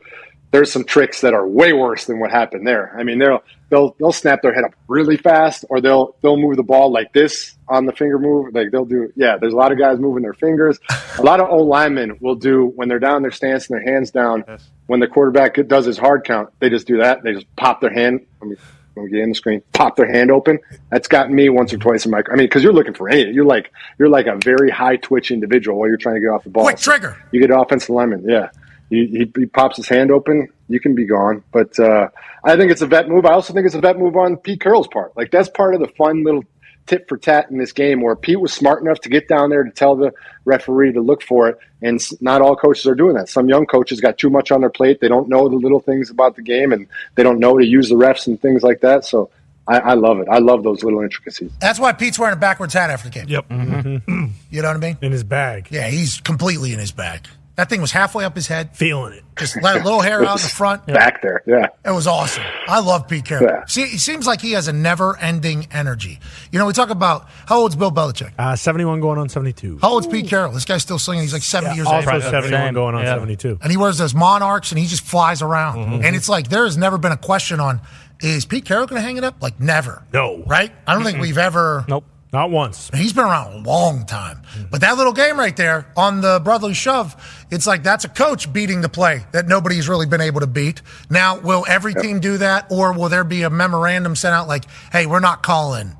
There's some tricks that are way worse than what happened there. I mean, they'll they'll they'll snap their head up really fast, or they'll they'll move the ball like this on the finger move. Like they'll do yeah. There's a lot of guys moving their fingers. A lot of old linemen will do when they're down in their stance and their hands down. When the quarterback does his hard count, they just do that. They just pop their hand. Let me, let me get in the screen. Pop their hand open. That's gotten me once or twice in my. I mean, because you're looking for any. You're like you're like a very high twitch individual while you're trying to get off the ball. Quick trigger. You get offensive lineman, yeah. He, he, he pops his hand open, you can be gone. But uh, I think it's a vet move. I also think it's a vet move on Pete Curl's part. Like that's part of the fun little tit for tat in this game where Pete was smart enough to get down there to tell the referee to look for it. And s- not all coaches are doing that. Some young coaches got too much on their plate. They don't know the little things about the game, and they don't know to use the refs and things like that. So I, I love it. I love those little intricacies. That's why Pete's wearing a backwards hat after the game. Mm-hmm. Yep. Mm-hmm. You know what I mean? In his bag. Yeah, he's completely in his bag. That thing was halfway up his head. Feeling it. Just let a little hair out in the front. Back there, yeah. It was awesome. I love Pete Carroll. Yeah. See, it seems like he has a never-ending energy. You know, we talk about how old's Bill Belichick? Uh, 71 going on 72. How old's Pete Carroll? This guy's still singing. He's like 70 years old. Also 71 going on 72. And he wears those monarchs and he just flies around. Mm-hmm. And it's like there has never been a question on is Pete Carroll going to hang it up? Like never. No. Right? I don't think Mm-mm. we've ever. Nope. Not once. Mm. He's been around a long time. But that little game right there on the brotherly shove, it's like that's a coach beating the play that nobody's really been able to beat. Now, will every team do that or will there be a memorandum sent out like, hey, we're not calling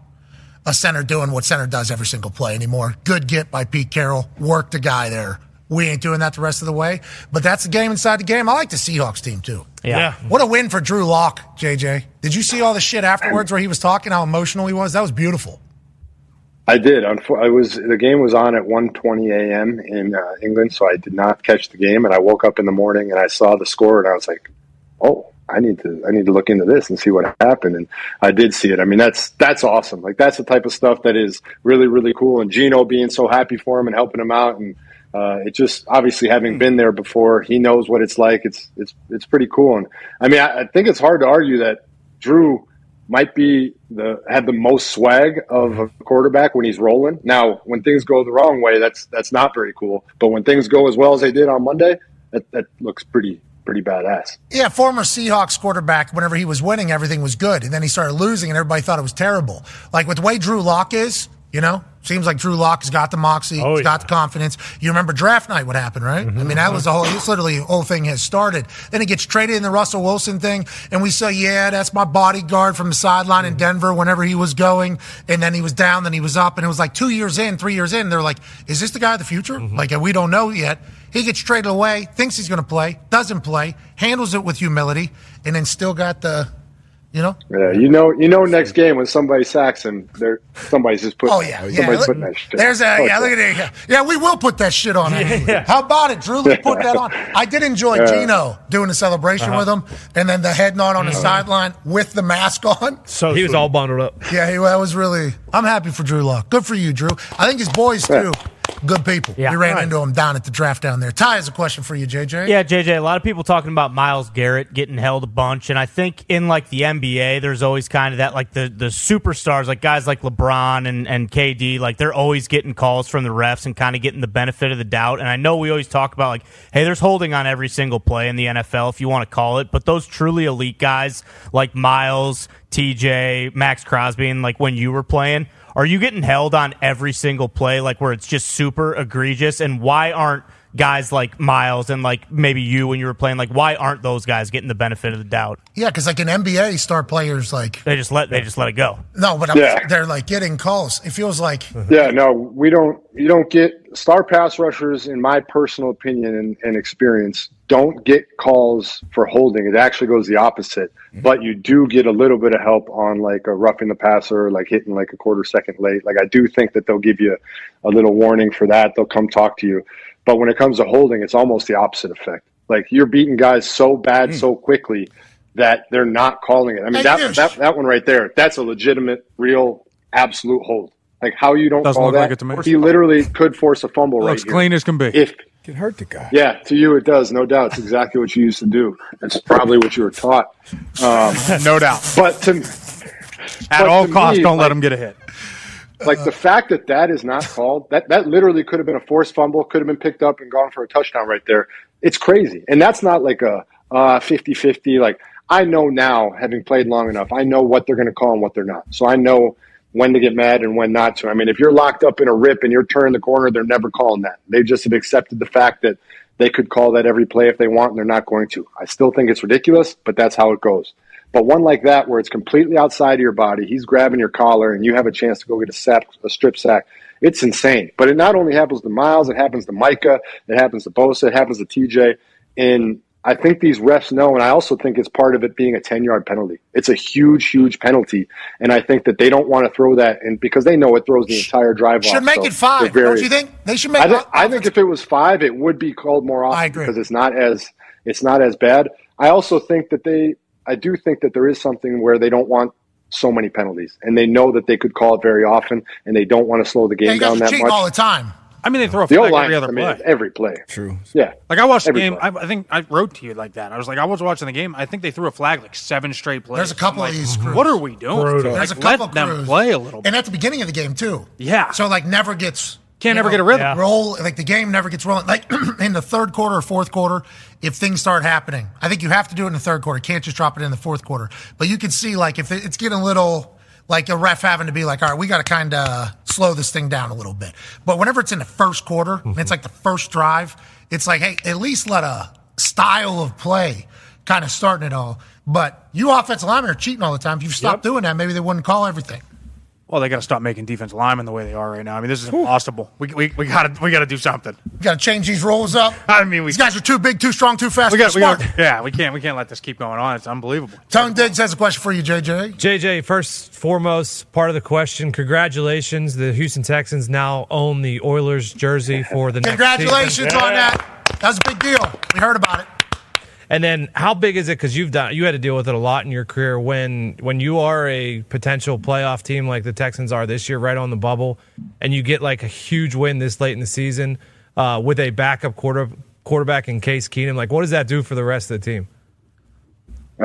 a center doing what center does every single play anymore? Good get by Pete Carroll. Work the guy there. We ain't doing that the rest of the way. But that's the game inside the game. I like the Seahawks team too. Yeah. Yeah. What a win for Drew Lock, JJ. Did you see all the shit afterwards where he was talking, how emotional he was? That was beautiful. I did. Unfo- I was the game was on at 1:20 a.m. in uh, England, so I did not catch the game. And I woke up in the morning and I saw the score, and I was like, "Oh, I need to, I need to look into this and see what happened." And I did see it. I mean, that's that's awesome. Like that's the type of stuff that is really really cool. And Gino being so happy for him and helping him out, and uh, it just obviously having been there before, he knows what it's like. It's it's it's pretty cool. And I mean, I, I think it's hard to argue that Drew might be the had the most swag of a quarterback when he's rolling. Now, when things go the wrong way, that's that's not very cool. But when things go as well as they did on Monday, that, that looks pretty pretty badass. Yeah, former Seahawks quarterback, whenever he was winning, everything was good. And then he started losing, and everybody thought it was terrible. Like with the way Drew Lock is, you know, seems like Drew Lock has got the moxie, he's got the confidence. You remember draft night, what happened, right? I mean, that was the whole, it's literally the whole thing has started. Then it gets traded in the Russell Wilson thing, and we say, yeah, that's my bodyguard from the sideline in Denver whenever he was going. And then he was down, then he was up. And it was like two years in, three years in, they're like, is this the guy of the future? Like, we don't know yet. He gets traded away, thinks he's going to play, doesn't play, handles it with humility, and then still got the, you know, Yeah, you know, you know, next game when somebody sacks him, there somebody's just putting Oh yeah, yeah. somebody's Look- putting that shit. There's a Oh, yeah. it's Look at it. Yeah. Yeah, we will put that shit on. actually. How about it, Drew? Let's put that on. I did enjoy Yeah. Gino doing the celebration Uh-huh. with him, and then the head nod on the Mhm. sideline with the mask on. So he was all bundled up. Yeah, he, that was really. I'm happy for Drew Lock. Good for you, Drew. I think his boys too. Good people. Yeah. We ran Right. into him down at the draft down there. Ty has a question for you, JJ. Yeah, JJ, a lot of people talking about Miles Garrett getting held a bunch. And I think in like the NBA, there's always kind of that like the, the superstars, like guys like LeBron and, and KD, like they're always getting calls from the refs and kind of getting the benefit of the doubt. And I know we always talk about like, hey, there's holding on every single play in the NFL if you want to call it, but those truly elite guys like Miles, TJ, Max Crosby, and like when you were playing, are you getting held on every single play, like where it's just super egregious? And why aren't guys like Miles and like maybe you when you were playing, like why aren't those guys getting the benefit of the doubt? Yeah, because like in NBA, star players like They just let they just let it go. no, but I'm, Yeah. they're like getting calls. It feels like Yeah, no, we don't. You don't get star pass rushers, in my personal opinion and, and experience, don't get calls for holding. It actually goes the opposite. But you do get a little bit of help on like a roughing the passer, like hitting like a quarter second late. Like I do think that they'll give you a little warning for that. They'll come talk to you. But when it comes to holding, it's almost the opposite effect. Like you're beating guys so bad so quickly that they're not calling it. I mean that, that that one right there, that's a legitimate, real, absolute hold. Like how you don't Doesn't call look that? like it to me. He literally could force a fumble right Looks here. clean as can be. If Can hurt the guy. yeah, to you it does, no doubt. It's exactly what you used to do. It's probably what you were taught, um, no doubt. But to At but all to costs, me, don't like- let him get a hit. like the fact that that is not called that that literally could have been a forced fumble, could have been picked up and gone for a touchdown right there. It's crazy, and that's not like a uh, 50-50. Like I know now, having played long enough, I know what they're going to call and what they're not. So I know when to get mad and when not to. I mean, if you're locked up in a rip and you're turning the corner, they're never calling that. They just have accepted the fact that they could call that every play if they want, and they're not going to. I still think it's ridiculous, but that's how it goes. But one like that, where it's completely outside of your body, he's grabbing your collar, and you have a chance to go get a, sack, a strip sack. It's insane. But it not only happens to Miles, it happens to Micah, it happens to Bosa, it happens to TJ. And I think these refs know, and I also think it's part of it being a 10 yard penalty. It's a huge, huge penalty. And I think that they don't want to throw that in because they know it throws the entire drive off. Should make So it five, they're don't very- you think? They should make I, thi- it I think if it was five, it would be called more often I agree. because it's not as it's not as bad. I also think that they, I do think that there is something where they don't want so many penalties, and they know that they could call it very often, and they don't want to slow the game Yeah, you down guys are that cheating much. all the time. I mean, they throw a The flag O-line, every other I play. mean, every play. True. Yeah. Like I watched Every the game. I, I think I wrote to you like that. I was like, I was watching the game. I think they threw a flag like seven straight plays. There's a couple I'm of like, these crews. What are we doing? Like, There's a couple let them crews. play a little. bit. And at the beginning of the game too. Yeah. So like never gets Can't you ever get a rhythm. Yeah. Roll like the game never gets rolling. Like in the third quarter or fourth quarter, if things start happening, I think you have to do it in the third quarter. You can't just drop it in the fourth quarter. But you can see like if it- it's getting a little like a ref having to be like, all right, we got to kind of slow this thing down a little bit. But whenever it's in the first quarter, and it's like the first drive, it's like, hey, at least let a style of play kind of starting it all. But you offensive linemen are cheating all the time. If you stopped doing that, maybe they wouldn't call everything. Well, they got to stop making defense linemen the way they are right now. I mean, this is impossible. We we we got to we got to do something. We got to change these rules up. I mean, we, these guys are too big, too strong, too fast. We got, too we smart. got, yeah, we can't we can't let this keep going on. It's unbelievable. Tone Diggs has a question for you, JJ. JJ, first foremost part of the question. Congratulations, the Houston Texans now own the Oilers jersey for the next Congratulations season. on that. That was a big deal. We heard about it. And then, how big is it? Because you've done, you had to deal with it a lot in your career. When when you are a potential playoff team like the Texans are this year, right on the bubble, and you get like a huge win this late in the season uh, with a backup quarter quarterback in Case Keenum, like what does that do for the rest of the team?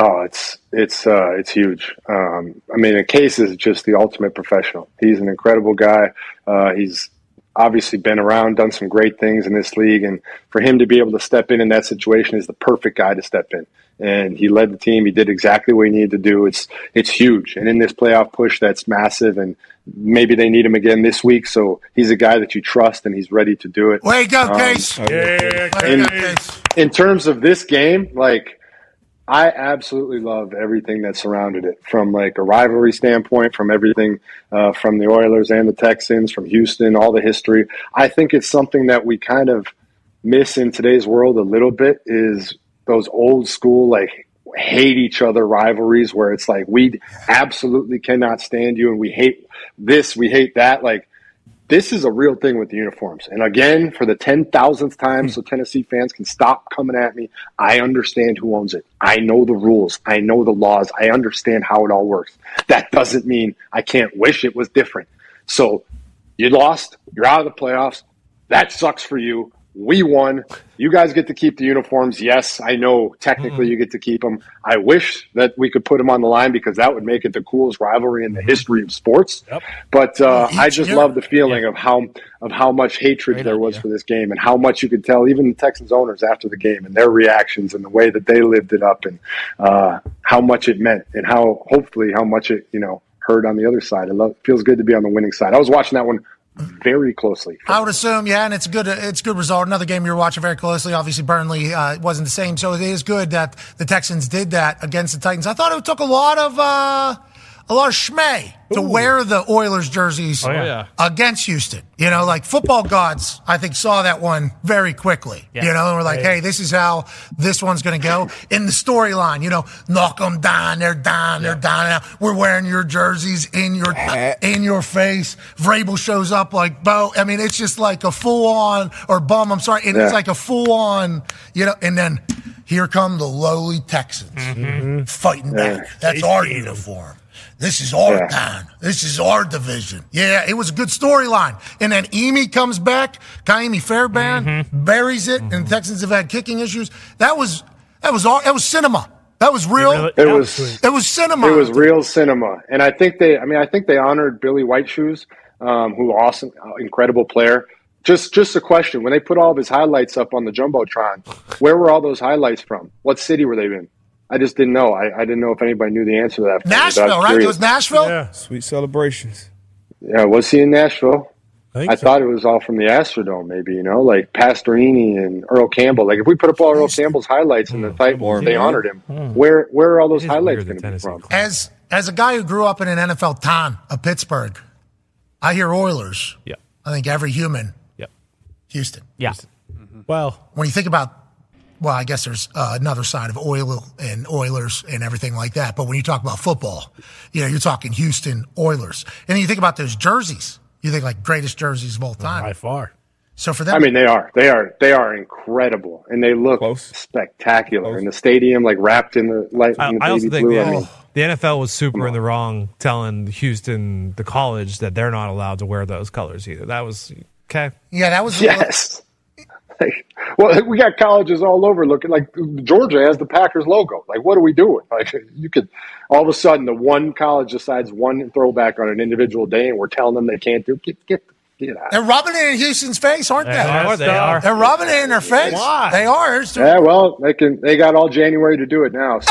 Oh, it's it's uh, it's huge. Um, I mean, Case is just the ultimate professional. He's an incredible guy. Uh, he's obviously been around, done some great things in this league, and for him to be able to step in in that situation is the perfect guy to step in. And he led the team. He did exactly what he needed to do. It's it's huge, and in this playoff push, that's massive. And maybe they need him again this week. So he's a guy that you trust, and he's ready to do it. Way to go, Um, Case. in, in terms of this game, like I absolutely love everything that surrounded it, from like a rivalry standpoint, from everything uh, from the Oilers and the Texans, from Houston, all the history. I think it's something that we kind of miss in today's world a little bit is those old school like hate each other rivalries where it's like we absolutely cannot stand you and we hate this, we hate that. Like this is a real thing with the uniforms. And again, for the 10,000th time, so Tennessee fans can stop coming at me, I understand who owns it. I know the rules. I know the laws. I understand how it all works. That doesn't mean I can't wish it was different. So you lost. You're out of the playoffs. That sucks for you. We won. You guys get to keep the uniforms. Yes, I know technically you get to keep them. I wish that we could put them on the line because that would make it the coolest rivalry in the history of sports. But uh, I just love the feeling of how of how much hatred there was for this game and how much you could tell even the Texans owners after the game and their reactions and the way that they lived it up and uh, how much it meant and how hopefully how much it you know hurt on the other side. It lo- feels good to be on the winning side. I was watching that one very closely. I would assume, yeah, and it's good. It's a good result. Another game you're watching very closely. Obviously, Burnley uh, wasn't the same, so it is good that the Texans did that against the Titans. I thought it took a lot of uh, a lot of schmay to wear the Oilers jerseys Oh, yeah. against Houston. You know, like football gods, I think saw that one very quickly. Yeah. You know, and we're like, Right. hey, this is how this one's going to go in the storyline. You know, knock them down, they're down, they're down. Now we're wearing your jerseys in your Eh. in your face. Vrabel shows up like Bo. I mean, it's just like a full on or bum. I'm sorry, and it's Yeah. like a full on. You know, and then here come the lowly Texans fighting Mm-hmm. Yeah. back. That's our Tasty. uniform. This is our Yeah. time. This is our division. Yeah, it was a good storyline. And then Emi comes back. Kaimi Fairbairn buries it, and the Texans have had kicking issues. That was that was all. That was cinema. That was real. It was it was cinema. It was real cinema, and I think they. I mean, I think they honored Billy White Shoes, um, who awesome, uh, incredible player. Just, just a question: when they put all of his highlights up on the jumbotron, where were all those highlights from? What city were they in? I just didn't know. I, I didn't know if anybody knew the answer to that. for me, but I was Nashville, right? It curious. was Nashville. Yeah. Sweet celebrations. Yeah, was he in Nashville? I, thought it was all from the Astrodome, maybe you know, like Pastorini and Earl Campbell. Like if we put up all Earl Campbell's highlights in the Titans, they honored him. Where where are all those highlights going to be from? As as a guy who grew up in an NFL town of Pittsburgh, I hear Oilers. Yeah. I think every human. Yeah. Houston. Yeah. Well, when you think about, well, I guess there's uh, another side of oil and Oilers and everything like that. But when you talk about football, you know, you're talking Houston Oilers, and then you think about those jerseys. You think like greatest jerseys of all time by far. So for them, I mean, they are they are they are incredible, and they look spectacular in the stadium, like wrapped in the light. I, in the I also baby think blue. the, I mean, the NFL was super in the wrong telling Houston, the college, that they're not allowed to wear those colors either. That was okay. Yeah, that was yes. well, we got colleges all over looking like Georgia has the Packers logo. Like, what are we doing? Like, you could all of a sudden the one college decides one throwback on an individual day, and we're telling them they can't do. Get get get out. they're rubbing it in Houston's face, aren't they? They are, they are. They're rubbing it in their face. Why? They are. It's- Yeah, well, they can. They got all January to do it now. So.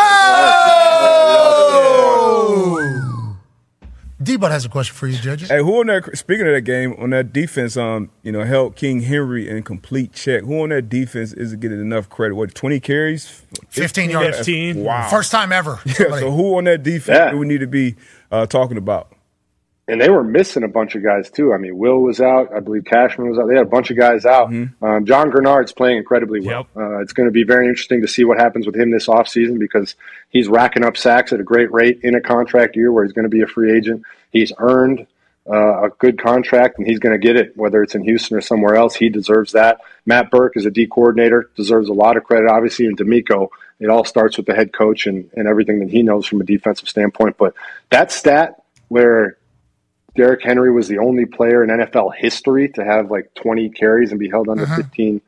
D-Bud has a question for you, judges. Hey, who on that? Speaking of that game, on that defense, um, you know, held King Henry in complete check. Who on that defense isn't getting enough credit? What, twenty carries, 15 yards. Wow, First time ever. Yeah, so who on that defense Yeah. do we need to be uh, talking about? and they were missing a bunch of guys too. I mean, Will was out. I believe Cashman was out. They had a bunch of guys out. Um, John Grenard's playing incredibly well. Uh, it's going to be very interesting to see what happens with him this offseason because he's racking up sacks at a great rate in a contract year where he's going to be a free agent. He's earned uh, a good contract and he's going to get it, whether it's in Houston or somewhere else. He deserves that. Matt Burke is a D coordinator, deserves a lot of credit, obviously, and D'Amico. It all starts with the head coach and, and everything that he knows from a defensive standpoint. But that stat where Derrick Henry was the only player in NFL history to have like 20 carries and be held under 15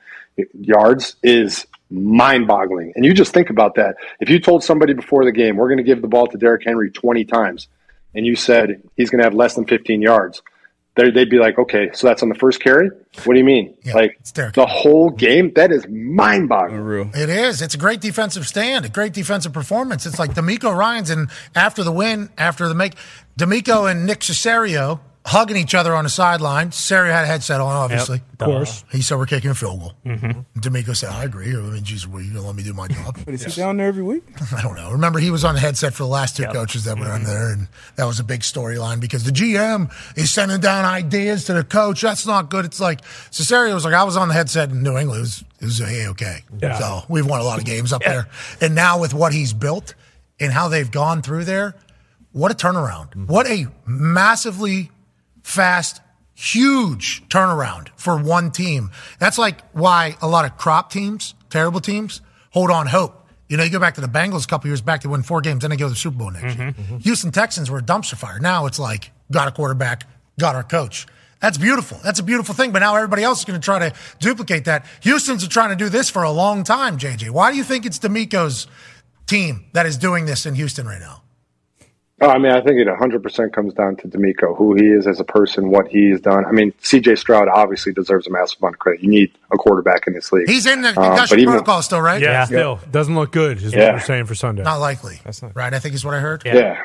yards is mind boggling. And you just think about that. If you told somebody before the game, we're going to give the ball to Derrick Henry 20 times, and you said he's going to have less than 15 yards, they- they'd be like, okay, so that's on the first carry? What do you mean? like the whole game? That is mind boggling. It is. It's a great defensive stand, a great defensive performance. It's like D'Amico Ryan's, and after the win, after the make, D'Amico and Nick Cesario hugging each other on the sideline. Cesario had a headset on, obviously. Yep, of course. Mm-hmm. He said, We're kicking a field goal. D'Amico said, I agree. I mean, geez, were you going to let me do my job? But is he down there every week? I don't know. Remember, he was on the headset for the last two coaches that were on there, and that was a big storyline because the GM is sending down ideas to the coach. That's not good. It's like Cesario was like, I was on the headset in New England. It was, it was a okay. Yeah. So we've won a lot of games up there, and now with what he's built and how they've gone through there, what a turnaround! What a massively fast, huge turnaround for one team. That's like why a lot of crop teams, terrible teams, hold on hope. You know, you go back to the Bengals a couple years back, they win four games, then they go to the Super Bowl next year. Houston Texans were a dumpster fire. Now it's like, got a quarterback, got our coach. That's beautiful. That's a beautiful thing. But now everybody else is going to try to duplicate that. Houston's trying to do this for a long time, JJ. Why do you think it's D'Amico's team that is doing this in Houston right now? Oh, I mean, I think it 100% comes down to D'Amico, who he is as a person, what he's done. I mean, C.J. Stroud obviously deserves a massive amount of credit. You need a quarterback in this league. He's in the Um, but concussion even- protocol still, right? Yeah, still doesn't look good. Is Yeah. what we're saying for Sunday. Not likely. That's not right. I think is what I heard. Yeah. Yeah.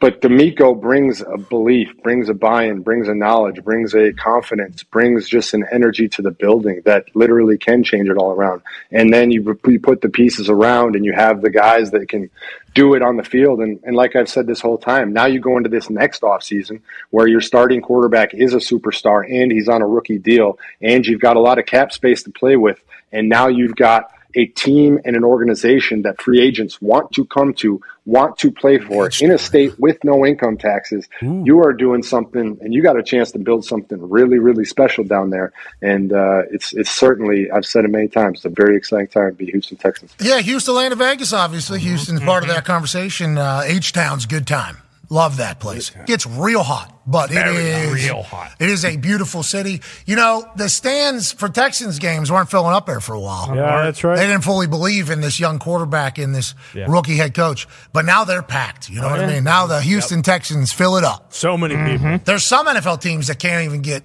But D'Amico brings a belief, brings a buy-in, brings a knowledge, brings a confidence, brings just an energy to the building that literally can change it all around. And then you, you put the pieces around, and you have the guys that can do it on the field. And, and like I've said this whole time, now you go into this next offseason where your starting quarterback is a superstar and he's on a rookie deal, and you've got a lot of cap space to play with, and now you've got a team and an organization that free agents want to come to, want to play for in a state with no income taxes, you are doing something and you got a chance to build something really, really special down there. And uh, it's it's certainly, I've said it many times, it's a very exciting time to be Houston Texans. Yeah, Houston, land of Vegas, obviously. Mm-hmm, Houston's part of that conversation. Uh, H Town's good time. Love that place. Gets real hot, but Very it is real hot. It is a beautiful city. You know, the stands for Texans games weren't filling up there for a while. Yeah, that's right. They didn't fully believe in this young quarterback, in this Yeah. rookie head coach. But now they're packed. You know Oh, what I yeah. mean? Now the Houston Texans fill it up. So many people. There's some NFL teams that can't even get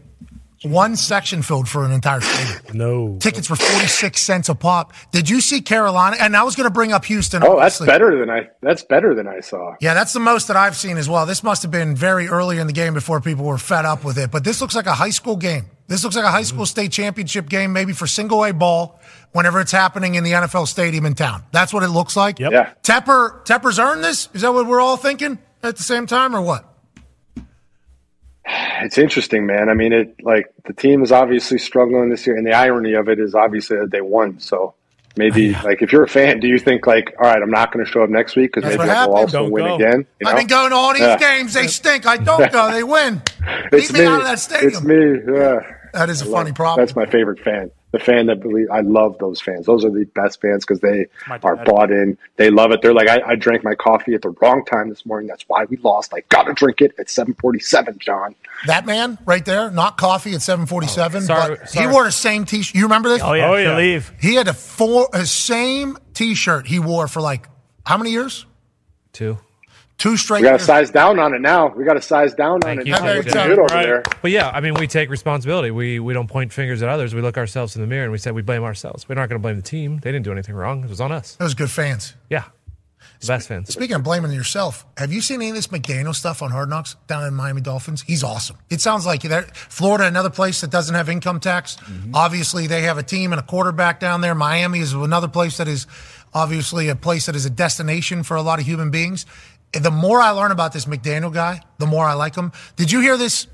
one section filled for an entire stadium. No. Tickets were 46 cents a pop. Did you see Carolina? And I was going to bring up Houston. Oh, that's obviously. better than I that's better than I saw. Yeah, that's the most that I've seen as well. This must have been very early in the game before people were fed up with it. But this looks like a high school game. This looks like a high school state championship game, maybe for single A ball, whenever it's happening in the NFL stadium in town. That's what it looks like. Yep. Yeah. Tepper, Tepper's earned this? Is that what we're all thinking at the same time or what? It's interesting, man. I mean, it like the team is obviously struggling this year, and the irony of it is obviously that they won. So maybe like if you're a fan, do you think like, all right, I'm not going to show up next week because maybe what I'll happened. also Don't win go. again? you I've know? been going to all these Yeah. games. They stink. I don't go. They win. It's Leave me, me. out of that stadium. It's me. Yeah. That is a I funny love- problem. That's my favorite fan. The fan that believe I love those fans. Those are the best fans because they My are dad. bought in. They love it. They're like, I, I drank my coffee at the wrong time this morning. That's why we lost. I gotta drink it at seven forty-seven, John. That man right there, not coffee at 747, sorry- but sorry. he wore the same t-shirt. You remember this? Oh, yeah, Oh, yeah. Khalif. He had a four, a same t-shirt he wore for like how many years? Two. Two straight We got to years. size down on it now. We got to size down on it. you, now. Tim. Looking good over there. But yeah, I mean, we take responsibility. We we don't point fingers at others. We look ourselves in the mirror and we say we blame ourselves. We're not going to blame the team. They didn't do anything wrong. It was on us. Those good fans. Yeah, the best fans. Speaking of blaming yourself, have you seen any of this McDaniel stuff on Hard Knocks down in Miami Dolphins? He's awesome. It sounds like that Florida, another place that doesn't have income tax. Obviously, they have a team and a quarterback down there. Miami is another place that is obviously a place that is a destination for a lot of human beings. The more I learn about this McDaniel guy, the more I like him. Did you hear this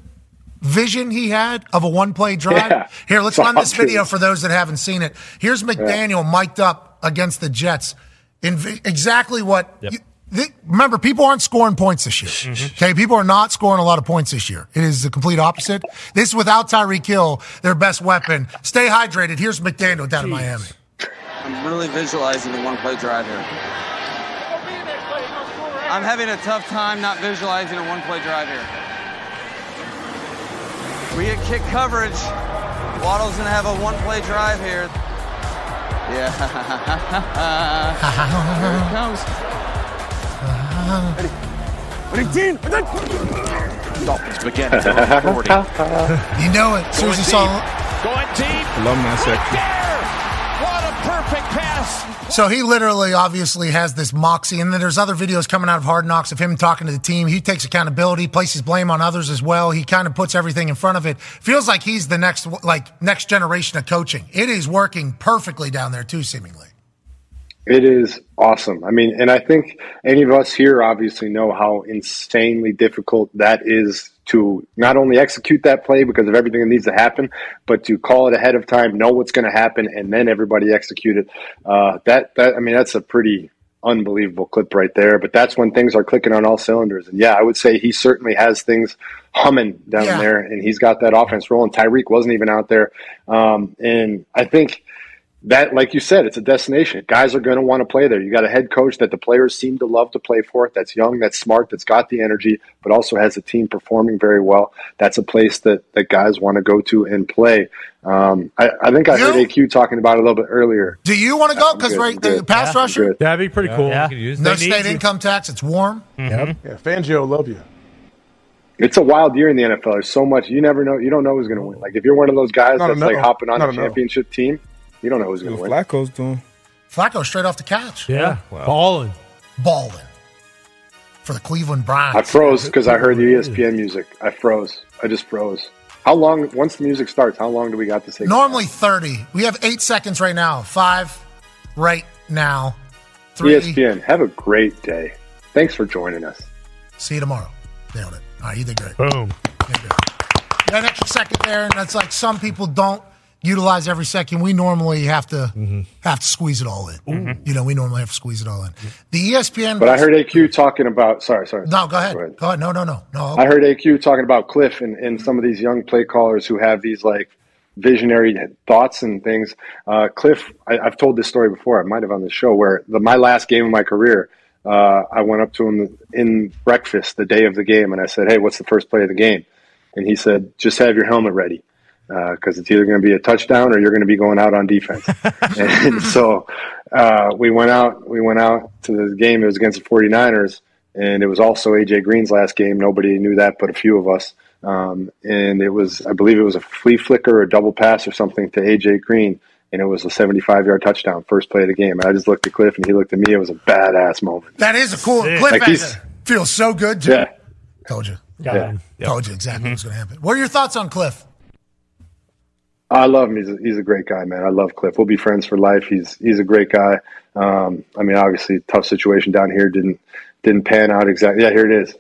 vision he had of a one play drive? Yeah. Here, let's It's run this awesome. video for those that haven't seen it. Here's McDaniel mic'd up against the Jets. In v- exactly what. you- thi- remember, people aren't scoring points this year. Okay, people are not scoring a lot of points this year. It is the complete opposite. This is without Tyreek Hill, their best weapon. Stay hydrated. Here's McDaniel down in Miami. I'm really visualizing the one play drive here. I'm having a tough time not visualizing a one play drive here. We get kick coverage. Waddle's gonna have a one play drive here. Yeah. here it comes. Dolphins begin at their own 40. You know it. As soon as he saw. Going deep. Alumni section. What a perfect pass. So he literally, obviously, has this moxie, and then there's other videos coming out of Hard Knocks of him talking to the team. He takes accountability, places blame on others as well. He kind of puts everything in front of it. Feels like he's the next, like next generation of coaching. It is working perfectly down there too, seemingly. It is awesome. I mean, and I think any of us here obviously know how insanely difficult that is to not only execute that play because of everything that needs to happen, but to call it ahead of time, know what's going to happen, and then everybody execute it. Uh, that that I mean, that's a pretty unbelievable clip right there. But that's when things are clicking on all cylinders. And yeah, I would say he certainly has things humming down Yeah. there, and he's got that offense rolling. Tyreek wasn't even out there, um, and I think that, like you said, it's a destination. Guys are going to want to play there. You got a head coach that the players seem to love to play for. That's young, that's smart, that's got the energy, but also has a team performing very well. That's a place that that guys want to go to and play. Um, I, I think I heard AQ talking about it a little bit earlier. Do you want to go? I'm Because good, right, I'm the good. pass Yeah, I'm rusher, good. That'd be pretty cool. Yeah. no state income tax. It's warm. Mm-hmm. Yep. Yeah, Fangio, love you. It's a wild year in the NFL. There's so much you never know. You don't know who's going to win. Like if you're one of those guys Not a that's no. like hopping on Not a a no. championship team, you don't know who's going to win. Flacco's doing. Flacco straight off the couch. Yeah. Balling. balling. for the Cleveland Browns. I froze because I heard the E ESPN music. I froze. I just froze. How long? Once the music starts, how long do we got to say? Normally 30. We have eight seconds right now. Five right now. Three. ESPN. Have a great day. Thanks for joining us. See you tomorrow. Nailed it. All right, you did great. Boom. You had an extra second there, and that's like some people don't utilize every second. We normally have to have to squeeze it all in. You know, we normally have to squeeze it all in. The E ESPN. But I heard AQ talking about. Sorry, sorry. No, go ahead. Go ahead. No, no, no, no. I heard AQ talking about Cliff and, and some of these young play callers who have these like visionary thoughts and things. Uh, Cliff, I, I've told this story before. I might have on the show where the, my last game of my career, uh, I went up to him in breakfast the day of the game and I said, "Hey, what's the first play of the game?" And he said, "Just have your helmet ready." Because Uh, it's either going to be a touchdown or you're going to be going out on defense. and so uh, we went out. We went out to the game. It was against the 49ers, and it was also AJ Green's last game. Nobody knew that, but a few of us. Um, and it was, I believe, it was a flea flicker or a double pass or something to AJ Green, and it was a 75-yard touchdown, first play of the game. And I just looked at Cliff, and he looked at me. It was a badass moment. That is a cool Sick. clip. Like back he's- there. Feels so good, too. Yeah. Told you. Got Yeah. him. Told you exactly what's going to happen. What are your thoughts on Cliff? I love him. He's a, he's a great guy, man. I love Cliff. We'll be friends for life. He's he's a great guy. Um, I mean, obviously, tough situation down here didn't didn't pan out exactly. Yeah, here it is.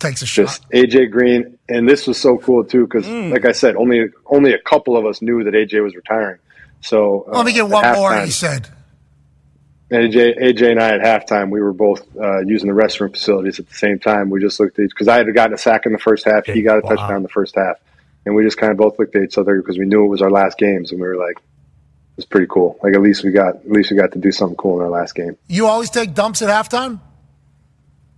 Takes a just AJ Green, and this was so cool too because, like I said, only only a couple of us knew that AJ was retiring. So Let me uh, get at one more. halftime- He said, AJ, AJ and I at halftime, we were both uh, using the restroom facilities at the same time. We just looked at each because I had gotten a sack in the first half. He got a touchdown in the first half. And we just kind of both looked at each other because we knew it was our last games. And we were like, it's pretty cool. Like, at least we got, at least we got to do something cool in our last game. "You always take dumps at halftime."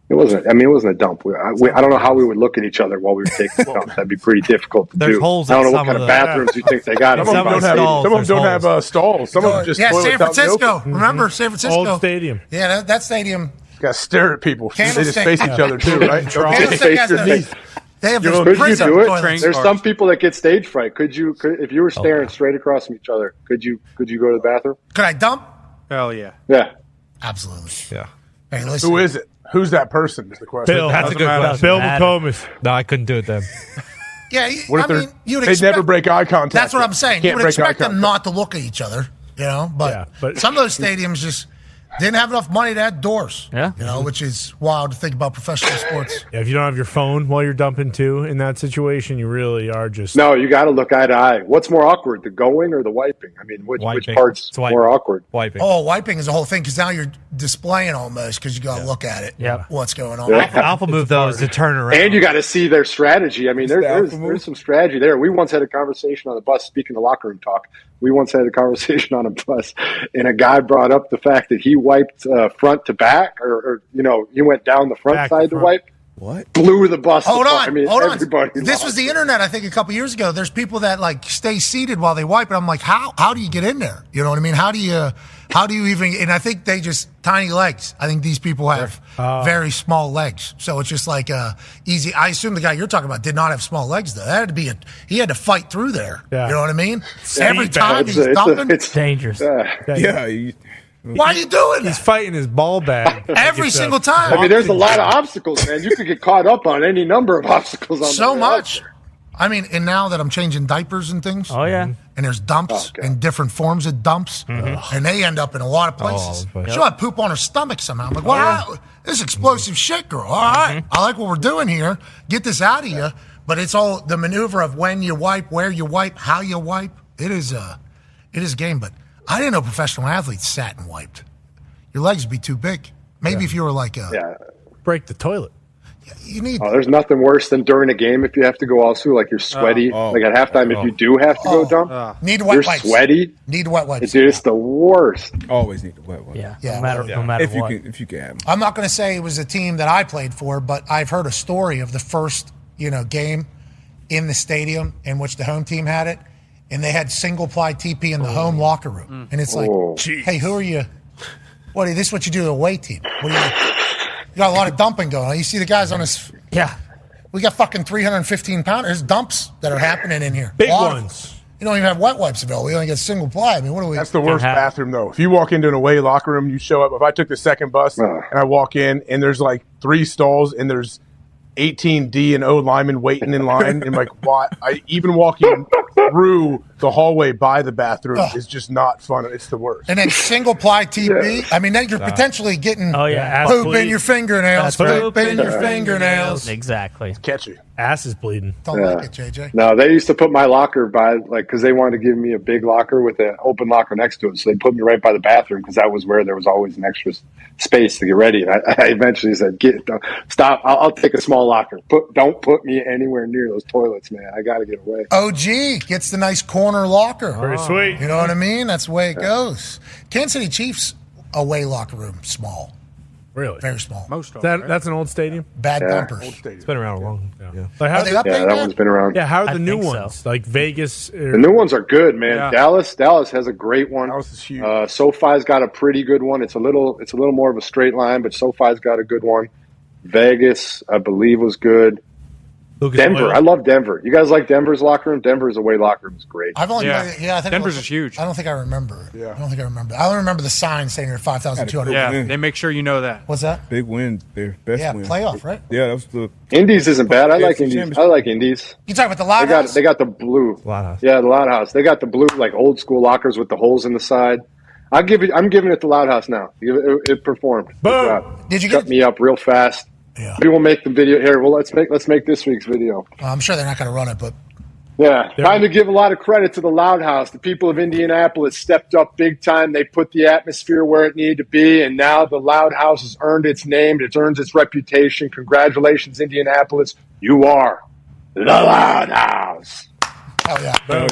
It wasn't, I mean, it wasn't a dump. We, I, we, I don't know how we would look at each other while we were taking dumps. That'd be pretty difficult to There's do. holes I don't in know what some kind of of the- bathrooms you think they got. Some of them don't have, some of them don't have uh, stalls. Some of them just yeah, toilets San out in the Francisco. Mm-hmm. open. Mm-hmm. Remember San Francisco stadium. Yeah, that, that stadium. Got to stare at people. They just Candlestick. face each other too, right? Candlestick has the- They have those could you prison do it? toilets. There's some people that get stage fright. Could you, could, if you Oh, were staring straight across from each other, could you, could you go to the bathroom? Could I dump? Hell yeah. Yeah. Absolutely. Yeah. Hey, listen. Who is it? Who's that person? Is the question. Bill. That's a good question. No, I couldn't do it then. Yeah, What I if they're- mean, you'd they expect, never break eye contact? That's what I'm saying. Can't you would break eye expect them not contact. to look at each other, you know. But, some of those stadiums just didn't have enough money to add doors. Yeah. you know, which is wild to think about professional sports. Yeah, if you don't have your phone while you're dumping too in that situation, you really are just No, you got to look eye to eye. What's more awkward, the going or the wiping? I mean, which, which part's more awkward? Wiping. Oh, wiping is the whole thing because now you're displaying almost because you got to look at it. Yeah. what's going on? Yeah. Alpha move though is to turn around. And you got to see their strategy. I mean, there, the there's alpha move. there's some strategy there. We once had a conversation on the bus. Speaking of locker room talk, we once had a conversation on a bus, and a guy brought up the fact that he wiped uh, front to back, or, or you know, he went down the front Back to side to front. wipe. What? blew the bus? Hold apart. on, I mean, hold on. everybody This was the internet, I think, a couple years ago. There's people that like stay seated while they wipe, and I'm like, how how do you get in there? You know what I mean? How do you how do you even? And I think they just tiny legs. I think these people have Uh, very small legs, so it's just like uh, easy. I assume the guy you're talking about did not have small legs though. That had to be a he had to fight through there. You know what I mean? Every time he's dumping, dangerous. yeah, you- Why are you doing He's fighting his ball bag. Every It's a- single time. I mean, there's a lot of obstacles, man. You could get caught up on any number of obstacles. On so the much. I mean, and now that I'm changing diapers and things. Oh yeah. And there's dumps Oh, and different forms of dumps, and they end up in a lot of places. Oh, but- She'll have poop on her stomach somehow. I'm like, wow, this explosive shit, girl. All right. I like what we're doing here. Get this out of you. But it's all the maneuver of when you wipe, where you wipe, how you wipe. It is a, it is a game. But I didn't know professional athletes sat and wiped. Your legs would be too big. Maybe if you were like a, break the toilet. You need. Oh, there's nothing worse than during a game if you have to go also like you're sweaty. Oh, oh, like at halftime, oh. if you do have to go dump, Need wet you're wipes. sweaty. Need wet wipes. Dude, it's the worst. Always need the wet wipe. Yeah, no matter- no matter if you what. can, if you can have 'em. I'm not going to say it was a team that I played for, but I've heard a story of the first, you know, game in the stadium in which the home team had it, and they had single ply TP in the Oh. home locker room, Mm. and it's like, Oh. hey, who are you? What is this? is What you do to the away team? What do you? You got a lot of dumping going on. You see the guys on his. Yeah. We got fucking 315 pounders, dumps that are happening in here. Big A lot of- ones. You don't even have wet wipes available. You only get single ply. I mean, what do we? That's the worst bathroom though. If you walk into an away locker room, you show up. If I took the second bus and I walk in and there's like three stalls and there's 18 D and O linemen waiting in line, and like why? I even walking through the hallway by the bathroom is just not fun. It's the worst. And then single ply TV. I mean, then you're Yeah. potentially getting Oh, yeah, ass poop in bleed. your fingernails. That's right. Poop in your fingernails. Exactly. It's catchy. Ass is bleeding. Don't Yeah. like it, JJ. No, they used to put my locker by like because they wanted to give me a big locker with an open locker next to it, so they put me right by the bathroom because that was where there was always an extra s- space to get ready. And I, I eventually said, "Get don't- stop! I'll, I'll take a small locker. Put don't put me anywhere near those toilets, man. I got to get away." OG gets the nice corner locker. Pretty sweet. You know what I mean? That's the way it goes. Kansas City Chiefs away locker room small. Really? Very small. Most of that, them, right? That's an old stadium. Bad Yeah. dumpers. It's been around a long. Yeah. Like, Are they updating Yeah, that that? one's been around. Yeah, how are I the new think so. ones? Like Vegas. The new ones are good, man. Yeah. Dallas, Dallas has a great one. Uh, SoFi's got a pretty good one. It's a little, it's a little more of a straight line, but SoFi's got a good one. Vegas, I believe, was good. Denver, Oil. I love Denver. You guys like Denver's locker room? Denver's away locker room is great. I've only yeah, yeah I think it Denver's was- is huge. I don't think I remember. Yeah, I don't think I remember. I only remember the sign saying you're five thousand two hundred. Yeah, they make sure you know that. What's that? Big win, their best Yeah, win. playoff, right? Yeah, that was the Indies isn't bad. I like AFC Indies. Championship. I like Indies. You talking about the They loud got house? they got the blue. House. Yeah, the Loud House. They got the blue like old school lockers with the holes in the side. I give it. I'm giving it the Loud House now. It, it- it performed. Boom. Did you shut me up real fast? Maybe we'll make the video here. Well, let's make let's make this week's video. Well, I'm sure they're not going to run it, but Yeah, time to give a lot of credit to the Loud House. The people of Indianapolis stepped up big time. They put the atmosphere where it needed to be, and now the Loud House has earned its name. It's earned its reputation. Congratulations, Indianapolis. You are the Loud House. hell yeah. Oh,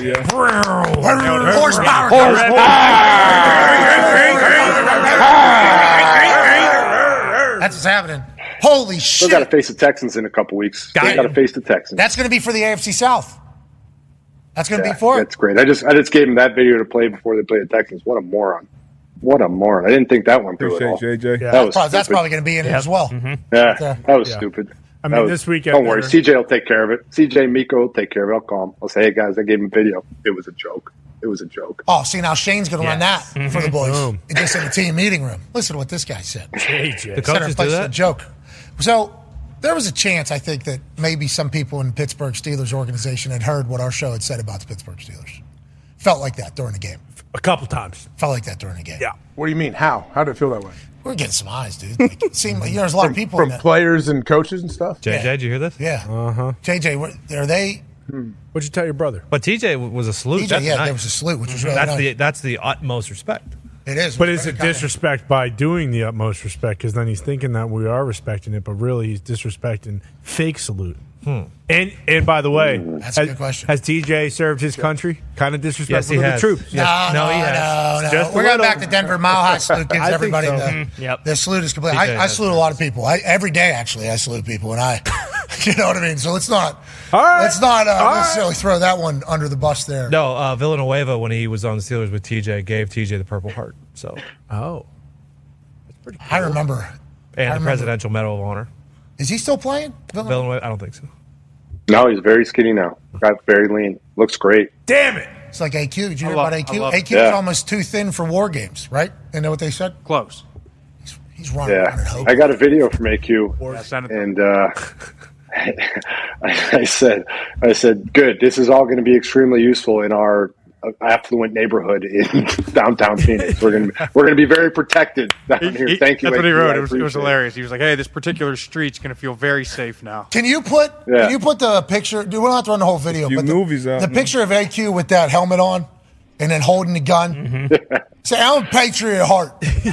yeah. Horsepower. That's what's happening. Holy Still shit. got to face the Texans in a couple weeks. Still Got got to face the Texans. That's going to be for the AFC South. That's going to Yeah, be for it. That's great. I just I just gave him that video to play before they play the Texans. What a moron! What a moron! I didn't think that one through at all. Appreciate JJ. Yeah, That that's, was probably, that's stupid. probably going to be in it as well. Mm-hmm. Yeah, Yeah. that was Yeah. stupid. I mean, That was- this weekend Don't worry, they're- CJ will take care of it. CJ Miko will take care of it. I'll call him. I'll say, hey guys, I gave him a video. It was a joke. It was a joke. Oh, see now Shane's going to run that for the boys. Boom. It Just in the team meeting room. Listen to what this guy said. JJ. Mm-hmm. The Said coaches it do was that? A joke. So there was a chance, I think, that maybe some people in the Pittsburgh Steelers organization had heard what our show had said about the Pittsburgh Steelers. Felt like that during the game. A couple times. Felt like that during the game. Yeah. What do you mean? How? How did it feel that way? We're getting some eyes, dude. Like, it seemed like you know, there's a lot from, of people from in that. players and coaches and stuff. JJ, did you hear this? Yeah. Uh huh. JJ, were- are they? Hmm. What'd you tell your brother? But TJ w- was a salute. TJ, That's yeah, nice. Mm-hmm. there was a salute, which was really that's nice. the that's the utmost respect. It is. But is it disrespect by doing the utmost respect? Because then he's thinking that we are respecting it, but really he's disrespecting fake salute. And and by the way, That's a has, good question. has TJ served his country? Kind of Yes, disrespectful he to has. the troops. No, no, no, no. Just a We're going little. back to Denver Mile High salute gives I think everybody so. the, Mhm. Yep. the salute is complete. TJ I, I has salute a lot of people. I, every day, actually, I salute people, and I, you know what I mean. So let's not, let's not uh, necessarily throw that one under the bus there. No, uh, Villanueva when he was on the Steelers with TJ gave TJ the Purple Heart. So oh, I remember. I and the remember. Presidential Medal of Honor. Is he still playing? Villanueva? Villanueva, I don't think so. No, he's very skinny now. Got very lean. Looks great. Damn it! It's like AQ. Did you I hear love- about I AQ? love- AQ Yeah. is almost too thin for war games, right? You know what they said? Close. He's, he's running. around. Yeah, I got a video from AQ, Yes. and uh, I said, I said, good. This is all going to be extremely useful in our affluent neighborhood in downtown Phoenix. We're going to we're going to be very protected down here. He- Thank you. That's what he AQ. wrote. I It was, it was appreciate hilarious. He was like, "Hey, this particular street's going to feel very safe now." Can you put Yeah. can you put the picture? Dude, we don't have to run the whole video, but the, movies out the now. picture of AQ with that helmet on and then holding the gun. Say, I'm a patriot at heart. you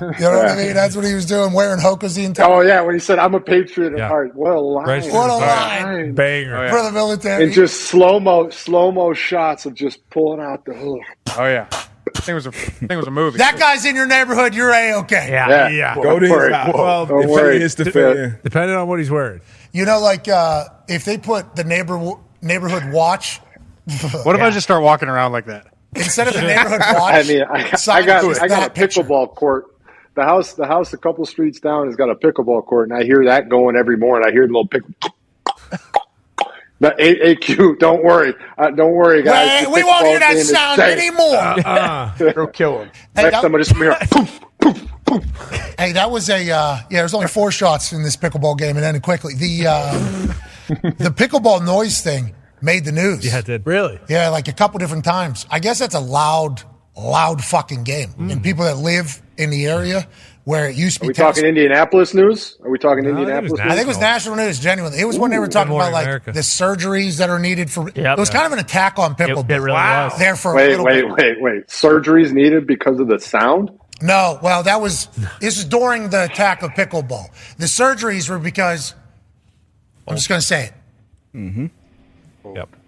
know what I mean? That's what he was doing, wearing hokas the entire. Oh yeah, when he said, "I'm a patriot at heart," what a line! Oh, Racist. What a line. Banger. For the military. And just slow mo, slow mo shots of just pulling out the hood. Oh yeah, I think it was a, I think it was a movie. that guy's in your neighborhood. You're a okay. Yeah, yeah. Don't if- worry. it's It's the de- fair. Depending on what he's wearing. You know, like uh, if they put the neighbor neighborhood watch. What if I just start walking around like that? instead of the neighborhood watch? I mean, I, I sign got was I got that a pickleball court. The house, the house, a couple streets down has got a pickleball court, and I hear that going every morning. I hear the little pickle. The A- AQ, don't worry, uh, don't worry, guys. Wait, we won't hear that sound anymore. Uh, It'll Uh-uh. kill him. Hey, Next that- time I just hear Hey, that was a uh, yeah. There's only four shots in this pickleball game, and ended quickly. The uh, the pickleball noise thing made the news. Yeah, it did. Really? Yeah, like a couple different times. I guess that's a loud, loud fucking game, Mm. and people that live in the area where it used to Are be. we tennis- talking Indianapolis news? Are we talking Indianapolis? I think it was news? national news. Genuinely, it was when they were Ooh. talking Good morning, about like America. the surgeries that are needed for. Yep. It was kind of an attack on pickleball. really wow. There for a wait, little wait, bit. wait, wait. Surgeries needed because of the sound. No, well, that was this is during the attack of pickleball. The surgeries were because I'm just going to say it. Mm-hmm.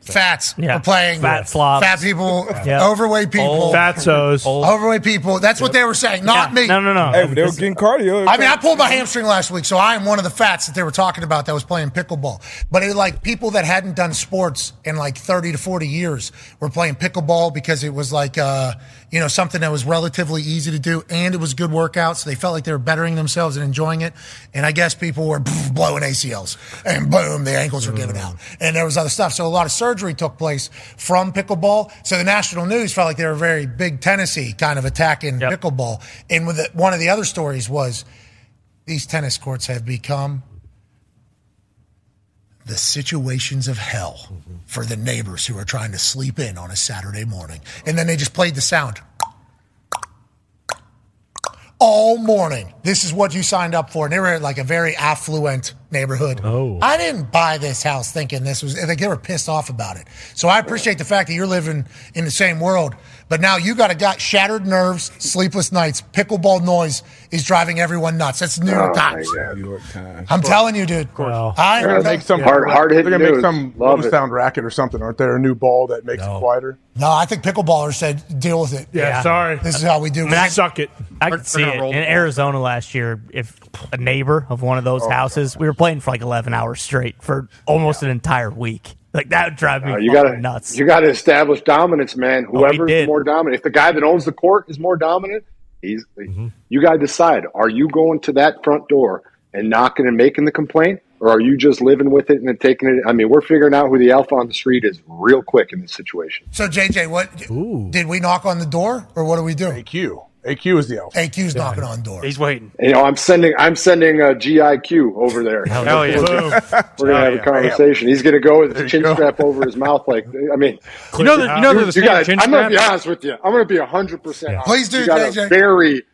Fats Yeah. were playing Fat flops. fat people, Yeah. overweight people, Old. Fatsos. Old. overweight people. That's what they were saying, not me. No, no, no. Hey, they were getting cardio. I mean, I pulled my hamstring last week, so I am one of the fats that they were talking about that was playing pickleball. But it like people that hadn't done sports in like 30 to 40 years were playing pickleball because it was like, uh, you know, something that was relatively easy to do and it was good workout. So they felt like they were bettering themselves and enjoying it. And I guess people were blowing ACLs and boom, their ankles were giving out. And there was other stuff. So a lot of surgery took place from pickleball. So the national news felt like they were very big Tennessee kind of attacking pickleball. And with the, one of the other stories was, these tennis courts have become the situations of hell for the neighbors who are trying to sleep in on a Saturday morning. And then they just played the sound all morning. This is what you signed up for. And they were like a very affluent neighborhood. Oh. I didn't buy this house thinking this was, like, they were pissed off about it. So I appreciate the fact that you're living in the same world. But now you got a guy, shattered nerves, sleepless nights, pickleball noise is driving everyone nuts. That's New York Oh, Times. my God. I'm telling you, dude. Well, I, They're gonna make some Hard- hard-hitting They're gonna make news. some Love low it. sound racket or something, aren't there? A new ball that makes it quieter. no, I think pickleballers said deal with it. This is how we do. I mean, I- it. I could see gonna it roll in the ball. Oh, Arizona last year. If a neighbor of one of those houses, we were playing for like eleven hours straight for almost an entire week. Like that would drive me Uh, you fucking gotta nuts. You got to establish dominance, man. Oh, we Whoever's did. more dominant, if the guy that owns the court is more dominant, he's. You got to decide: Are you going to that front door and knocking and making the complaint, or are you just living with it and taking it? I mean, we're figuring out who the alpha on the street is real quick in this situation. So JJ, what did we knock on the door, or what do we do? AQ. AQ is the alpha. AQ's knocking on door. He's waiting. You know, I'm sending I'm sending uh, a GIQ over there. Hell yeah. We're gonna, Boom. we're gonna Hell have yeah. a conversation. He's gonna go with his chin strap over his mouth. Like I mean, You know that- you know there's a gotta- chin I'm gonna be strap? honest with you. I'm gonna be hundred percent. honest. Please do, You got JJ. a very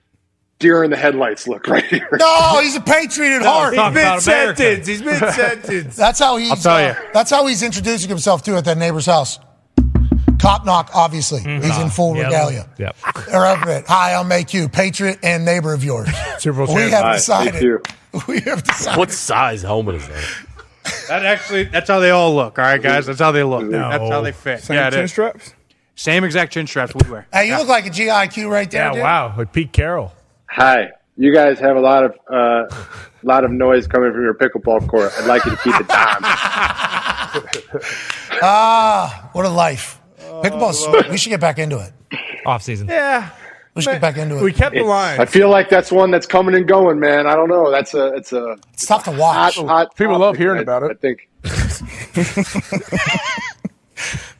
deer in the headlights look right here. No, he's a patriot at No, heart. he's Talk about mid-sentence. America. He's mid-sentence. That's how he's. I'll tell uh, ya. that's how he's introducing himself too at that neighbor's house. Cop knock, obviously. Mm-hmm. He's in full regalia. Yep. They're over it. Hi, I'm AQ, patriot and neighbor of yours. Super we have decided. We have decided. What size helmet is that? That actually, that's how they all look. All right, guys, that's how they look. That's how they fit. Same yeah, it chin is. straps. Same exact chin straps we wear. Hey, you look like a GIQ right there. dude. Like Pete Carroll. Hi, you guys have a lot of uh, lot of noise coming from your pickleball court. I'd like you to keep it down. Ah, what a life. Pickleball's sweet. We should get back into it. Off season. Yeah. We should get back into it. We kept I feel like that's one that's coming and going, man. I don't know. That's a it's a it's tough to watch. Hot, hot People love hearing I- about it. I think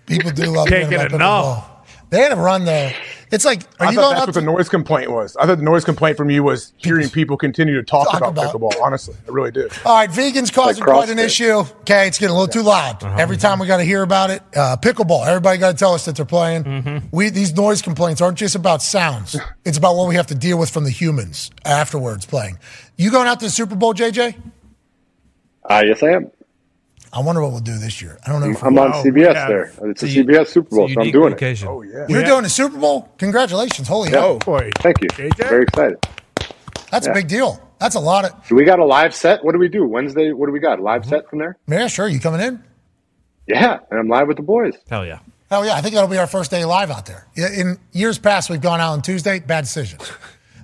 People do love hearing Can't get about pickleball. They had a run there. It's like, are I you thought going that's up what the noise complaint was. I thought the noise complaint from you was hearing people continue to talk, about, pickleball. Honestly, I really did. All right, vegans causing Like quite an CrossFit. issue. Okay, it's getting a little too loud. Uh-huh. Every time we got to hear about it, uh, pickleball. Everybody got to tell us that they're playing. Mm-hmm. We these noise complaints aren't just about sounds. it's about what we have to deal with from the humans afterwards playing. You going out to the Super Bowl, JJ? Ah, yes, I am. I wonder what we'll do this year. I don't know. I'm, if I'm we'll- on CBS there. It's a CBS Super Bowl, so I'm doing it. Oh yeah. You're doing the Super Bowl. Congratulations! Holy Yeah. hell, Oh, boy! Thank you. Very excited. that's a Yeah. big deal. That's a lot of. Do we got a live set? What do we do Wednesday? What do we got? Mm-hmm. Live set from there? Yeah, sure. You coming in? Yeah, and I'm live with the boys. Hell yeah. Hell yeah! I think that'll be our first day live out there. Yeah, In years past, we've gone out on Tuesday. Bad decision.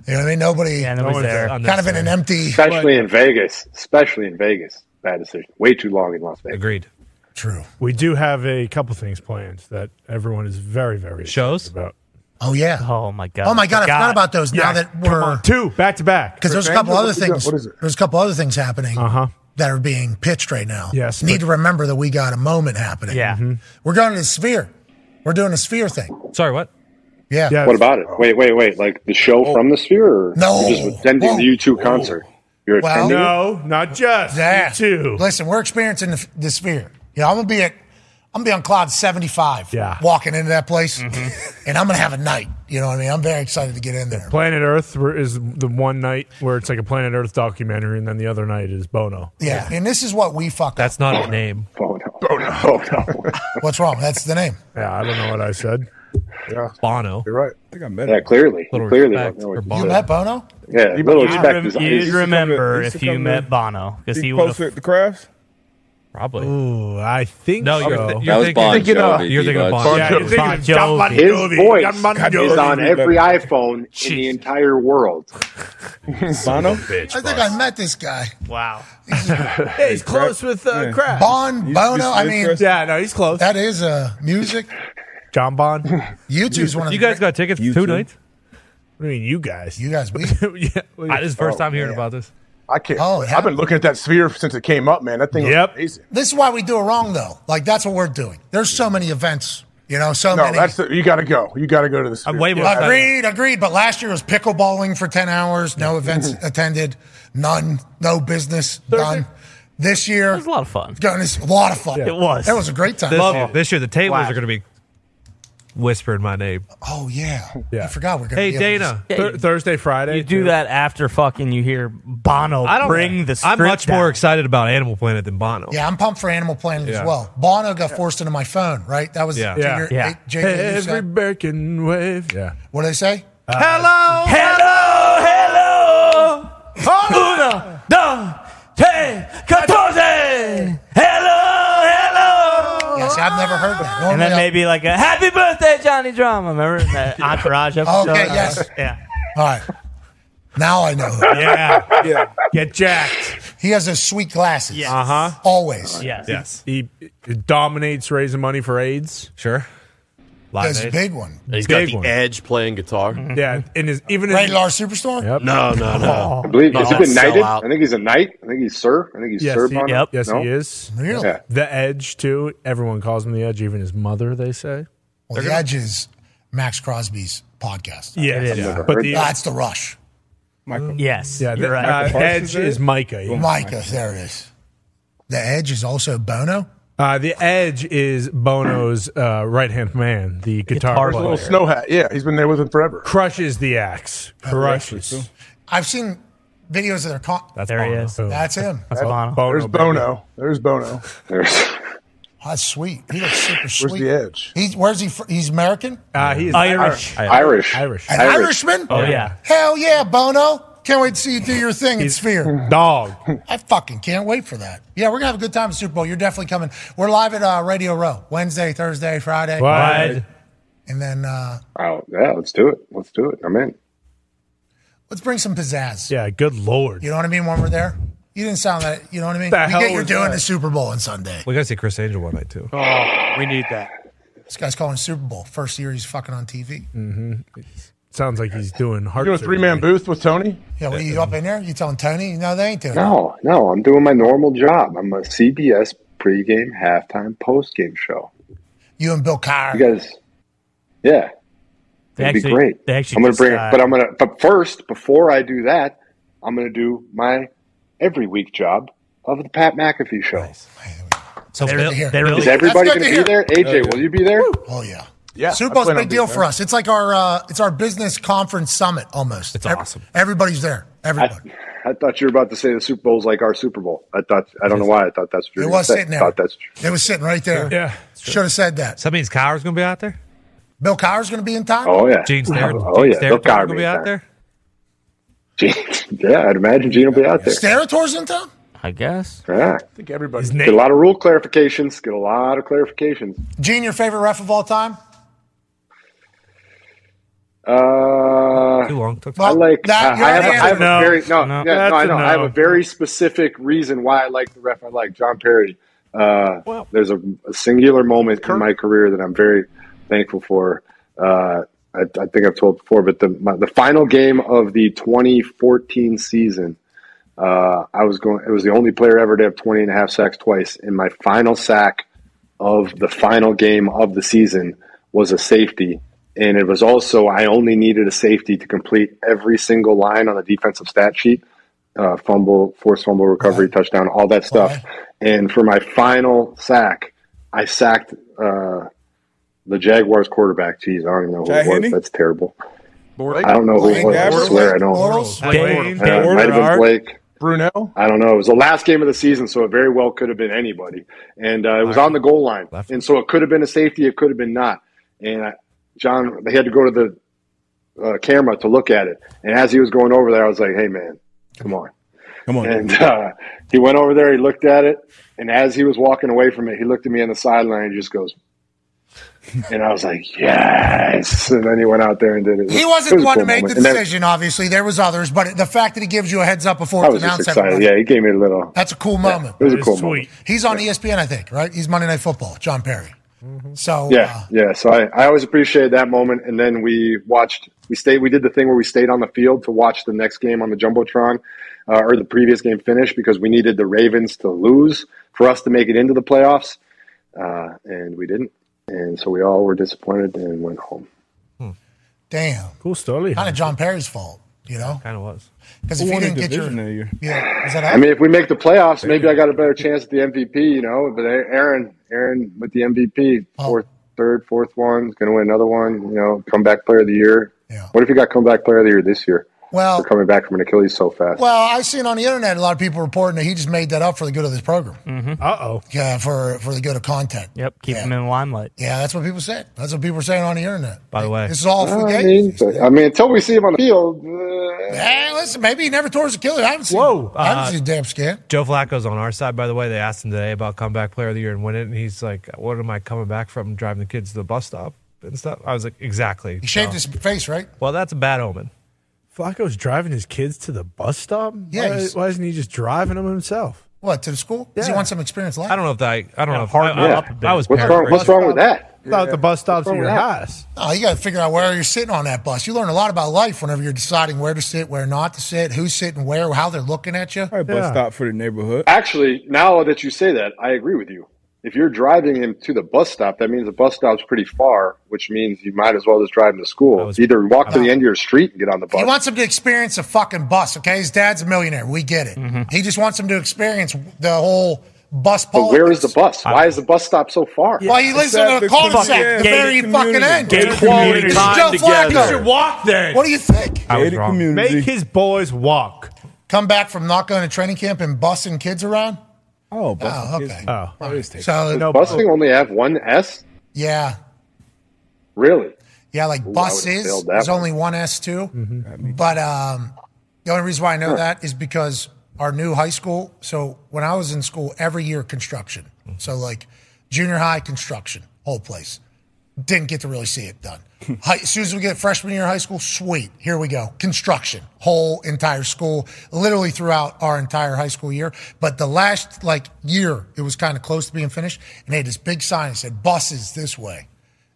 You know what I mean? Nobody. Yeah, nobody's there. Kind of in an empty. Especially in Vegas. Especially in Vegas. Bad decision. Way too long in Las Vegas. Agreed. True. We do have a couple things planned that everyone is very, very shows about. Oh yeah. Oh my god. Oh my god, I forgot about those. Now that Come we're on, two back to back because there's a couple other things. What is it? There's a couple other things happening. Uh huh. that are being pitched right now. Yes, Need but- to remember that we got a moment happening. Mm-hmm. Yeah. We're going to the sphere. We're doing a sphere thing. Sorry, what? Yeah. What about it? Wait, wait, wait. Like the show Oh. from the Sphere? Or No. You're just attending the U2 concert. You're Well, attending? it? not just two. Listen, we're experiencing the, the sphere. Yeah, I'm gonna be at, I'm gonna be on cloud seventy five. Yeah. walking into that place, Mm-hmm. and I'm gonna have a night. You know what I mean? I'm very excited to get in there. Planet Earth were- is the one night where it's like a Planet Earth documentary, and then the other night is Bono. Yeah, and this is what we fuck. That's not a name. Bono. Bono. Oh, What's wrong? That's the name. Oh, Yeah, I don't know what I said. Yeah. Bono. You're right. I think I met Yeah, clearly. Little clearly. respect don't know what for you Bono. said. You met Bono? Yeah, You little rem- respect. is- you'd is- remember if you met Bono because he would have. at the crafts. Probably. Ooh, I think No, so. you're thi- you're That was thinking- Bon You're Jovi, You're thinking of D-Buds. Bon Yeah, Jovi. you're thinking of John Bon His Jovi. voice John Bon is Jovi. on every iPhone in the entire world. Bono? I think I met this guy. Wow. Hey, he's close with uh, Crash. Bon Bono. I mean, yeah, no, he's close. That is uh, music. John Bon. You two's one of You the guys got tickets for two nights? What do you mean, you guys? You guys, we. yeah, I, this is the Oh, first time hearing about this. Oh, I can't. I've been looking at that sphere since it came up, man. That thing. Yep. Was amazing. This is why we do it wrong, though. Like that's what we're doing. There's so many events, you know. So no, many. that's the, you got to go. You got to go to the sphere. agreed, agreed. But last year was pickleballing for ten hours, no events attended, none, no business done. This year, it was a lot of fun. Going, it's a lot of fun. That was a great time. This, year, this year, the tables are going to be whispering my name. Oh yeah, I forgot we're going. Hey, be able to- Dana. Thur- Thursday, Friday. You do that after fucking you hear Bono I don't bring the I'm script much down. more excited about Animal Planet than Bono. Yeah, I'm pumped for Animal Planet Yeah. as well. Bono got forced into my phone, right? That was Yeah. Junior, Yeah. eh, Junior, you Every said- Birkin wave. Yeah. Uh, What do they say? Oh, hello, hello, hello. Uno, dos, tres, catorce. Hello, hello. Yes, I've never heard that. And Normally then I- maybe like a happy birthday, Johnny Drama. Remember that Entourage episode? Okay, yes. Yeah. All right. Now I know. Yeah. yeah. Get jacked. He has those sweet glasses. Yes. Uh-huh. Always. Yes. He, he dominates raising money for AIDS. Sure. That's a big one. He's got Big the one. edge playing guitar. Mm-hmm. Yeah, and his even Ray his, Lar Superstar? Yep. Oh. No, no, no. I believe has Not he been sell knighted? out. I think he's a knight. I think he's sir. I think he's Yes, sir. he, Bono. yep. yes No? he is. Really? Yeah. The Edge too. Everyone calls him the Edge. Even his mother, they say. Well, the Edge is Max Crosby's podcast. Yeah, it is. I've never But heard the- that. that's the Rush. Michael. Yes. Yeah, the- uh, Edge is Micah. yeah. Micah, there it is. The Edge is also Bono. Uh, the Edge is Bono's uh, right hand man, the guitar, There's a player. little snow hat. Yeah, he's been there with him forever. Crushes the axe. Crushes. I've seen videos of their con- That's There he Bono. is. That's him. That's, There's Bono. There's Bono. That's sweet. He looks super sweet. the Edge? He's where's he? Fr- he's American. Uh, he is Irish. Irish. Irish. An Irishman. Oh, yeah. Hell yeah, Bono. Can't wait to see you do your thing in Sphere. Dog. I fucking can't wait for that. Yeah, we're gonna have a good time at Super Bowl. You're definitely coming. We're live at uh, Radio Row Wednesday, Thursday, Friday, Wide. and then uh, Oh, yeah, let's do it. Let's do it. I'm in. let's bring some pizzazz. Yeah, good lord. You know what I mean? When we're there, you didn't sound that. You know what I mean? The we hell get you're was doing that? the Super Bowl on Sunday. We got to see Chris Angel one night, too. Oh, we need that. This guy's calling Super Bowl first year he's fucking on TV. hmm Sounds like he's doing You heart. doing a three man booth with Tony? Yeah, what, you up in there? You telling Tony? No, they ain't doing it. No, no, I'm doing my normal job. I'm a CBS pregame, halftime, postgame show. You and Bill Carr. You guys, yeah, They it'd be actually- great. they actually I'm gonna just, bring, uh, but I'm gonna, but first, before I do that, I'm gonna do my every week job of the Pat McAfee show. uh, So That's good to hear. Is everybody That's good gonna be there? to hear. AJ, will you be there? Oh yeah. Yeah, Super I Bowl's a plan on big being deal there. for us. It's like our uh, it's our business conference summit almost. It's awesome. Everybody's there. Everybody. I thought you were about to say the Super Bowl's like our Super Bowl. I thought I don't know why I thought that's what you It were was gonna say. sitting there. Thought that's It was sitting right there. Yeah. Should have said that. So that means Kyra's going to be out there? Bill Carr's going to be in time. Oh yeah, Gene Stare- Oh Gene yeah, Stare Bill Taylor's Cowher gonna be out there. yeah, I'd imagine Gene will be out there. Sterator's in town. I guess. Yeah, I think everybody's get a lot of rule clarifications. Get a lot of clarifications. Gene, your favorite ref of all time? Uh, Too long. Took I like. that- I, I have, your a, I have answer. a very no. No, yeah, no, that's I a know. I have no. a very specific reason why I like the ref. I like John Perry. Uh, there's a, a singular moment in my career that I'm very thankful for. Uh, I, I think I've told before, but the my, the final game of the 2014 season Uh, I was going. It was the only player ever to have 20 and a half sacks twice. And my final sack of the final game of the season was a safety, and it was also I only needed a safety to complete every single line on the defensive stat sheet: uh, fumble, forced fumble, recovery, touchdown, all that stuff. And for my final sack, I sacked uh, the Jaguars quarterback. Jeez, I don't even know who Jack it was. Henry? That's terrible. I don't know who it was. I swear I don't. Bortles? Uh, Dane- it might have been Dane- Blake. Brunel? I don't know. It was the last game of the season, so it very well could have been anybody. And uh, it was on the goal line, and so it could have been a safety. It could have been not. And I, John, they had to go to the uh, camera to look at it. And as he was going over there, I was like, "Hey, man, come on, come on." And uh, he went over there. He looked at it, and as he was walking away from it, he looked at me on the sideline. and He just goes. And I was like, yes. And then he went out there and did it. It was- He it wasn't was the a one cool to make the moment. And then- decision, obviously. There was others, but the fact that he gives you a heads up before I it's was just announced excited. everybody, Yeah, he gave me a little. that's a cool moment. It was a cool moment. He's on E ESPN, I think, right? He's Monday Night Football, John Perry. Mm-hmm. So uh, Yeah, yeah. So I, I always appreciated that moment. And then we watched, we stayed, we did the thing where we stayed on the field to watch the next game on the Jumbotron uh, or the previous game finish because we needed the Ravens to lose for us to make it into the playoffs. Uh, and we didn't. And so we all were disappointed and went home. damn, cool story. Kind of John Perry's fault, you know? Kind of was because if you Who won the didn't get your, division that year? yeah, is that I mean, if we make the playoffs, maybe I got a better chance at the MVP, you know. But Aaron, Aaron with the MVP, Oh. fourth, third, fourth one, is going to win another one. You know, comeback player of the year. What if he got comeback player of the year this year? Well- for coming back from an Achilles so fast. Well, I've seen on the internet a lot of people reporting that he just made that up for the good of this program. Uh oh. Yeah, for for the good of content. Yep, keep him in the limelight. Yeah, that's what people said. That's what people were saying on the internet. By the way, This is all free I game. mean, but- I mean, until we see him on the field, Hey, listen, maybe he never tore his Achilles. I haven't seen. Whoa, I haven't Uh, seen a damn scan. Joe Flacco's on our side, by the way. They asked him today about comeback player of the year and win it, and he's like, "What am I coming back from driving the kids to the bus stop and stuff?" I was like, "Exactly." He shaved his face, right? Well, that's a bad omen. Flacco's driving his kids to the bus stop. Why, Yeah, he's- why isn't he just driving them himself? What to the school? Does he want some experience life? I don't know if that. I don't know. If, Harden I, I- up a bit. I was. What's paraphrasing. wrong- what's wrong with that? Not Thought the bus stops at your house. No, you got to figure out where you're sitting on that bus. You learn a lot about life whenever you're deciding where to sit, where not to sit, who's sitting where, how they're looking at you. Bus stop for the neighborhood. Actually, now that you say that, I agree with you. If you're driving him to the bus stop, that means the bus stop's pretty far, which means you might as well just drive him to school. Either walk to the end of your street and get on the He bus. wants him to experience a fucking bus, okay? His dad's a millionaire. We get it. He just wants him to experience the whole bus But politics. where is the bus? Why is the bus stop so far? Well, he lives in a cul-de-sac, the very fucking end. It's Joe Flacco. What do you think? I was Gated wrong. community. Make his boys walk. Come back from not going to training camp and bussing kids around? Oh, busing oh, okay. kids. Oh, Does so busing only have one S? yeah, Really? yeah, like Ooh, I would've bus is. failed that There's one. only one S two, but um, the only reason why I know Huh. that is because our new high school. So when I was in school, every year construction. So like junior high construction, whole place. Didn't get to really see it done. Hi- as soon as we get freshman year of high school, sweet, here we go. Construction, whole entire school, literally throughout our entire high school year. But the last like year, it was kind of close to being finished, and they had this big sign that said "buses this way."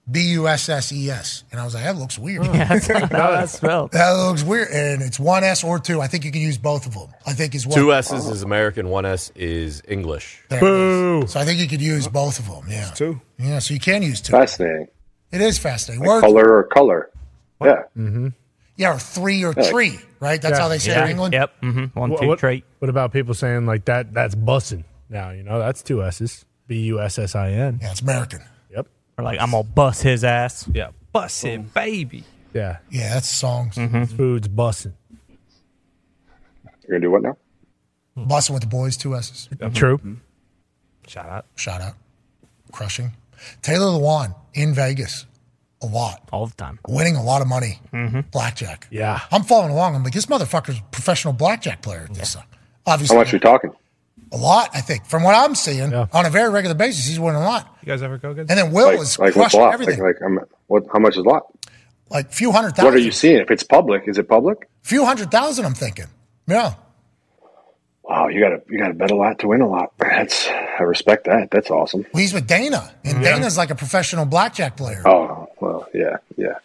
B U S S E S. And I was like, that looks weird. Yeah, that's not how that's spelled. That looks weird. And it's one S or two. I think you can use both of them. I think is what. Two S's is American, one S is English. There it is. So I think you could use both of them. Yeah. two. Yeah. So you can use two. Fascinating. It is fascinating. Word. Like color or color? Yeah. Mm-hmm. Yeah. Or three or Yeah, like- tree, right? That's how they say it in England. Yep. Mm-hmm. One, two, what, three. What about people saying like that? That's bussing. Now you know that's two S's. B U S S I N. Yeah, it's American. Yep. Or like I'm gonna bust his ass. Yeah, bust him, baby. Yeah. Yeah, that's songs. Mm-hmm. Food's bussing. You're going to do what now? Busting with the boys, two S's. True. Shout out. Shout out. Crushing. Taylor Lewan in Vegas a lot. All the time. Winning a lot of money. Blackjack. Yeah. I'm following along. I'm like, this motherfucker's a professional blackjack player at this. time. How Obviously, much are we talking? a lot, I think. From what I'm seeing on a very regular basis, he's winning a lot. You guys ever go against? And then Will like, is like what's a crushing lot? Like, everything. like I'm, what, how much is a lot? Like few hundred What are thousand. you seeing? If it's public, is it public? few hundred thousand, I'm thinking. Yeah. Wow, you got to you got to bet a lot to win a lot. That's I respect that. That's awesome. Well, he's with Dana, and Dana's like a professional blackjack player. Oh well, yeah, yeah.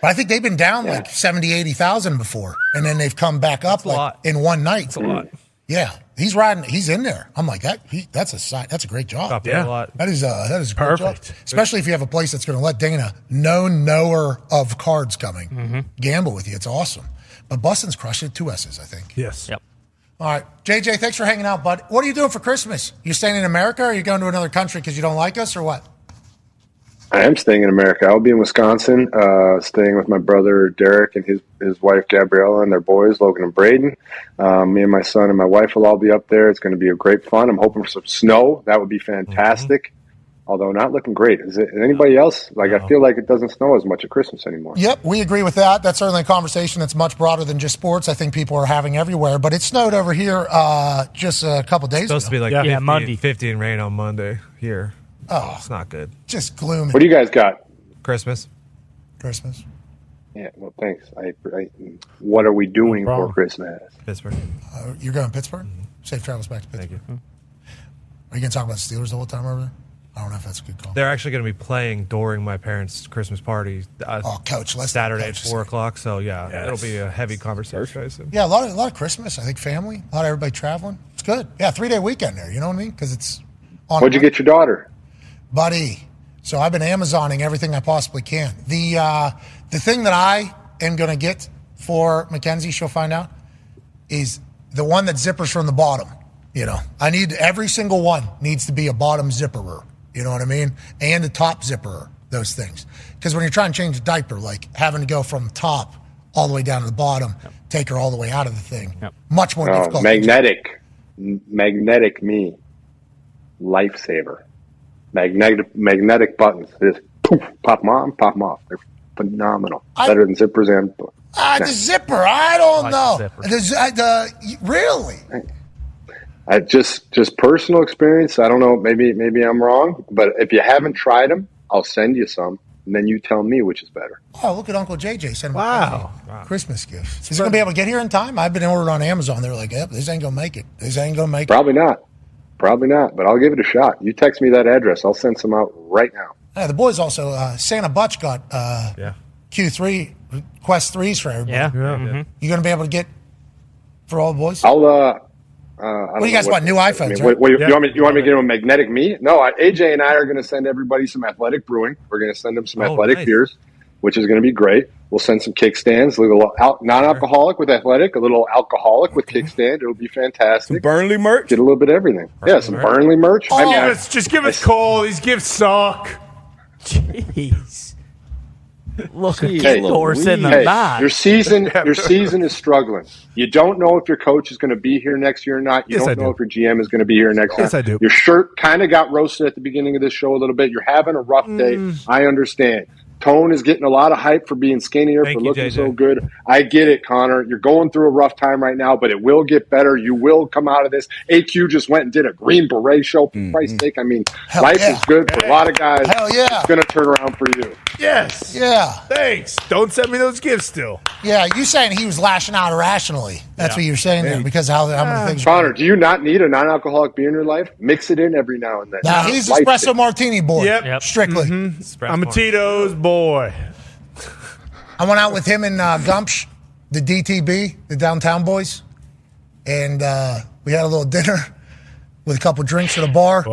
But I think they've been down like 70, 80,000 before, and then they've come back up like in one night. That's a lot. Yeah, he's riding. He's in there. I'm like that. He, that's a sign. That's a great job. Top of the Yeah. lot. that is uh, that is a great job. Perfect. Especially if you have a place that's going to let Dana, no knower of cards coming, Mm-hmm. gamble with you. It's awesome. But Bustin's crushing it. Two S's, I think. Yes. Yep. All right, JJ, thanks for hanging out, bud. What are you doing for Christmas? You staying in America, or are you going to another country because you don't like us, or what? I am staying in America. I'll be in Wisconsin, uh, staying with my brother Derek and his his wife Gabriella and their boys Logan and Braden. Um, me and my son and my wife will all be up there. It's going to be a great fun. I'm hoping for some snow. That would be fantastic. Although not looking great. Is it anybody else? Like I feel like it doesn't snow as much at Christmas anymore. Yep, we agree with that. That's certainly a conversation that's much broader than just sports. I think people are having everywhere, but it snowed over here uh, just a couple days supposed ago. to be like 50, 50 and rain on Monday here. Oh, it's not good. Just gloomy. What do you guys got? Christmas. Christmas. Yeah. Well, thanks. I, I, what are we doing for Christmas? Pittsburgh. Uh, you're going to Pittsburgh. Mm-hmm. Safe travels back to Pittsburgh. Are you going to talk about the Steelers the whole time over there? I don't know if that's a good call. They're actually going to be playing during my parents' Christmas party. Uh, oh, coach, let's Saturday at four o'clock. So yeah, Yes. it'll be a heavy conversation. Yeah, a lot of a lot of Christmas. I think family, a lot of everybody traveling. It's good. Yeah, three day weekend there. You know what I mean? Because it's on. What'd you get your daughter? buddy. So I've been Amazoning everything I possibly can. The uh, the thing that I am going to get for Mackenzie, she'll find out, is the one that zippers from the bottom. You know, I need every single one needs to be a bottom zipperer. You know what I mean? And a top zipperer. Those things, because when you're trying to change a diaper, like having to go from the top all the way down to the bottom, take her all the way out of the thing, much more Oh, difficult. magnetic, M- magnetic me, lifesaver, magnetic magnetic buttons. Just poof, pop them on, pop them off. They're phenomenal. Better than zippers and. Ah, the zipper. I don't Like know. the zipper. The z- uh, the- really? I just just personal experience. I don't know. Maybe maybe I'm wrong, but if you haven't tried them, I'll send you some, and then you tell me which is better. Oh, look at Uncle JJ sending wow. Christmas gift. He's going to be able to get here in time. I've been ordered on Amazon. They're like, yep, this ain't going to make it. This ain't going to make it. Probably not. Probably not. But I'll give it a shot. You text me that address. I'll send some out right now. Yeah, the boys also, uh, Santa Butch got uh, Q3, Quest 3s for everybody. Yeah. Yeah. You're going to be able to get for all the boys? I'll. uh uh, I don't do you know guys want, new I mean, iPhones, what, what, right? you, you want me, you want me to get them a magnetic me? No, I, AJ and I are going to send everybody some athletic brewing. We're going to send them some Oh, athletic nice. beers, which is going to be great. We'll send some kickstands, a little al- non-alcoholic with athletic, a little alcoholic with kickstand. It'll be fantastic. Burnley merch. Get a little bit of everything. yeah, some Burnley merch. I mean, give I- us, Oh, just give us coal. These gifts suck. Jeez. Look at Hey, Doris in the hey, knot. Your season, your season is struggling. You don't know if your coach is going to be here next year or not. You Yes, don't I know if your GM is going to be here next year. Yes, I do. Your shirt kind of got roasted at the beginning of this show a little bit. You're having a rough day. Mm. I understand. Tone is getting a lot of hype for being skinnier, Thank for you, looking JJ. so good. I get it, Connor. You're going through a rough time right now, but it will get better. You will come out of this. AQ just went and did a Green Beret show. For Mm-hmm. Christ's sake, I mean, Hell life yeah. is good for a lot of guys. Hell yeah. It's going to turn around for you. Yes. Yeah. Thanks. Don't send me those gifts still. Yeah, you saying he was lashing out irrationally. That's Yeah. what you're saying there because how, how many things. Connor, do you not need a non-alcoholic beer in your life? Mix it in every now and then. Now, he's Life espresso it. martini boy. Yep. Mm-hmm. Strictly. I'm a Tito's boy. I went out with him and uh, Gumpsh, the DTB, the Downtown Boys, and uh, we had a little dinner with a couple drinks at a bar.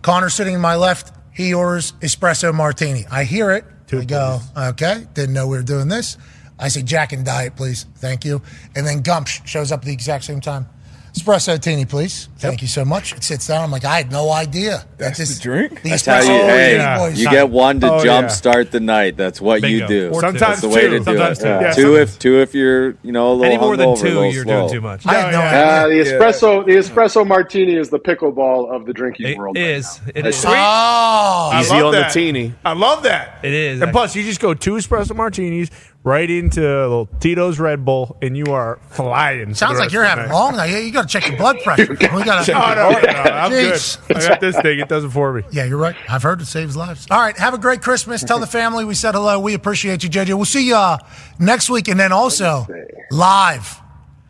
Connor sitting in my left, he orders espresso martini. I hear it. I go, okay, didn't know we were doing this. I say, Jack and Diet, please. Thank you. And then Gumpsh shows up at the exact same time. Espresso martini, please. Thank you so much. It sits down. I'm like, I had no idea. That's, just the drink. The That's how you, espresso Oh, martini hey, boys. you get one to Oh, jump yeah. start the night. That's what Bingo. you do. Or two. That's the way to do Sometimes it. two. Yeah, Two if two if you're you know a little Any more than hungover, a two, little you're doing slow. too much. I know. Uh, the espresso, the espresso martini is the pickleball of the drinking world. Right is. It Hey, is. sweet. Oh, I Easy love on the that. teeny. I love that. It is. And plus, you just go two espresso martinis right into a little Tito's Red Bull, and you are flying. for Sounds the like rest you're of having the night. long. night. Yeah, you got to check your blood pressure. We got to. Oh, no, no, no, I'm good. I got this thing. It does it for me. Yeah, you're right. I've heard it saves lives. All right, have a great Christmas. Tell the family we said hello. We appreciate you, JJ. We'll see you uh, next week, and then also live.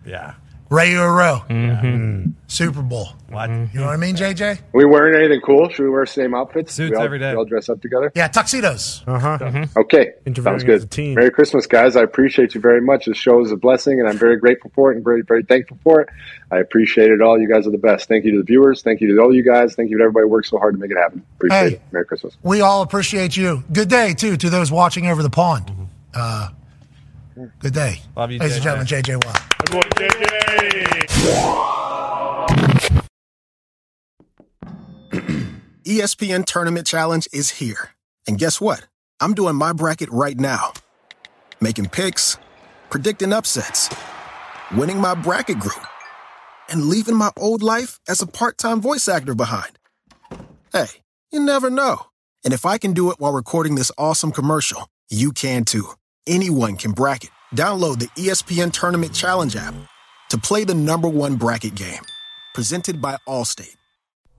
Yeah. Ray Uro. Mm-hmm. Super Bowl. What? You know what I mean, JJ? Are we wearing anything cool? Should we wear the same outfits? Suits we all, every day. We all dress up together. Yeah, tuxedos. Uh Uh-huh, huh. mm-hmm. Okay, Interviewing sounds good. as a Merry Christmas, guys. I appreciate you very much. This show is a blessing, and I'm very grateful for it and very, very thankful for it. I appreciate it all. You guys are the best. Thank you to the viewers. Thank you to all you guys. Thank you to everybody who worked so hard to make it happen. Appreciate Hey. it. Merry Christmas. We all appreciate you. Good day, too, to those watching over the pond. Uh, good day. Mm-hmm. Love you, Ladies and JJ. gentlemen, JJ Watt. E ESPN Tournament Challenge is here. And guess what? I'm doing my bracket right now. Making picks, predicting upsets, winning my bracket group, and leaving my old life as a part time voice actor behind. Hey, you never know. And if I can do it while recording this awesome commercial, you can too. Anyone can bracket. Download the E ESPN Tournament Challenge app to play the number one bracket game. Presented by Allstate.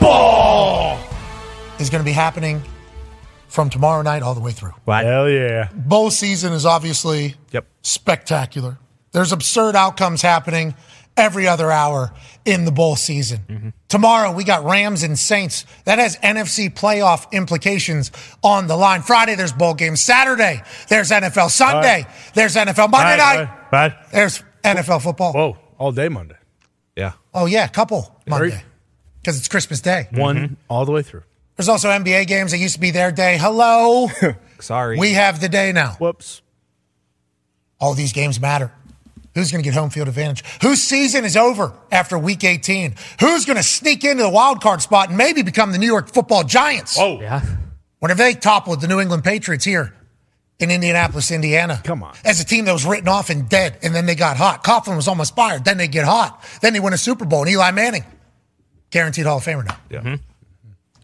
Ball is going to be happening from tomorrow night all the way through. Hell yeah. Bowl season is obviously spectacular. There's absurd outcomes happening every other hour in the bowl season. Mm-hmm. Tomorrow we got Rams and Saints. That has NFC playoff implications on the line. Friday there's bowl games. Saturday there's NFL. Sunday there's NFL. Monday All right, night all right. there's NFL football. Whoa, all day Monday. Yeah. Oh yeah, a couple Three. Monday because it's Christmas Day. One all the way through. There's also NBA games. It used to be their day. Hello. Sorry. We have the day now. Whoops. All these games matter. Who's going to get home field advantage? Whose season is over after week 18? Who's going to sneak into the wild card spot and maybe become the New York football giants? Oh, yeah. Whenever they toppled the New England Patriots here in Indianapolis, Indiana. Come on. As a team that was written off and dead, and then they got hot. Coughlin was almost fired. Then they get hot. Then they win a Super Bowl, and Eli Manning. Guaranteed Hall of Famer now. Yeah. Mm-hmm.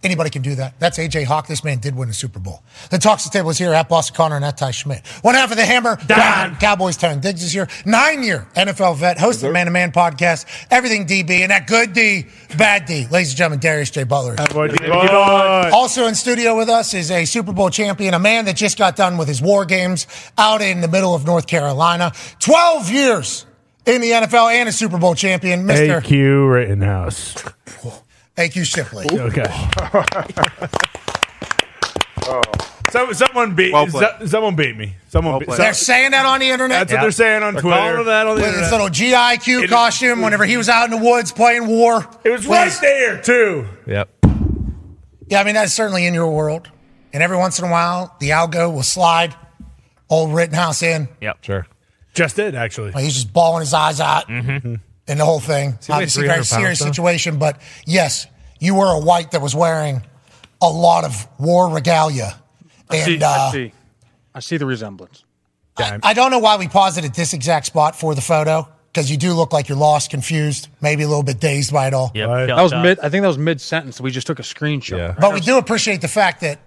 Anybody can do that. That's AJ Hawk. This man did win a Super Bowl. The Talks the Table is here at Boston Connor and at Ty Schmidt. One half of the hammer, Don. Cowboys Tyron Diggs is here. Nine year NFL vet, host of the Man to Man podcast, everything DB, and that good D, bad D. Ladies and gentlemen, Darius J. Butler. is here. Also in studio with us is a Super Bowl champion, a man that just got done with his war games out in the middle of North Carolina. 12 years in the NFL and a Super Bowl champion, Mr. AQ Rittenhouse. AQ Shipley. Okay. Oh. So, someone beat Well played. so- someone beat me. Someone beat They're saying that on the internet. That's what they're saying on They're Twitter. calling that on the With internet. his little GIQ costume whenever he was out in the woods playing war. It was right there too. Yep. Yeah, I mean, that's certainly in your world. And every once in a while, the algo will slide old Rittenhouse in. Yep. Sure. Just did actually. Like, he's just bawling his eyes out Mm-hmm. and the whole thing. Is he like Obviously, very 300 pounds, serious though? situation. But yes, you were a white that was wearing a lot of war regalia. I see, And I uh, see. I see the resemblance. I don't know why we paused it at this exact spot for the photo because you do look like you're lost, confused, maybe a little bit dazed by it all. that was mid. I think that was mid sentence. We just took a screenshot. right? But we do appreciate the fact that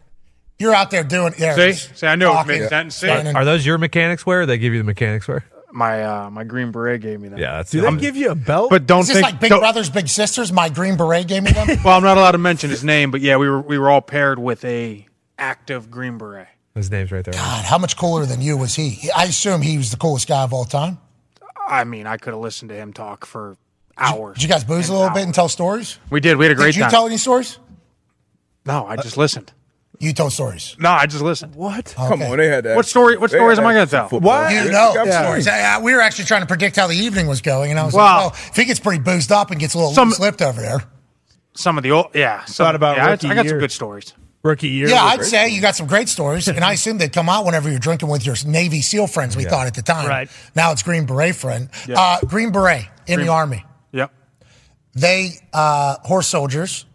you're out there doing it. See? See, I knew it was mid-sentence. See? sentences. Are, are those your mechanics wear? Or they give you the mechanics wear? my uh, my green beret gave me that. Yeah, that's Do they give you a belt? But don't Is this think. like Big don't- Brothers Big Sisters? My Green Beret gave me them. well, I'm not allowed to mention his name, but yeah, we were we were all paired with a active green beret. His name's right there. God, how much cooler than you was he? I assume he was the coolest guy of all time. I mean, I could have listened to him talk for hours. Did you guys booze a little bit and tell stories? We did. We had a great Did you time. tell any stories? no, I just listened. You told stories. No, I just listened. What? Come on, they had What story? What stories am I going to tell? You know stories. I- I- we were actually trying to predict how the evening was going, and I was Wow. like, "Oh, if he gets pretty boozed up and gets a little Some- slipped over there." Some of the old. Yeah. Some, Thought about yeah, I- rookie I, got year. some good stories. Rookie year. yeah, I'd say you got some great stories, and I assume they come out whenever you're drinking with your Navy SEAL friends. We Yeah. thought at the time. Right. Now it's Green Beret friend. Yeah. Uh, Green Beret in Green- the Army. Yep. They, uh, Horse Soldiers,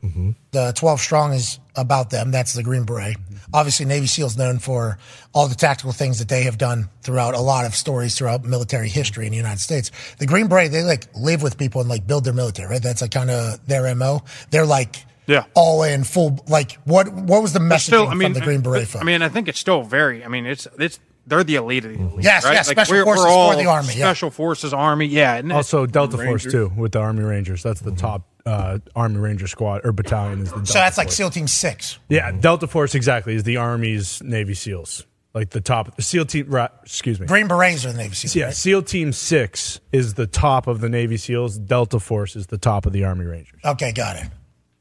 the 12 Strong is about them. That's the Green Beret. Obviously, Navy SEALs known for all the tactical things that they have done throughout a lot of stories throughout military history in the United States. The Green Beret, they like live with people and like build their military, right? That's like kind of their MO. They're like, Yeah. all in full. Like, what what was the messaging from the Green Beret I folks? mean, I think it's still very. I mean, it's it's they're the elite of the elite. Yes, right? yes, special forces for the army, yeah. Special forces, army. Yeah. and Also, it's- Delta Force too with the Army Rangers. That's the top uh, Army Ranger squad or battalion is the. Delta So that's like Force. SEAL Team Six. Yeah, Delta Force exactly is the Army's Navy SEALs, like the top SEAL team. Right, excuse me, Green Berets are the Navy SEALs. Yeah, SEAL Team Six is the top of the Navy SEALs. Delta Force is the top of the Army Rangers. Okay, got it.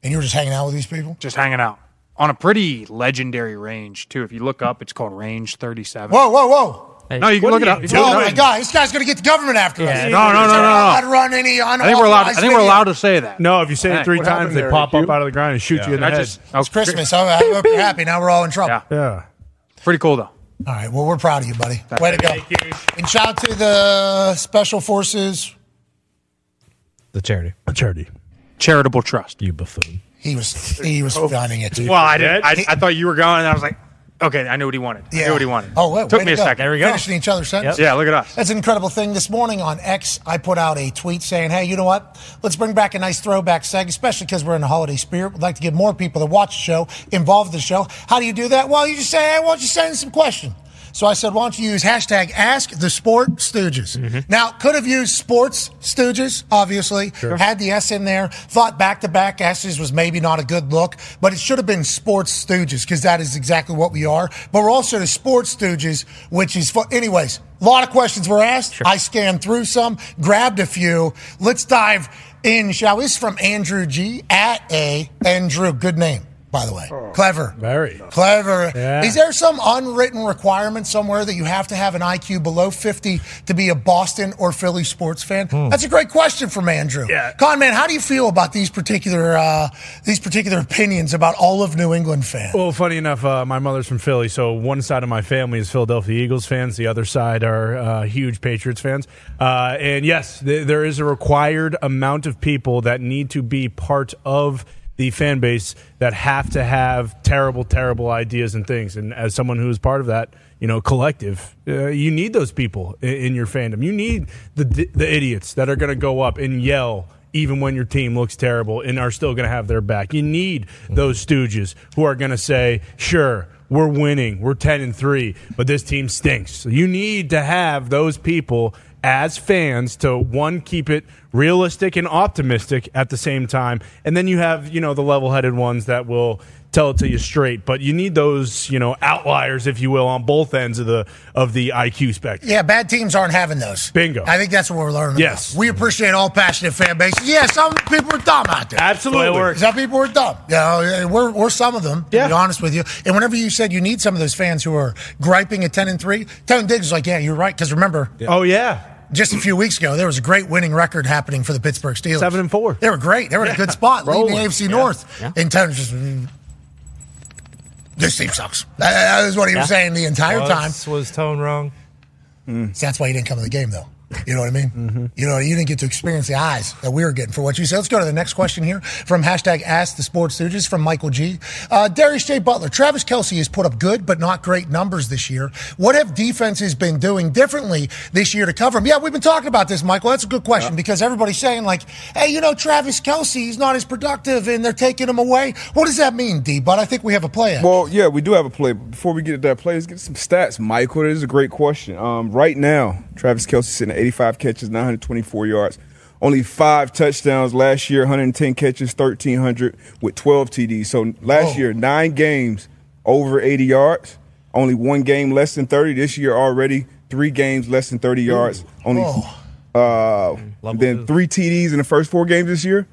And you were just hanging out with these people? Just hanging out on a pretty legendary range too. If you look up, it's called Range Thirty Seven. Whoa, whoa, whoa. No, you can look it up. You can look Oh it my up. God, this guy's going to get the government after Yeah, us. no, no, no, no, no. I'd run any I unauthorized think we're allowed. I think we're video. allowed to say that. No, if you say Dang. it three What times, happened they there, Oh, pop AQ? up out of the ground and shoot you in the I head. just- I was It's Christmas. I I hope you're happy. Now we're all in trouble. Yeah. Pretty cool though. All right. Well, we're proud of you, buddy. Way to go. And shout out to the Special Forces. The charity. A charity. Charitable trust. You buffoon. He was he was gunning it. Well, I did. I, I thought you were going, and I was like, okay, I knew what he wanted. I knew what he wanted. Oh, wait, Took way me to a go. second. Finishing each other's sentences. Yeah, look at us. That's an incredible thing. This morning on X, I put out a tweet saying, hey, you know what? Let's bring back a nice throwback seg, especially because we're in the holiday spirit. We'd like to get more people that watch the show involved in the show. How do you do that? Well, you just say, hey, why don't you send some questions? So I said, why don't you use hashtag ask the sport stooges. Now, could have used sports stooges, obviously. Had the S in there. Thought back to back S's was maybe not a good look, but it should have been sports stooges because that is exactly what we are. But we're also the sports stooges, which is fun. Anyways, a lot of questions were asked. I scanned through some, grabbed a few. Let's dive in, shall we? This is from Andrew G. at A. Andrew, good name, by the way. Clever. Very. Clever. Yeah. Is there some unwritten requirement somewhere that you have to have an IQ below 50 to be a Boston or Philly sports fan? Hmm. That's a great question from Andrew. Yeah. Con man, how do you feel about these particular uh, these particular opinions about all of New England fans? Well, funny enough, uh, my mother's from Philly, so one side of my family is Philadelphia Eagles fans. The other side are uh, huge Patriots fans. Uh, and yes, th- there is a required amount of people that need to be part of the fan base that have to have terrible, terrible ideas and things. And as someone who is part of that, you know, collective, uh, you need those people in, in your fandom. You need the the idiots that are going to go up and yell even when your team looks terrible and are still going to have their back. You need those stooges who are going to say, "Sure, we're winning. We're 10 and 3, but this team stinks." So you need to have those people as fans to one keep it realistic and optimistic at the same time. And then you have, you know, the level-headed ones that will tell it to you straight, but you need those, you know, outliers if you will on both ends of the of the IQ spectrum. Yeah, bad teams aren't having those. Bingo. I think that's what we're learning. Yes. about. We appreciate all passionate fan bases. Yeah, some people are dumb out there. Absolutely. That's the way it works. Some people are dumb. Yeah, we're, we're some of them, to be honest with you. And whenever you said you need some of those fans who are griping at 10 and 3, Tone Diggs was like, yeah, you're right. Because remember, Oh yeah. just a few weeks ago, there was a great winning record happening for the Pittsburgh Steelers. Seven and four. They were great. They were in a good spot, leading the Rolling. AFC North. Yeah. And Tone was just, mm, this team sucks. That, that was what he was Yeah. saying the entire Was- time. Was tone wrong? So that's why you didn't come to the game, though. You know what I mean? You know, you didn't get to experience the eyes that we were getting for what you said. Let's go to the next question here from hashtag Ask the Sports Stooges from Michael G. Uh, Darius J. Butler, Travis Kelsey has put up good but not great numbers this year. What have defenses been doing differently this year to cover him? Yeah, we've been talking about this, Michael. That's a good question because everybody's saying like, hey, you know, Travis Kelsey, he's not as productive and they're taking him away. What does that mean, D? But I think we have a play. At. Well, yeah, we do have a play. But before we get to that play, let's get some stats, Michael. This is a great question. Um, right now, Travis Kelsey sitting at 85 catches, 924 yards, only five touchdowns last year, 110 catches, 1,300 with 12 TDs. So last year, nine games over 80 yards, only one game less than 30. This year already, three games less than 30 yards, only uh, then three TDs in the first four games this year,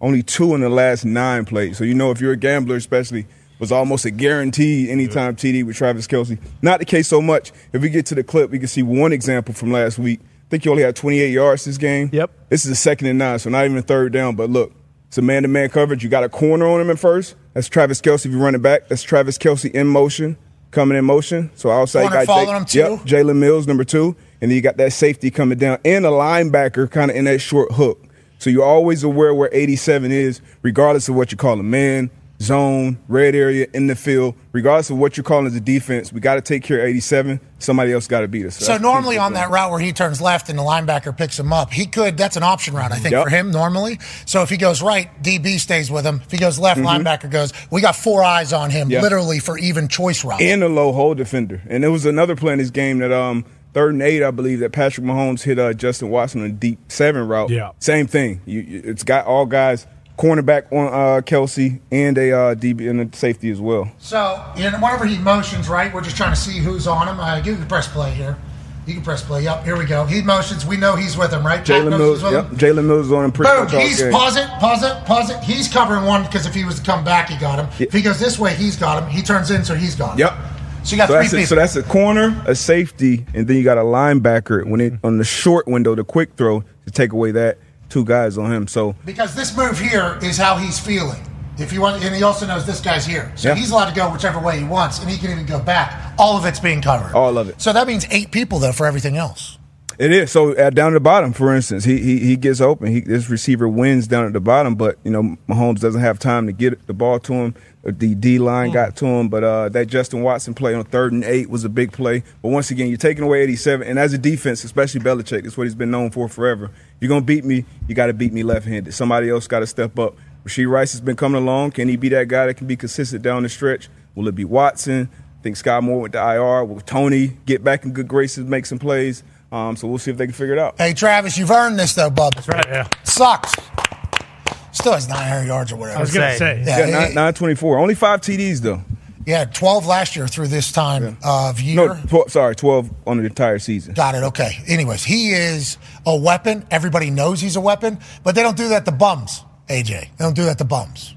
only two in the last nine plays. So you know if you're a gambler, especially, was almost a guarantee anytime TD with Travis Kelsey. Not the case so much. If we get to the clip, we can see one example from last week. I think you only had 28 yards this game. Yep. This is a second and nine, so not even a third down. But look, it's a man-to-man coverage. You got a corner on him at first. That's Travis Kelsey. If you run it back, that's Travis Kelsey in motion, coming in motion. So outside, you Corner got following him, too. Yep, Jalen Mills, number two. And then you got that safety coming down and a linebacker kind of in that short hook. So you're always aware where 87 is, regardless of what you call a man, zone, red area, in the field, regardless of what you're calling as a defense. We got to take care of 87. Somebody else got to beat us. So normally on that route where he turns left and the linebacker picks him up, he could. That's an option route, I think, Yep. for him normally. So if he goes right, DB stays with him. If he goes left, Mhm. linebacker goes. We got four eyes on him, Yeah. literally for even choice routes. and a low hole defender. And there was another play in this game that um third and eight, I believe, that Patrick Mahomes hit uh, Justin Watson on a deep seven route. Yeah. same thing. You, you- it's got all guys cornerback on uh, Kelsey and a uh, DB and a safety as well. So you know, whenever he motions, right, we're just trying to see who's on him. Uh, give me the press play here. You can press play. Yep, here we go. He motions. We know he's with him, right? Pat Jalen knows Mills, he's with him. yep. Jalen Mills on him pretty Boom. much all He's game. pause it, pause it, pause it. He's covering one because if he was to come back, he got him. If he goes this way, he's got him. He turns in, so he's got him. Yep. So you got three that's a, people. so that's a corner, a safety, and then you got a linebacker when it on the short window, the quick throw to take away that two guys on him. So because this move here is how he's feeling. If you want, and he also knows this guy's here, so Yeah. he's allowed to go whichever way he wants, and he can even go back. All of it's being covered. all of it. So that means eight people though for everything else. It is so uh, down at the bottom. For instance, he he, he gets open. He, this receiver wins down at the bottom, but you know Mahomes doesn't have time to get the ball to him. The D line got to him, but uh, that Justin Watson play on third and eight was a big play. But once again, you're taking away 87, and as a defense, especially Belichick, that's what he's been known for forever. You're gonna beat me. You got to beat me left-handed. Somebody else got to step up. Rasheed Rice has been coming along. Can he be that guy that can be consistent down the stretch? Will it be Watson? I think Sky Moore with the IR. Will Tony get back in good graces, make some plays? Um, so we'll see if they can figure it out. Hey Travis, you've earned this though, bub. That's right. Yeah. Sucks. Still has 900 yards or whatever. Yeah, Yeah, nine, 924. Only five TDs, though. yeah, 12 last year through this time of year. No, 12, Oh, sorry, 12 on the entire season. Got it. Okay. Anyways, he is a weapon. Everybody knows he's a weapon, but they don't do that to bums, AJ. They don't do that to bums.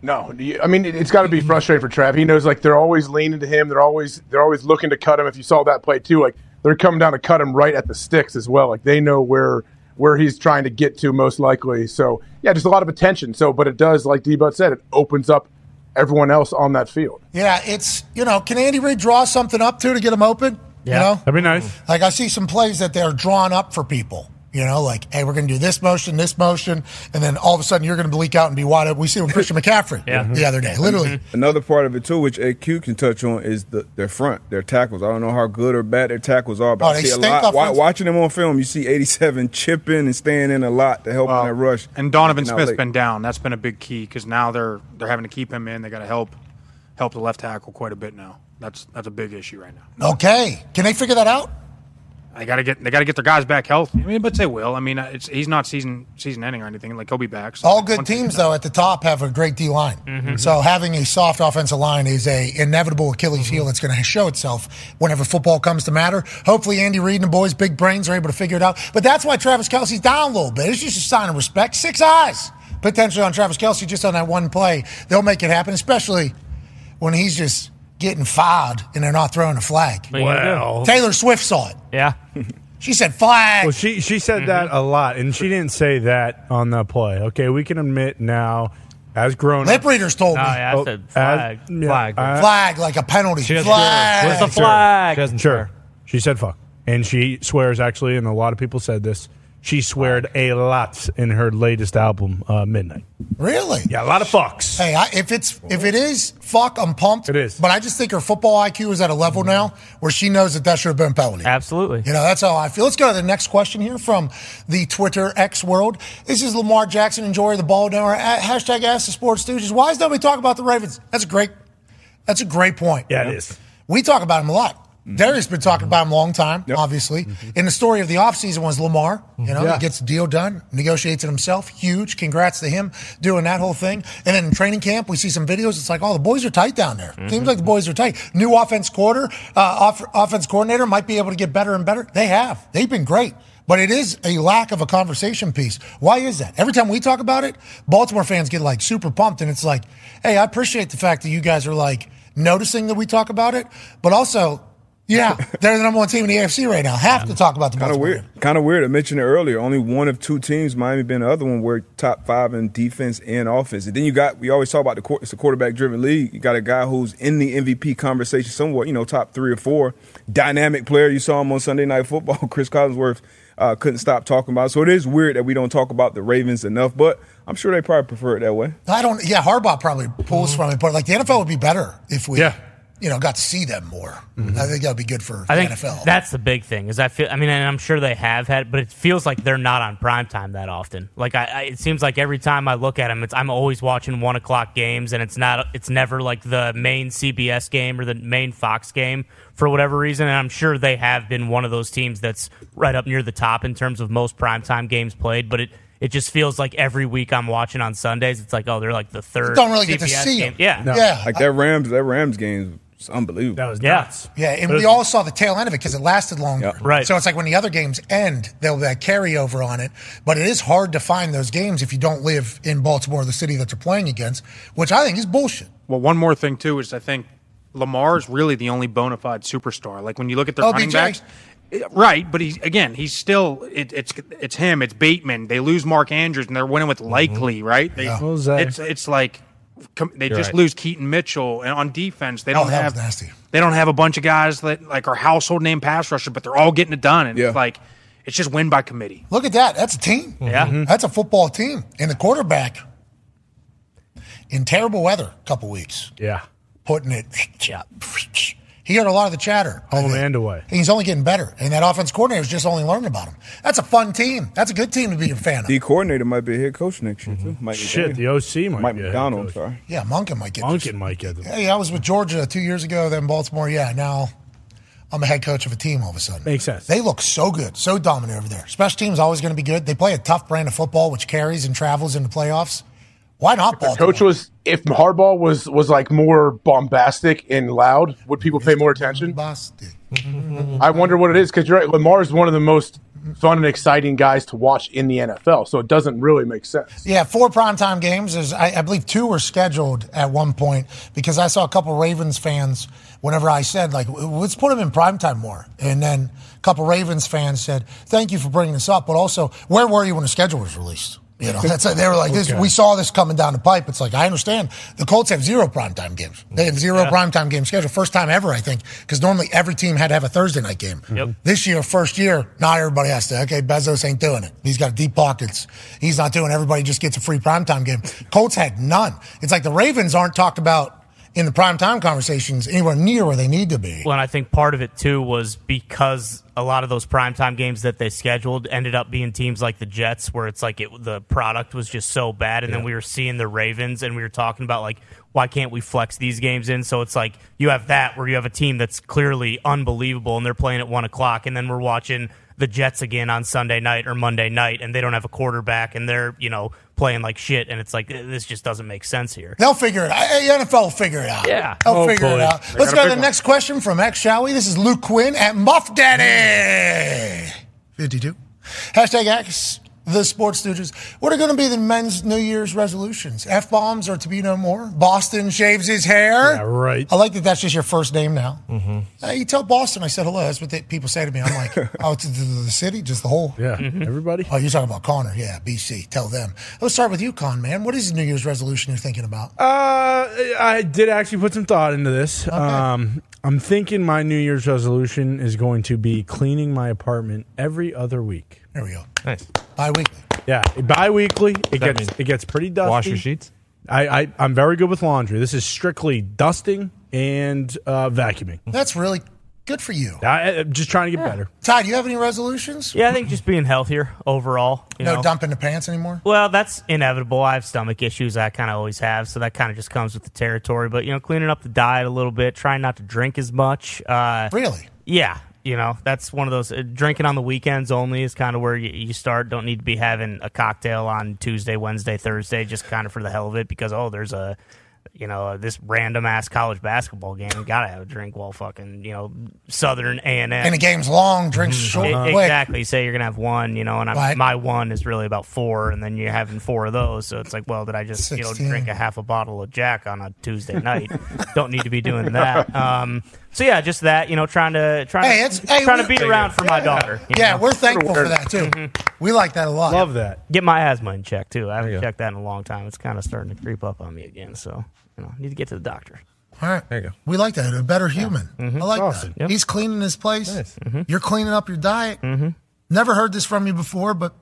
No, do you- I mean it- it's got to be frustrating for Trav. He knows like they're always leaning to him. They're always they're always looking to cut him. If you saw that play too, like they're coming down to cut him right at the sticks as well. Like they know where where he's trying to get to most likely. So yeah, just a lot of attention. So but it does like Debut said, it opens up everyone else on that field. Yeah, it's, you know, can Andy Reid draw something up too to get him open? You know? that'd be nice. Like I see some plays that they're drawn up for people. You know, like, hey, we're going to do this motion, this motion, and then all of a sudden you're going to leak out and be wide open. We see it with Christian McCaffrey the other day, literally. Mm-hmm. Another part of it, too, which AQ can touch on, is the, their front, their tackles. I don't know how good or bad their tackles are, but Oh, I they see a stink lot. wa- offense- watching them on film, you see 87 chipping and staying in a lot to help in that rush. And Donovan Getting out Smith's late. been down. That's been a big key because now they're they're having to keep him in. They got to help help the left tackle quite a bit now. That's that's a big issue right now. Okay. Can they figure that out? They got to get they got to get their guys back healthy. I mean, but they will. I mean, it's he's not season season ending or anything. Like he'll be back. So All good teams, though, at the top have a great D line. Mhm. So having a soft offensive line is a inevitable Achilles heel that's going to show itself whenever football comes to matter. Hopefully, Andy Reid and the boys' big brains are able to figure it out. But that's why Travis Kelsey's down a little bit. It's just a sign of respect. Six eyes potentially on Travis Kelsey just on that one play. They'll make it happen, especially when he's just getting fouled and they're not throwing a flag. What are you gonna do? Well- Taylor Swift saw it. Yeah. She said flag. Mm-hmm. Well, she she said that a lot, and she didn't say that on that play. Okay, we can admit now, as grown Lip readers told me. Oh, yeah, I said flag. flag, flag like a penalty. Flag. flag? She doesn't sure. She said fuck, and she swears actually, and a lot of people said this. She sweared a lot in her latest album, uh, Midnight. Really? Yeah, a lot of fucks. Hey, I, if it's if it is fuck, I'm pumped. It is, but I just think her football IQ is at a Mm-hmm. level now where she knows that that should have been a penalty. Absolutely. You know, that's how I feel. Let's go to the next question here from the Twitter X world. This is Lamar Jackson, enjoyer of the ball donor. At hashtag Ask the Sports Stooges. Why is nobody talking about the Ravens? That's a great. That's a great point. Yeah, it is. Mm-hmm. We talk about him a lot. Darius has been talking about him a long time, obviously. And the story of the offseason was Lamar. You know, Yeah. he gets the deal done, negotiates it himself. Huge. Congrats to him doing that whole thing. And then in training camp, we see some videos. It's like, oh, the boys are tight down there. Mhm. Seems like the boys are tight. New offense quarter, uh, off- offense coordinator might be able to get better and better. They have. They've been great. But it is a lack of a conversation piece. Why is that? Every time we talk about it, Baltimore fans get like super pumped, and it's like, hey, I appreciate the fact that you guys are like noticing that we talk about it, but also, yeah, they're the number one team in the AFC right now. Have to talk about the Kind of Baltimore. weird. Kind of weird. I mentioned it earlier. Only one of two teams, Miami being the other one, were top five in defense and offense. And then you got we always talk about the quar- it's a quarterback driven league. You got a guy who's in the MVP conversation somewhat. You know, top three or four, dynamic player. You saw him on Sunday Night Football. Chris Collinsworth uh, couldn't stop talking about. it. So it is weird that we don't talk about the Ravens enough, but I'm sure they probably prefer it that way. I don't. Yeah, Harbaugh probably pulls from it, but like the NFL would be better if we, you know, got to see them more. I think that would be good for I think the NFL. that's the big thing. Is I feel. I mean, and I'm sure they have had, but it feels like they're not on prime time that often. Like I, I it seems like every time I look at them, it's I'm always watching one o'clock games, and it's not. It's never like the main CBS game or the main Fox game for whatever reason. And I'm sure they have been one of those teams that's right up near the top in terms of most prime time games played, but it. It just feels like every week I'm watching on Sundays. It's like, oh, they're like the third. Don't really get to CBS see 'em. game. Yeah, Like that Rams, that Rams game is unbelievable. That was Yeah, and we all saw the tail end of it because it lasted longer. Yeah. Right. So it's like when the other games end, there'll be that carryover on it. But it is hard to find those games if you don't live in Baltimore, the city that you're playing against, which I think is bullshit. Well, one more thing too is I think Lamar is really the only bona fide superstar. Like when you look at their running OBJ. backs, it- right? But he's again, he's still it, it's it's him. It's Bateman. They lose Mark Andrews, and they're winning with likely, right? They, Mm-hmm. Yeah. Jose. It's it's like com- they You're just right. lose Keaton Mitchell, and on defense they Oh, don't that was have nasty. they don't have a bunch of guys that like are household name pass rusher, but they're all getting it done, and it's like it's just win by committee. Look at that. That's a team. Mm-hmm. Yeah. That's a football team. And the quarterback in terrible weather a couple weeks, Yeah. putting it. He heard a lot of the chatter. Home and away. And he's only getting better. And that offense coordinator is just only learning about him. That's a fun team. That's a good team to be a fan of. The coordinator might be a head coach next year too. Mike Shit, McDaniel. the OC might, Mike be a head McDonald. Sorry. Yeah, Monken might get Monken might get them. Hey, I was with Georgia two years ago, then Baltimore. Yeah, now I'm a head coach of a team all of a sudden. Makes sense. They look so good, so dominant over there. Special teams always going to be good. They play a tough brand of football, which carries and travels into playoffs. Why not The Baltimore? coach was if Harbaugh was was like more bombastic and loud, would people pay more attention? I wonder what it is because you're right. Lamar is one of the most fun and exciting guys to watch in the NFL, so it doesn't really make sense. Yeah, four primetime games. There's, I, I believe two were scheduled at one point because I saw a couple Ravens fans whenever I said, like, "W- let's put them in primetime more. And then a couple Ravens fans said, thank you for bringing this up, but also, where were you when the schedule was released? You know, that's they were like, this, Okay. we saw this coming down the pipe. It's like, I understand. The Colts have zero primetime games. They have zero Yeah. primetime game schedule. First time ever, I think, because normally every team had to have a Thursday night game. This year, first year, not everybody has to. Okay, Bezos ain't doing it. He's got deep pockets. He's not doing it. Everybody just gets a free primetime game. Colts had none. It's like the Ravens aren't talked about in the primetime conversations anywhere near where they need to be. Well, and I think part of it too was because a lot of those primetime games that they scheduled ended up being teams like the Jets, where it's like it, the product was just so bad, and then we were seeing the Ravens, and we were talking about like why can't we flex these games in? So it's like you have that where you have a team that's clearly unbelievable, and they're playing at one o'clock, and then we're watching the Jets again on Sunday night or Monday night, and they don't have a quarterback, and they're you know playing like shit, and it's like this just doesn't make sense here. They'll figure it out. Hey, The NFL will figure it out. Yeah. They'll Oh, Hopefully. figure it out. They Let's got go to a big the one. next question from X, shall we? This is Luke Quinn at Muff Daddy. 52. Hashtag X, the Sports Stooges. What are going to be the men's New Year's resolutions? F bombs are to be no more. Boston shaves his hair. Yeah, right. I like that that's just your first name now. Mm-hmm. Uh, you tell Boston I said hello. That's what they, people say to me. I'm like, oh, to the, the city, just the whole. Yeah, everybody. Oh, you're talking about Connor. Yeah, BC. Tell them. Let's start with you, Con, man. What is the New Year's resolution you're thinking about? Uh, I did actually put some thought into this. Um, I'm thinking my New Year's resolution is going to be cleaning my apartment every other week. There we go. Nice. Bi-weekly. Yeah, bi-weekly. It that gets mean? it gets pretty dusty. Wash your sheets? I, I I'm very good with laundry. This is strictly dusting and uh, vacuuming. That's really good for you. I, I'm just trying to get better. Ty, do you have any resolutions? Yeah, I think just being healthier overall. You no know. dump in the pants anymore. Well, that's inevitable. I have stomach issues. I kind of always have, so that kind of just comes with the territory. But you know, cleaning up the diet a little bit, trying not to drink as much. Uh, really? Yeah. You know, that's one of those uh, drinking on the weekends only is kind of where you, you start. Don't need to be having a cocktail on Tuesday, Wednesday, Thursday, just kind of for the hell of it, because oh, there's a. You know this random ass college basketball game. You gotta have a drink while fucking you know Southern A and M. And the game's long, drinks short, E- quick. Exactly. Say you're gonna have one, you know, and I'm, Right. my one is really about four, and then you're having four of those. So it's like, well, did I just you know 16. drink a half a bottle of Jack on a Tuesday night? Don't need to be doing that. Um, so yeah, just that, you know, trying to trying Hey, to it's hey, trying to we- be around for my Yeah. daughter. you Yeah, know? Mm-hmm. we're thankful for that too. We like that a lot. Love that. Get my asthma in check too. I haven't checked that in a long time. It's kind of starting to creep up on me again. So you know, need to get to the doctor. All right. There you go. We like Mm-hmm. Mm-hmm. that. A better human. I like that. He's cleaning his place. You're cleaning up your diet. Never heard this from you before, but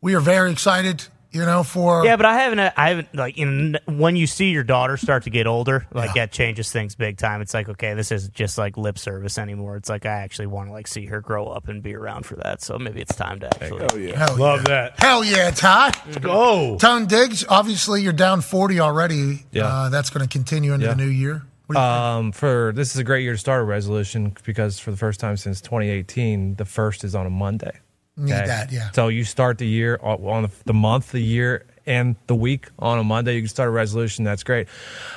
we are very excited, you know, for. Yeah, but I haven't. I haven't like in when you see your daughter start to get older, like that changes things big time. It's like okay, this isn't just like lip service anymore. It's like I actually want to like see her grow up and be around for that. So maybe it's time to actually. Hell Oh, yeah. Hell Love that. Hell yeah, it's hot. Go. Tone Diggs, obviously you're down 40 already. Yeah. Uh, that's going to continue into Yeah. the new year. Um, for this is a great year to start a resolution because for the first time since 2018, the first is on a Monday. Need that, yeah. So you start the year on on the, the month, the year, and the week on a Monday. You can start a resolution. That's great.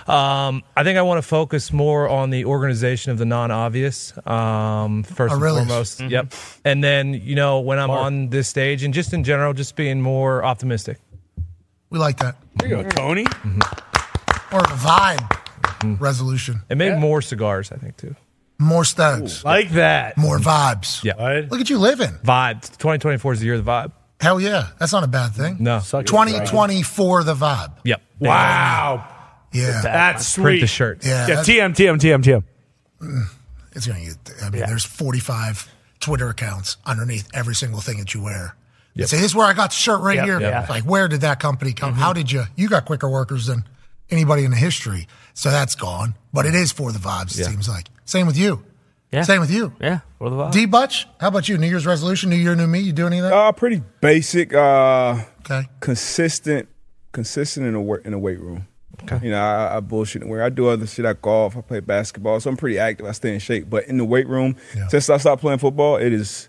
Um, I think I want to focus more on the organization of the non-obvious. Um, first Oh, and really? foremost, Mhm. yep. And then you know when I'm Smart. on this stage and just in general, just being more optimistic. We like that. There you go, Tony. Or the vibe resolution. Mm. And maybe more cigars, I think too. More studs. like that. More vibes. Yeah. Look at you living. Vibe. 2024 is the year of the vibe. Hell Oh, yeah. That's not a bad thing. No. 2024, the vibe. Yep. Wow. Yeah. That's sweet. Print the shirt. Yeah, Yeah. that's- TM, TM, TM, TM. It's going to get, I mean, there's 45 Twitter accounts underneath every single thing that you wear. They Yep. Say, this is where I got the shirt right Yep, here. yeah. It's Like, where did that company come? How did you? You got quicker workers than anybody in the history. So that's gone. But it is for the vibes, it Yeah. seems like. Same with you. Yeah. Same with you. Yeah. What the D Butch, how about you? New Year's resolution, New Year, New Me. You do any of that? Uh, pretty basic. Uh, okay. Consistent, consistent in a wor- in a weight room. Okay. You know, I, I bullshit and where I do other shit. I golf. I play basketball. So I'm pretty active. I stay in shape. But in the weight room, since I stopped playing football, it is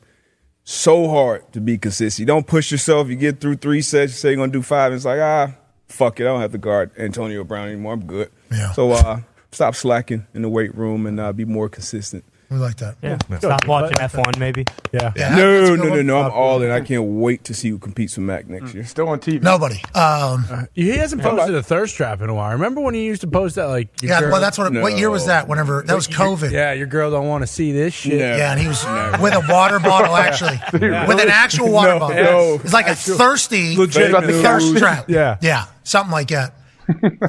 so hard to be consistent. You don't push yourself. You get through three sets. You say you're gonna do five. And it's like ah, fuck it. I don't have to guard Antonio Brown anymore. I'm good. Yeah. So uh, stop slacking in the weight room and uh, be more consistent. We like that. Yeah. Stop watching F1, maybe. Yeah. No, no, no, no. I'm all in. I can't wait to see who competes with Mac Mm. next year. Still on TV. Nobody. Um, Uh, He hasn't Yeah. posted a thirst trap in a while. Remember when he used to post that? Like, your Yeah, girl- well, that's what. What year was that? Whenever that was Like, your- COVID. Yeah, your girl don't want to see this shit. Yeah, and he was with a water bottle, actually, Yeah. with an actual water No, bottle. no. It's like a Actual- thirsty, Legit thirst news. trap. Yeah. yeah, something like that.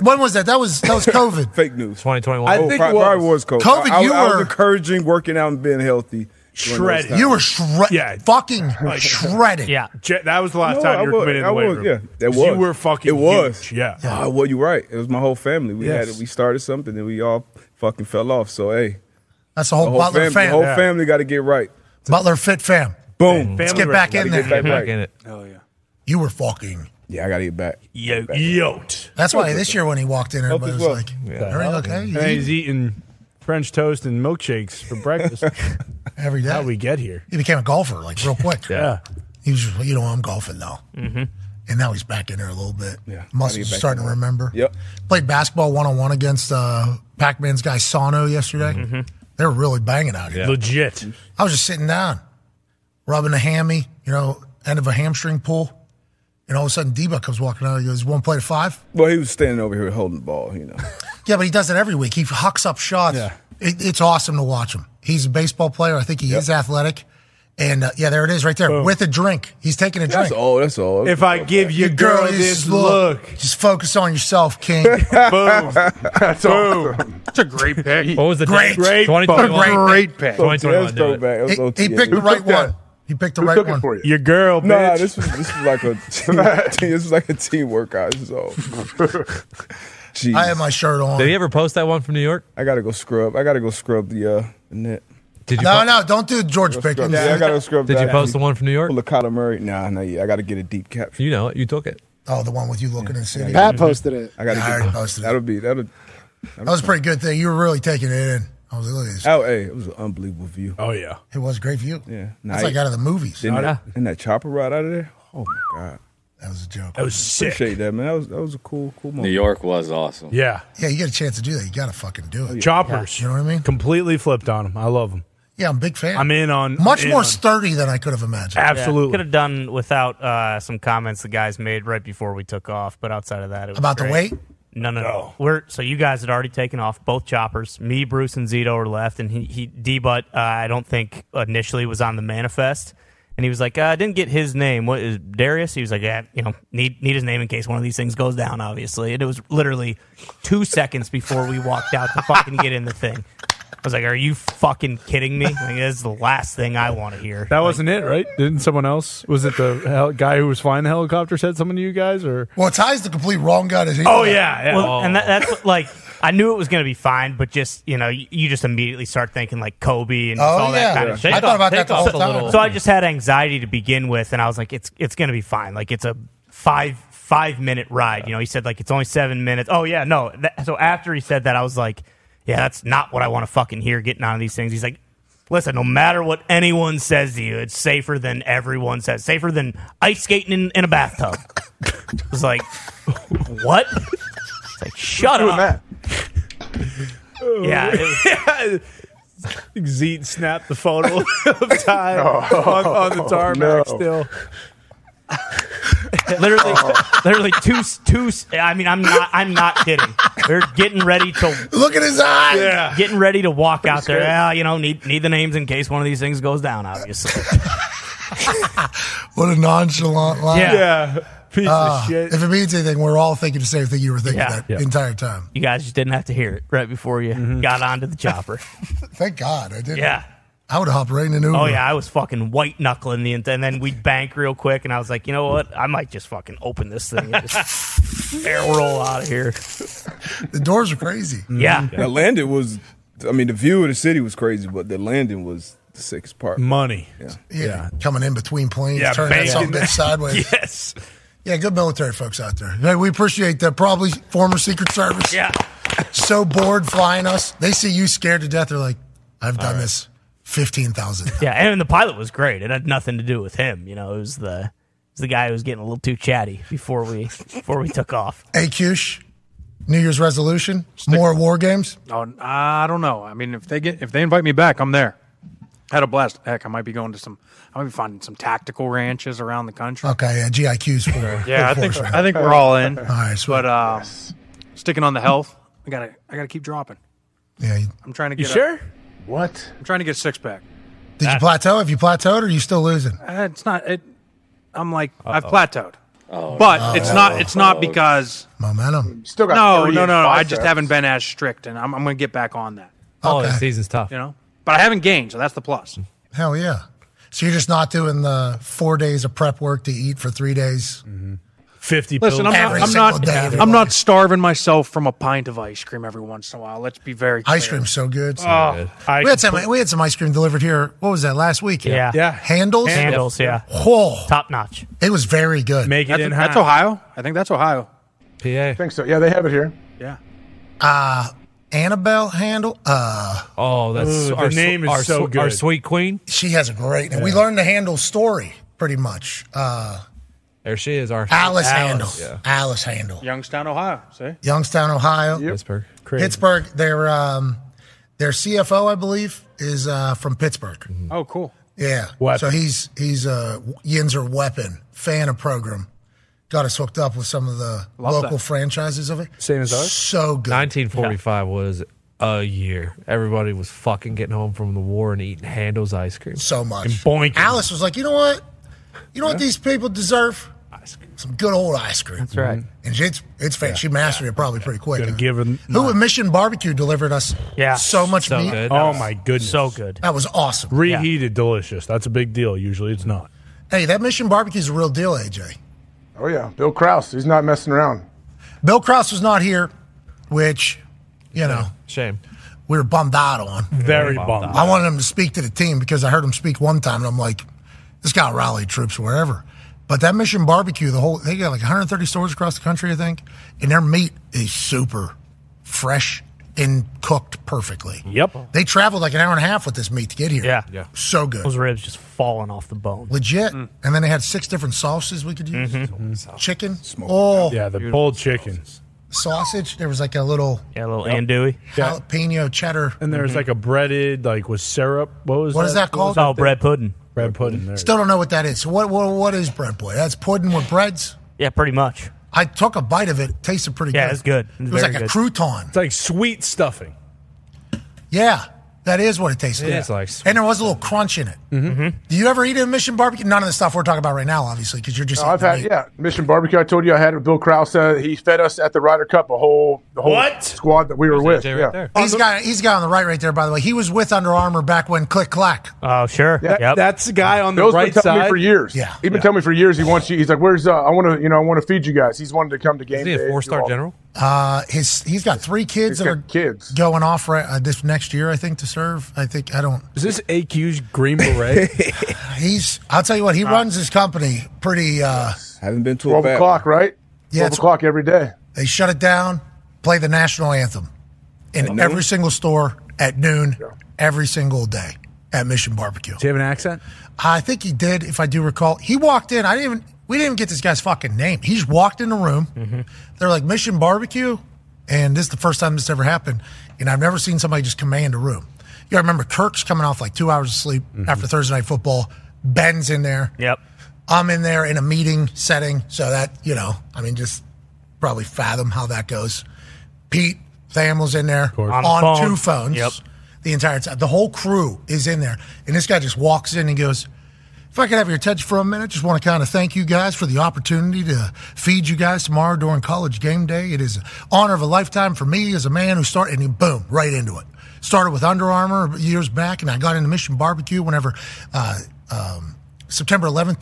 when was that? That was that was COVID. Fake news. 2021. I Oh, think prob- probably was. probably was was COVID. COVID. I- I- I, I was was encouraging working out and being healthy. Shredded. You were shredded. fucking shredded. Yeah, Je- that was the last No, time I you were was- committed to I the weight was, room. Yeah, that 'Cause was. You were fucking. It was. huge. Yeah. Ah, well, you're right. It was my whole family. We had Yes. it. We started something, and we all fucking fell off. So hey, That's the whole Butler family. fam. The whole Yeah. family got to get right. Butler Fit fam. Boom. Let's get back in there. Gotta Get back right. it. Hell yeah. You were fucking. Yeah, I got to get back. Yo, yoked. That's why this year when he walked in, everybody was like, "Everything okay?" And he's eating French toast and milkshakes for breakfast. Every day. How we get here? He became a golfer like real quick. Yeah. He was just, you know, I'm golfing now. Mm-hmm. And now he's back in there a little bit. Yeah. Gotta get Muscles back starting in to there. remember. Yep. Played basketball one on one against uh, Pac Man's guy Sano yesterday. They were really banging out here. Mm-hmm. Legit. I was just sitting down, rubbing a hammy, you know, end of a hamstring pull. And all of a sudden, Deba comes walking out. He goes, "One play to five? Well, he was standing over here holding the ball. You know. Yeah, but he does it every week. He hucks up shots. It, it's awesome to watch him. He's a baseball player. I think he is athletic. And uh, yeah, there it is, right there, with a drink. He's taking a drink. That's all. That's all. If I give your girl this look, just focus on yourself, King. boom. That's Boom. That's a great pick. What was the Great, great Great. Great pick. pick. That's throwback. That was He, OT. he picked the Who right took that? one. He picked the Who right took it one. for you? Your girl, No, nah, bitch. this was this was like a team, this was like a team workout. This is all. Jeez. I had my shirt on. Did he ever post that one from New York? I gotta go scrub. I gotta go scrub the uh, net. Did No, no, don't do George Scrub Pickens. that. I gotta scrub. Did you that. post the one from New York? Full of Kyler Murray. Nah, nah, yeah. I gotta get a deep capture. You know it. You took it. Oh, the one with you looking in the city. Pat posted it. I gotta Yeah, I get already posted it. That'll be that'll. That was a pretty good thing. You were really taking it in. I was like, look at this. Oh, hey, it was an unbelievable view. Oh yeah, It was a great view. yeah. That's like out of the movies. Didn't, that, didn't that chopper ride out of there? Oh my god, that was a joke. That was sick. Appreciate that, man. That was that was a cool cool moment. New York was awesome. Yeah. Yeah, you get a chance to do that. You got to fucking do Oh, it. Choppers. You know what I mean? Completely flipped on him. I love him. Yeah, I'm a big fan. I'm in on Much in more on- sturdy than I could have imagined. Could have done without uh, some comments the guys made right before we took off, but outside of that, it was About the great. weight? No, no, no. We're so you guys had already taken off both choppers. Me, Bruce, and Zito are left, and he, he D butt. Uh, I don't think initially was on the manifest, and he was like, uh, "I didn't get his name. What is Darius?" He was like, "Yeah, you know, need need his name in case one of these things goes down, obviously." And it was literally two seconds before we walked out to fucking get in the thing. was like, "Are you fucking kidding me? Like, this is the last thing I want to hear." That wasn't it, right? Didn't someone else? Was it the hel- guy who was flying the helicopter said something to you guys, or Well, Ty's the complete wrong guy to hear Oh that. yeah, yeah. Oh. Well, and that, that's what, like I knew it was going to be fine, but just you know, you, you just immediately start thinking like Kobe and Oh, all that yeah. kind of Yeah. shit. I thought about that the whole so, time. so I just had anxiety to begin with, and I was like, it's it's going to be fine. Like it's a five five minute ride. You know, he said like it's only seven minutes. Oh yeah, no. That, so after he said that, I was like, yeah, that's not what I want to fucking hear. Getting on these things, he's like. Listen, no matter what anyone says to you, it's safer than everyone says. Safer than ice skating in, in a bathtub. I was like, what? It's like, shut up. Yeah, yeah. Zeet snapped the photo of Oh, Ty on, on the tarmac. no. Still, literally, literally two, two. I mean, I'm not, I'm not kidding. They're getting ready to Look at his eyes. Yeah, getting ready to walk out there. scared. Yeah, you know, need need the names in case one of these things goes down. Obviously, What a nonchalant line. Ah. Yeah. Yeah. Piece of shit. uh, If it means anything, we're all thinking the same thing you were thinking Yeah. that Yeah. entire time. you guys just didn't have to hear it right before you got onto the chopper. Thank God I didn't. Yeah. I would have hopped right in an Uber. Oh yeah, I was fucking white knuckling the, and then we'd bank real quick, and I was like, you know what? I might just fucking open this thing and just air roll out of here. The doors are crazy. Mm-hmm. Yeah. The landing Mm-hmm. was, I mean, the view of the city was crazy, but the landing was the sickest part. Money. Yeah. Yeah. Coming in between planes, Yeah, turning that banging something bitch sideways. yes. Yeah, good military folks out there. Hey, we appreciate that. Probably former Secret Service. Yeah. So bored flying us. They see you scared to death. They're like, I've done this 15,000. Yeah, and the pilot was great. It had nothing to do with him. You know, it was the it was the guy who was getting a little too chatty before we before we took off. Hey, Cush, New Year's resolution? More war games? Oh, I don't know. I mean, if they get if they invite me back, I'm there. Had a blast. Heck, I might be going to some. I might be finding some tactical ranches around the country. Okay, yeah, GIQ's for. Yeah, I for think force, I think we're all in. All right, sweet. but um, sticking on the health, I gotta I gotta keep dropping. Yeah, you- I'm trying to You get. a- sure? What? I'm trying to get six pack. Did you plateau? Have you plateaued or are you still losing? Uh, it's not. It. I'm like I've plateaued. but it's not. It's not because momentum. Still no, no, no, no. I just haven't been as strict, and I'm, I'm going to get back on that. Oh, the season's tough. You know, but I haven't gained, so that's the plus. Hell yeah. So you're just not doing the four days of prep work to eat for three days? Fifty. Listen, I'm not. Every I'm single not, day of your I'm not starving myself from a pint of ice cream every once in a while. Let's be very. Clear. Ice cream's so good. Oh. So good. I we had some. compl- We had some ice cream delivered here. What was that last week? Yeah. Yeah. Handles. Handles, yeah. Whoa. Top notch. It was very good. Make That's, that's Ohio. I think that's Ohio. PA. I think so. Yeah, they have it here. Yeah. Uh Annabelle Handle. Uh Oh, that's Ooh, the our, sw- name is our, so sw- Our good. sweet queen. she has a great name. We learned the Handle story pretty much. Uh There she is. Our Alice, Mm-hmm. Handle. Alice Handle. Youngstown, Ohio. See. Youngstown, Ohio. Pittsburgh. Pittsburgh. Their um their CFO, I believe, is uh from Pittsburgh. Oh, cool. Yeah. Weapon. So he's he's a Yinzer weapon fan of program. Got us hooked up with some of the Love local that. franchises of it. Same as ours? So good. 1945 was a year. Everybody was fucking getting home from the war and eating Handel's ice cream. So much. And boinking. Alice was like, you know what? You know what these people deserve? Ice cream. Some good old ice cream. That's right. And it's it's fan. She mastered it probably pretty quick. Gonna huh? give him- Who at Mission Barbecue delivered us? Yeah. So much meat. Oh my goodness. So good. That was awesome. Reheated, delicious. That's a big deal. Usually, it's not. Hey, that Mission Barbecue's a real deal, AJ. Oh yeah, Bill Kraus. He's not messing around. Bill Kraus was not here, which, you know, Shame. we were bummed out on. Very Very bummed bummed out. I wanted him to speak to the team because I heard him speak one time, and I'm like, this guy rallied troops wherever. But that Mission Barbecue, the whole they got like 130 stores across the country, I think, and their meat is super fresh and cooked perfectly. Yep. They traveled like an hour and a half with this meat to get here. Yeah. yeah, so good. Those ribs just falling off the bone. Legit. Mm. And then they had six different sauces we could use. Mm-hmm. Chicken. Oh, Yeah, the pulled chicken. sausage. There was like a little Yeah, a little Yep. andouille. jalapeno cheddar. And there's Mm-hmm. like a breaded, like with syrup. What was What is that What was called? Oh, thing? bread pudding. Bread pudding. There. Still don't know what that is. So what what, what is bread boy? That's pudding with breads. Yeah, pretty much. I took a bite of it. It tasted pretty Yeah, good. it's good. It's it was very like a good. crouton. It's like sweet stuffing. Yeah. That is what it tastes It like. is like and there was a little crunch in it. Mm-hmm. Do you ever eat a Mission barbecue? None of the stuff we're talking about right now, obviously, because you're just. No, I've had yeah Mission Barbecue. I told you I had it with Bill Krause. Uh, he fed us at the Ryder Cup a whole the whole What? squad that we were with. yeah. He's got he's got on the right right there. By the way, he was with Under Armour back when Click Clack. Oh, sure. That- yep. That's the guy on Bill's been telling me for years. Yeah. he's been telling me for years. He wants you. He's like, "Where's uh, I want to you know I want to feed you guys." He's wanted to come to game. he a day and four-star do all- general? Uh, his he's got three kids He's that got are going off right, uh, this next year, I think, to serve. I think I don't. Is this AQ's Green Beret? He's. I'll tell you what. He runs his company pretty. Uh, Haven't been to a Twelve bad o'clock, right? Yeah, Twelve it's- o'clock every day. They shut it down. Play the national anthem in At every noon? single store at noon every single day at Mission Barbecue. Do you have an accent? I think he did, if I do recall. He walked in. I didn't even. We didn't even get this guy's fucking name. He just walked in the room. Mm-hmm. They're like Mission Barbecue, and this is the first time this ever happened. And I've never seen somebody just command a room. You gotta remember Kirk's coming off like two hours of sleep after Thursday night football. Ben's in there. Yep. I'm in there in a meeting setting, so that you know, I mean, just probably fathom how that goes. Pete Thamel's in there course. on, On the phone. two phones. Yep. The entire time, the whole crew is in there, and this guy just walks in and goes. If I could have your attention for a minute, just want to kind of thank you guys for the opportunity to feed you guys tomorrow during college game day. It is an honor of a lifetime for me as a man who started, and he- boom, right into it. Started with Under Armour years back, and I got into Mission Barbecue whenever uh, um, September 11th,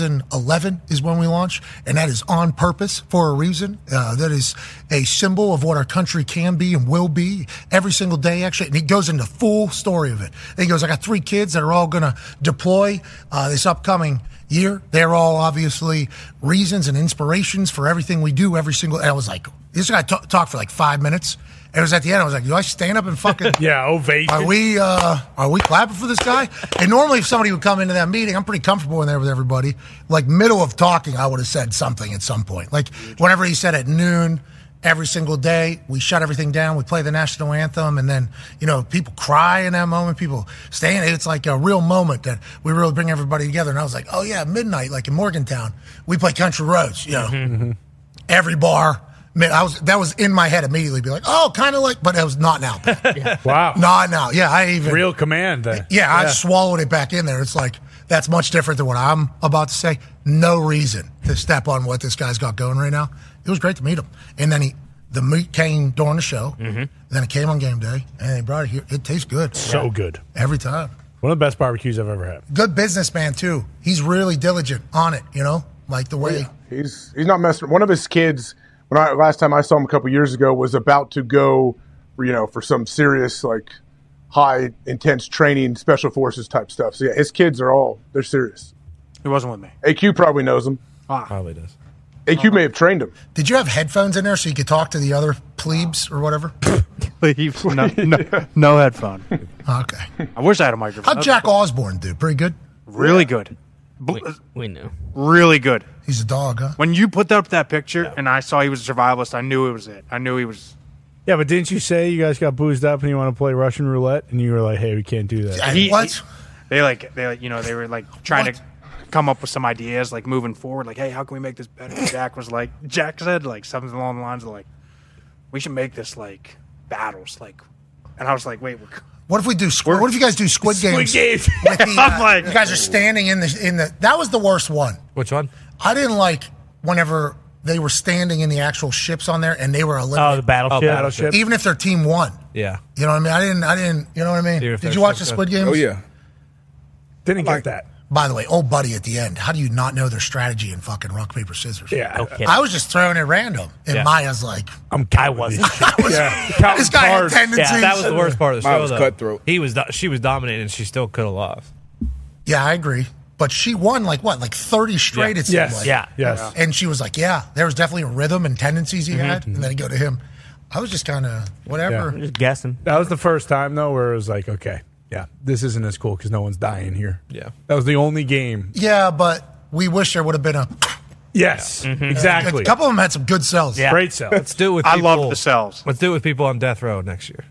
2011 is when we launched, and that is on purpose for a reason. Uh, that is a symbol of what our country can be and will be every single day, actually. And he goes into full story of it. And he goes, I got three kids that are all going to deploy uh, this upcoming year. They're all obviously reasons and inspirations for everything we do every single And I was like, this guy ta- talked for like five minutes. And it was at the end, I was like, do I stand up and fucking. yeah, ovation. Are we uh, are we clapping for this guy? And normally, if somebody would come into that meeting, I'm pretty comfortable in there with everybody. Like middle of talking, I would have said something at some point. Like whenever he said at noon every single day, we shut everything down. We play the national anthem, and then you know people cry in that moment. People stay in. It's like a real moment that we really bring everybody together. And I was like, oh yeah, midnight, like in Morgantown, we play country roads. You know, every bar. Man, I was that was in my head immediately. Be like, oh, kind of like, but it was not now. Wow. Not now. Yeah, I even Real command there. yeah, I swallowed it back in there. It's like that's much different than what I'm about to say. No reason to step on what this guy's got going right now. It was great to meet him, and then he the meat came during the show. Mm-hmm. Then it came on game day, and they brought it here. It tastes good, So good every time. One of the best barbecues I've ever had. Good businessman too. He's really diligent on it. You know, like the way. He's he's not messing. One of his kids, when I last time I saw him a couple years ago, was about to go, you know, for some serious like high intense training, special forces type stuff. So yeah, his kids are all they're serious. He wasn't with me. AQ probably knows him. Probably does. AQ may have trained him. Did you have headphones in there so you could talk to the other plebes or whatever? Leave. No, no, no headphone. Okay. I wish I had a microphone. How'd Jack Osborne do? Pretty good. Really good. We, know. Really good. He's a dog, huh? When you put up that picture and I saw he was a survivalist, I knew it was it. I knew he was. Yeah, but didn't you say you guys got boozed up and you want to play Russian roulette? And you were like, hey, we can't do that. he- he- they like they like, you know they were like trying to come up with some ideas like moving forward. Like, hey, how can we make this better? Jack was like, Jack said like something along the lines of like, we should make this like battles like, and I was like, wait, we're What if we do squid? What if you guys do squid Squid games? Game. with the, I'm uh, like- you guys are standing in the in the. That was the worst one. Which one? I didn't like whenever they were standing in the actual ships on there and they were eliminated. Oh, the battleship. Oh, battleship. Even if their team won, Yeah. you know what I mean. I didn't. I didn't. You know what I mean. Dude, if Did they're you watch the so Squid good. Games? Oh, yeah. Didn't get that. By the way, old buddy at the end. How do you not know their strategy in fucking rock paper scissors? Yeah. Okay. I was just throwing at random, and Yeah. Maya's like, I'm I wasn't. Counting This guy had cards. tendencies. Yeah, that was the worst part of the Mine show. was though. cutthroat. He was. do- She was dominating. and She still could have lost. "Yeah, I agree." But she won like what, like thirty straight? Yeah. It seemed Yes. like. Yeah. Yes. And she was like, "Yeah, there was definitely a rhythm and tendencies he Mhm. had." And then I go to him. I was just kind of whatever. Yeah. Just guessing. That was the first time though where it was like, okay, yeah, this isn't as cool because no one's dying here. Yeah, that was the only game. Yeah, but we wish there would have been a Yes, Mm-hmm. A couple of them had some good cells. Let's do it with. Oh, I love people- the cells. Let's do it with people on death row next year.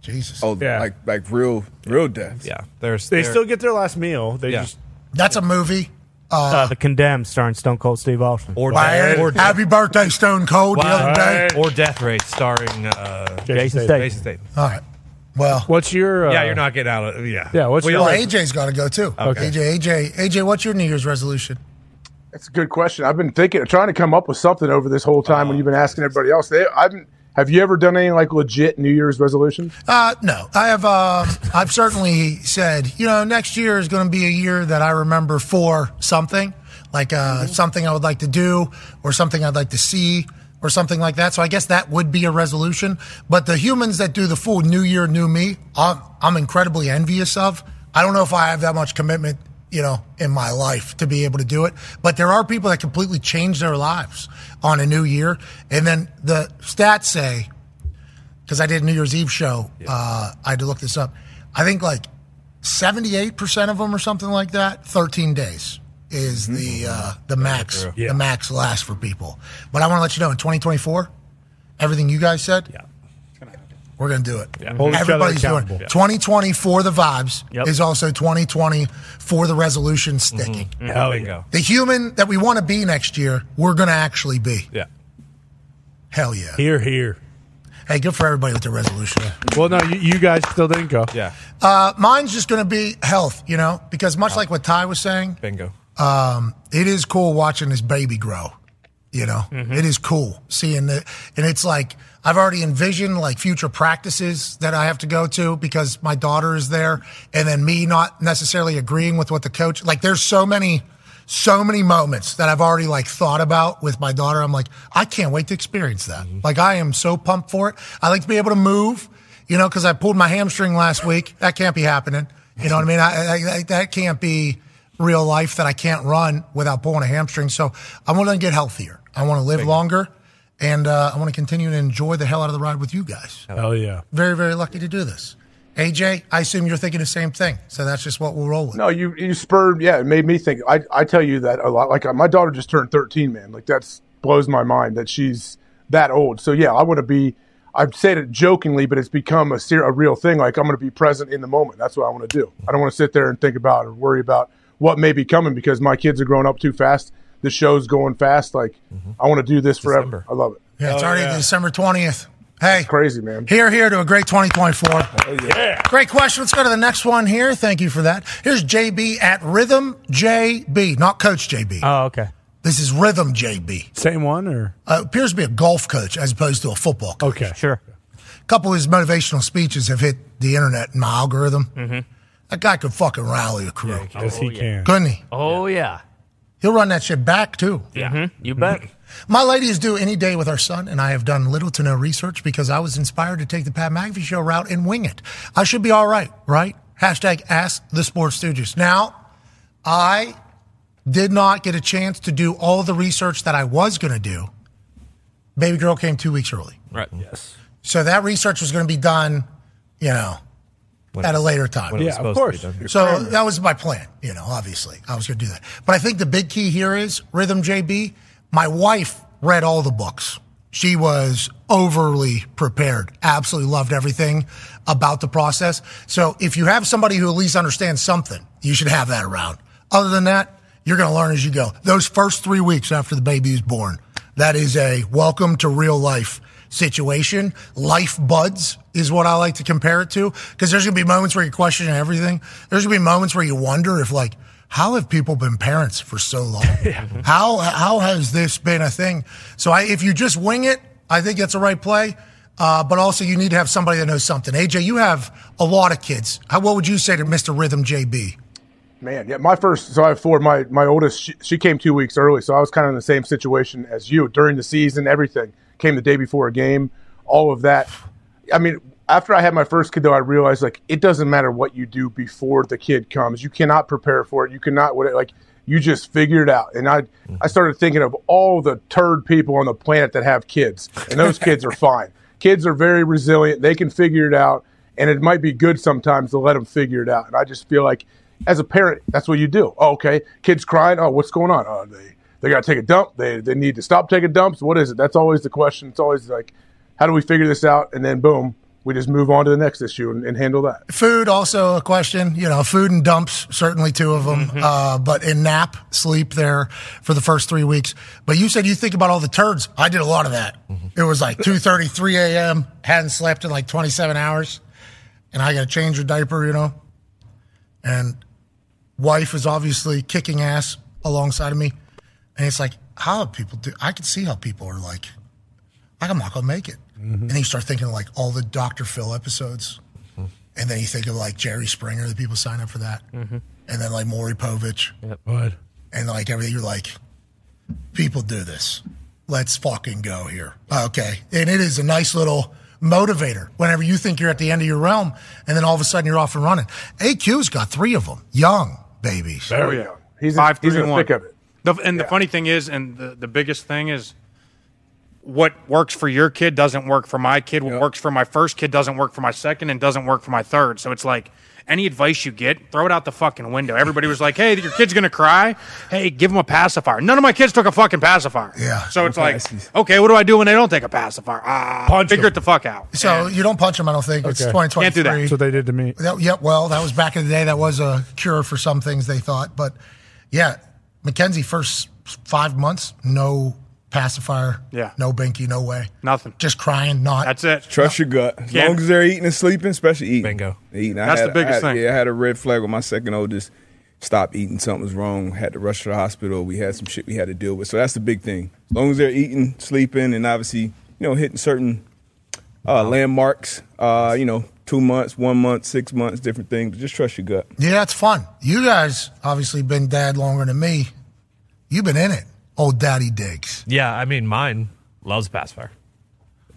Jesus. Oh, like like real real death. Yeah, there's They still get their last meal. They just That's a movie. Uh, Uh, the Condemned, starring Stone Cold Steve Austin. Or Why- happy birthday, Oh, Stone Cold, the other day. Or death rate starring uh, Jason Jason Statham. uh, Jason Statham. All right. Well, what's your? yeah, you're not getting out of. uh, Yeah, Yeah, what's well, your- AJ's got to go too. Okay. AJ, AJ, AJ, what's your New Year's resolution? That's a good question. I've been thinking, trying to come up with something over this whole time when you've been asking everybody else. They, I've not have you ever done any like legit New Year's resolution? Uh, no, I have. Uh, I've certainly said, you know, next year is going to be a year that I remember for something, like uh, something I would like to do, or something I'd like to see, or something like that. So I guess that would be a resolution. But the humans that do the full New Year, New Me, I'm, I'm incredibly envious of. I don't know if I have that much commitment, you know, in my life to be able to do it. But there are people that completely change their lives on a new year, and then the stats say because I did a New Year's Eve show. Uh, I had to look this up. I think like 78% of them or something like that, 13 days is Mm-hmm. the uh, the max true. the max last for people. But I want to let you know in 2024, everything you guys said, we're going to do it. Hold each other Everybody's doing accountable. Yeah. it. 2020 for the vibes Yep. is also 2020 for the resolution sticking. Mm-hmm. Hell yeah. The human that we want to be next year, we're going to actually be. Yeah. Hell yeah. Here, here. Hey, good for everybody with their resolution. Well, no, you, you guys still didn't go. Yeah. Uh, mine's just going to be health, you know, because much like what Ty was saying, Bingo. um, it is cool watching this baby grow. You know, It is cool seeing that, and it's like I've already envisioned like future practices that I have to go to because my daughter is there, and then me not necessarily agreeing with what the coach. Like, there's so many, so many moments that I've already like thought about with my daughter. I'm like, I can't wait to experience that. Like, I am so pumped for it. I like to be able to move. You know, because I pulled my hamstring last week. That can't be happening. You know what I mean? I, I, I, that can't be real life that I can't run without pulling a hamstring. So I want to get healthier. I want to live longer, and uh, I want to continue to enjoy the hell out of the ride with you guys. Hell yeah. Very, very lucky to do this. AJ, I assume you're thinking the same thing. So that's just what we'll roll with. No, you you spurred. Yeah, it made me think. I I tell you that a lot. Like uh, my daughter just turned 13, man. Like that's blows my mind that she's that old. So yeah, I want to be. I've said it jokingly, but it's become a ser- a real thing. Like I'm going to be present in the moment. That's what I want to do. I don't want to sit there and think about or worry about what may be coming because my kids are growing up too fast. The show's going fast. Like I want to do this forever. I love it. Yeah, it's already December 20th. Hey, crazy man. Here, here to a great 2024. Oh, yeah. Great question. Let's go to the next one here. Thank you for that. Here's JB at Rhythm JB, not Coach JB. Oh, okay. This is Rhythm JB. Same one or? Uh, appears to be a golf coach as opposed to a football coach. Okay. Sure. A couple of his motivational speeches have hit the internet in my algorithm. Mhm. That guy could fucking rally a crew. Yes, he can. Couldn't he? Oh yeah. He'll run that shit back too. Yeah. Mm-hmm. You bet. My ladies do any day with our son, and I have done little to no research because I was inspired to take the Pat McAfee show route and wing it. I should be all right, right? Hashtag ask the sports stooges. Now, I did not get a chance to do all the research that I was going to do. Baby girl came two weeks early. Right. Yes. So that research was going to be done, you know, When at it a was- later time. when it was Yeah, of supposed to be course. So done. that was my plan, you know, obviously. I was going to do that. But I think the big key here is Rhythm JB, my wife read all the books. She was overly prepared, absolutely loved everything about the process. So if you have somebody who at least understands something, you should have that around. Other than that, you're going to learn as you go. Those first three weeks after the baby is born, that is a welcome to real life situation. Life buds is what I like to compare it to because there's going to be moments where you're questioning everything. There's going to be moments where you wonder if, like, how have people been parents for so long? How how has this been a thing? So I, if you just wing it, I think that's the right play. Uh, but also, you need to have somebody that knows something. AJ, you have a lot of kids. How, what would you say to Mr. Rhythm JB? Man, yeah, my first. So I have four. My my oldest, she, she came two weeks early, so I was kind of in the same situation as you during the season. Everything came the day before a game, all of that. I mean, after I had my first kid, though, I realized like it doesn't matter what you do before the kid comes. You cannot prepare for it. You cannot what like you just figure it out. And I I started thinking of all the turd people on the planet that have kids, and those kids are fine. Kids are very resilient. They can figure it out, and it might be good sometimes to let them figure it out. And I just feel like as a parent, that's what you do. Oh, okay, kids crying. Oh, what's going on? Oh, they they got to take a dump. They they need to stop taking dumps. What is it? That's always the question. It's always like, how do we figure this out? And then boom, we just move on to the next issue and, and handle that. Food also a question. You know, food and dumps certainly two of them. Uh, but in nap, sleep there for the first three weeks. But you said you think about all the turds. I did a lot of that. It was like 2.33 a.m. hadn't slept in like 27 hours. and I got to change her diaper, you know. And wife is obviously kicking ass alongside of me, and it's like, how do people do? I can see how people are like, I'm not gonna make it. And then you start thinking of like all the Dr. Phil episodes, and then you think of like Jerry Springer, the people sign up for that, and then like Maury Povich, What? and like everything. You're like, people do this. Let's fucking go here. Okay. And it is a nice little motivator whenever you think you're at the end of your realm and then all of a sudden you're off and running. AQ's got three of them. Young babies. Oh yeah, Five, three, and one. The, and the Yeah. funny thing is, and the, the biggest thing is, what works for your kid doesn't work for my kid. What works for my first kid doesn't work for my second, and doesn't work for my third. So it's like any advice you get, throw it out the fucking window. Everybody was like, "Hey, your kid's gonna cry. Hey, give him a pacifier." None of my kids took a fucking pacifier. Yeah. So it's like, okay, what do I do when they don't take a pacifier? Ah, figure it the fuck out. So you don't punch them, I don't think. It's 2023. Can't do that. That's what they did to me. That, yeah, well, that was back in the day. That was a cure for some things they thought. But yeah, Mackenzie, first five months, no pacifier. Yeah. No binky, no way. Nothing. Just crying, not. That's it. Trust your gut. As Can't- long as they're eating and sleeping, especially eating. Bingo. Eating. I That's had- the biggest I had- thing. Yeah, I had a red flag with my second oldest. Stopped eating. Something's wrong. Had to rush to the hospital. We had some shit we had to deal with. So that's the big thing. As long as they're eating, sleeping, and obviously, you know, hitting certain uh, landmarks. Uh, you know, two months, one month, six months, different things. Just trust your gut. Yeah, it's fun. You guys obviously been dad longer than me. You've been in it, old daddy digs. Yeah, I mean, mine loves pacifier.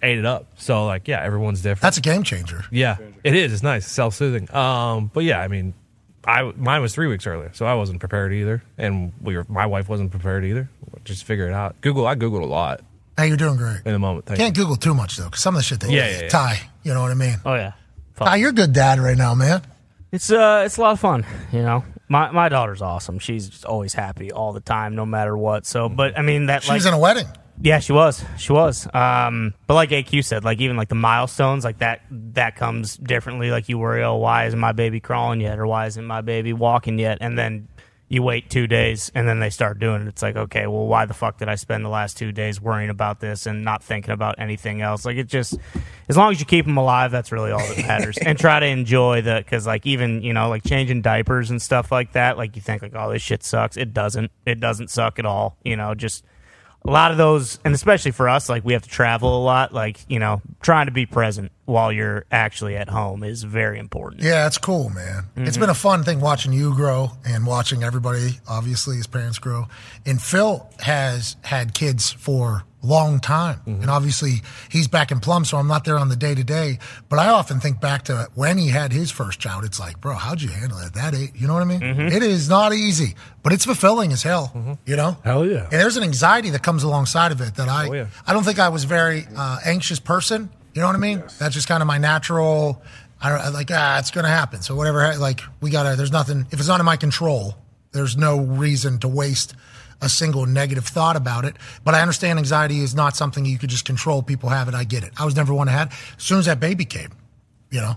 Ate it up. So, like, yeah, everyone's different. That's a game changer. Yeah, it is. It's nice, self soothing. Um, but yeah, I mean, I mine was three weeks earlier, so I wasn't prepared either, and we were my wife wasn't prepared either. Just figure it out. Google. I googled a lot Hey, you're doing great. in the moment. Thank Can't Google too much though, because some of the shit they Yeah, yeah, yeah. Ty, you know what I mean? Oh yeah. Ty, you're a good dad right now, man. It's uh, it's a lot of fun. You know, my my daughter's awesome. She's just always happy all the time, no matter what. So, but I mean that She was like- in a wedding. Yeah, she was. She was. Um, but like AQ said, like even like the milestones, like that that comes differently. Like you worry, oh, why isn't my baby crawling yet, or why isn't my baby walking yet? And then you wait two days, and then they start doing it. It's like, okay, well, why the fuck did I spend the last two days worrying about this and not thinking about anything else? Like it just, as long as you keep them alive, that's really all that matters. and try to enjoy the because like even you know like changing diapers and stuff like that. Like you think like, oh, this shit sucks. It doesn't. It doesn't suck at all. You know, just a lot of those and especially for us like we have to travel a lot like you know trying to be present while you're actually at home is very important Yeah, it's cool, man. It's Mhm. been a fun thing watching you grow and watching everybody, obviously, his parents grow. And Phil has had kids for a long time. And obviously, he's back in Plum, so I'm not there on the day to day. But I often think back to when he had his first child. It's like, bro, how'd you handle it at that age? You know what I mean? It is not easy, but it's fulfilling as hell, you know? Hell yeah. And there's an anxiety that comes alongside of it that I I don't think I was a very uh, anxious person. You know what I mean? That's just kind of my natural. I don't I like ah, it's gonna happen. So whatever, ha- like we gotta. There's nothing. If it's not in my control, there's no reason to waste a single negative thought about it. But I understand anxiety is not something you could just control. People have it. I get it. I was never one that had. As soon as that baby came, you know,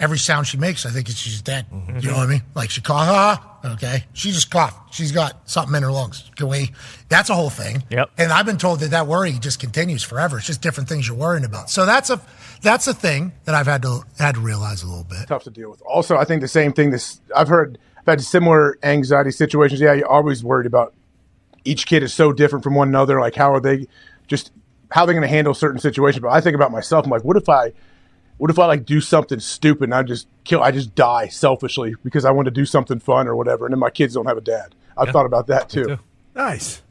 every sound she makes, I think it's she's dead. You know what I mean? Like she cough, ah, okay. She just coughed. She's got something in her lungs. Can we? That's a whole thing. Yep. And I've been told that that worry just continues forever. It's just different things you're worrying about. So that's a that's a thing that I've had to had to realize a little bit. Tough to deal with. Also, I think the same thing. This I've heard. I've had similar anxiety situations. Yeah, you're always worried about each kid is so different from one another. Like, how are they just how are they going to handle certain situations? But I think about myself. I'm like, what if I, what if I like do something stupid and I just kill, I just die selfishly because I want to do something fun or whatever, and then my kids don't have a dad. I've thought about that too. Nice.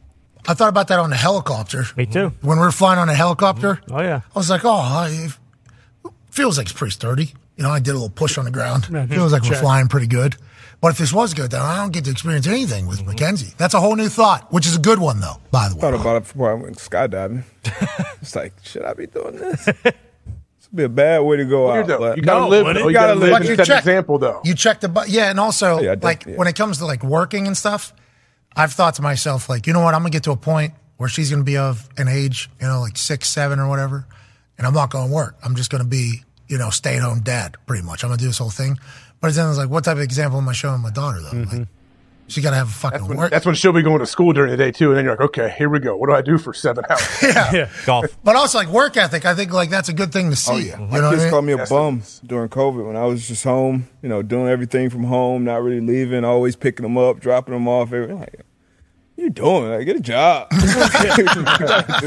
I thought about that on the helicopter. Me too. When we were flying on a helicopter. Oh yeah. I was like, oh, I, it feels like it's pretty sturdy. You know, I did a little push on the ground. Yeah, feels like we're check. flying pretty good. But if this was good, then I don't get to experience anything with Mackenzie. That's a whole new thought, which is a good one though. By the way, Thought about it before I went skydiving. it's like, should I be doing this? This would be a bad way to go Well, out. you're dope. but- You gotta No, live, but though. it- You gotta live But and you set an check- example, though. You check the bu- yeah, and also Yeah, I did, like yeah. when it comes to like working and stuff, I've thought to myself like, you know what, I'm gonna get to a point where she's gonna be of an age, you know, like six, seven or whatever, and I'm not gonna work. I'm just gonna be, you know, stay at home dad pretty much. I'm gonna do this whole thing. But then it's like, what type of example am I showing my daughter though? Like, So you got to have a fucking That's when, work. that's when she'll be going to school during the day too, and then you're like, okay, here we go. What do I do for seven hours? yeah, golf. But also like work ethic, I think like that's a good thing to see. Oh yeah, You my know what I kids mean? called me a bum during COVID when I was just home, you know, doing everything from home, not really leaving, always picking them up, dropping them off. Every, like, what you doing? Like, get a job. Do something. Like,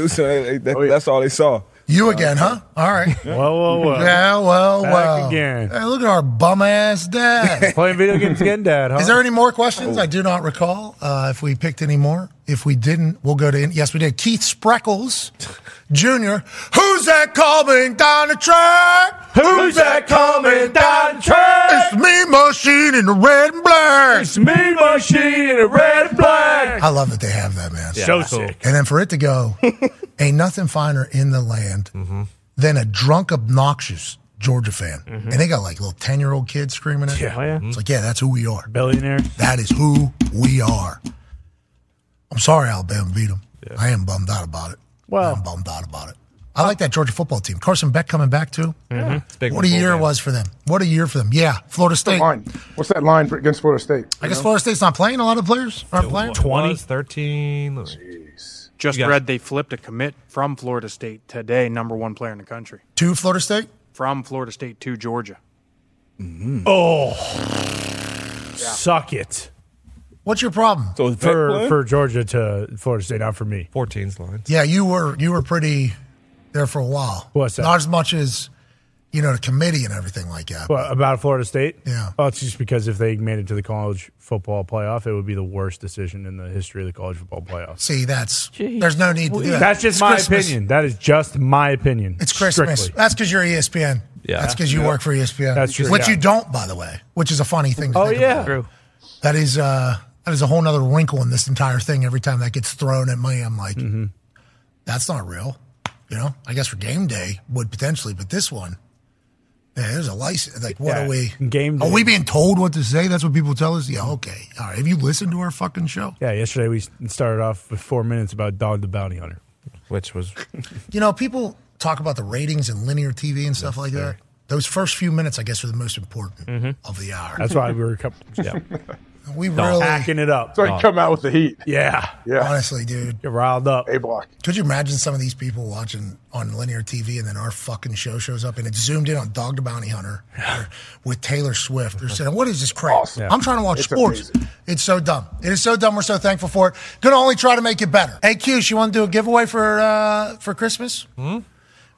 Oh, that- That's all they saw. You again, huh? All right. Whoa, whoa, whoa. Yeah, well, Back well. again. Hey, look at our bum ass dad. Playing video games again, Dad, huh? Is there any more questions? I do not recall uh, if we picked any more. If we didn't, we'll go to. Yes, we did. Keith Spreckles Jr. Who's that coming down the track? Who's that coming down the track? It's me, Machine, in the red and black. It's me, Machine, in the red and black. I love that they Mm-hmm. have that, man. Yeah, So that's cool. sick. And then for it to go, ain't nothing finer in the land Mm-hmm. than a drunk, obnoxious Georgia fan. And they got like little 10 year old kids screaming at Mm-hmm. Yeah. them. Oh, yeah. It's like, yeah, that's who we are. Billionaire. That is who we are. I'm sorry Alabama beat them. I am bummed out about it. Well, I'm bummed out about it. I like that Georgia football team. Carson Beck coming back too. Mm-hmm. Mhm. It's a big What a football year it game. was for them. What a year for them. Yeah, Florida State. Line. What's that line for, against Florida State? I guess Florida State's not playing. A lot of players aren't playing. 20? 13. Just You got- read they flipped a commit from Florida State today, number one player in the country. Two Florida State? From Florida State to Georgia. Mm-hmm. Oh, suck it. What's your problem? So for for Georgia to Florida State, not for me. 14's line. Yeah, you were you were pretty there for a while. What's that? Not as much as you know the committee and everything like that. What, about Florida State? Yeah. Oh, it's just because if they made it to the college football playoff, it would be the worst decision in the history of the college football playoff. See, that's there's no need to do that. That's just It's my Christmas. opinion. That is just my opinion. It's Christmas. Strictly. That's because you're E ESPN. Yeah. That's because you Yeah. work for E ESPN. That's true. Which Yeah. you don't, by the way. Which is a funny thing. To Oh, think yeah. about. That is uh, that is a whole nother wrinkle in this entire thing. Every time that gets thrown at me, I'm like, Mm-hmm. that's not real. You know, I guess for game day would potentially, but this one, man, there's a license. Like, what Yeah. are we? Game Are day. we being told what to say? That's what people tell us. Yeah, okay, all right. Have you listened to our fucking show? Yeah, yesterday we started off with four minutes about Dog the Bounty Hunter, which was You know, people talk about the ratings and linear TV and stuff like that. Those first few minutes, I guess, are the most important mm-hmm. of the hour. that's why we were co- yeah. We really hacking it up. That's why you come out with the heat. Yeah, yeah. Honestly, dude, get riled up. A block. Could you imagine some of these people watching on linear TV and then our fucking show shows up and it's zoomed in on Dog the Bounty Hunter or with Taylor Swift? They're saying, What is this crap? Yeah. I'm trying to watch It's sports. It's so dumb. It is so dumb. We're so thankful for it. Gonna only try to make it better. Hey, Q, you want to do a giveaway for uh, for Christmas? Hmm?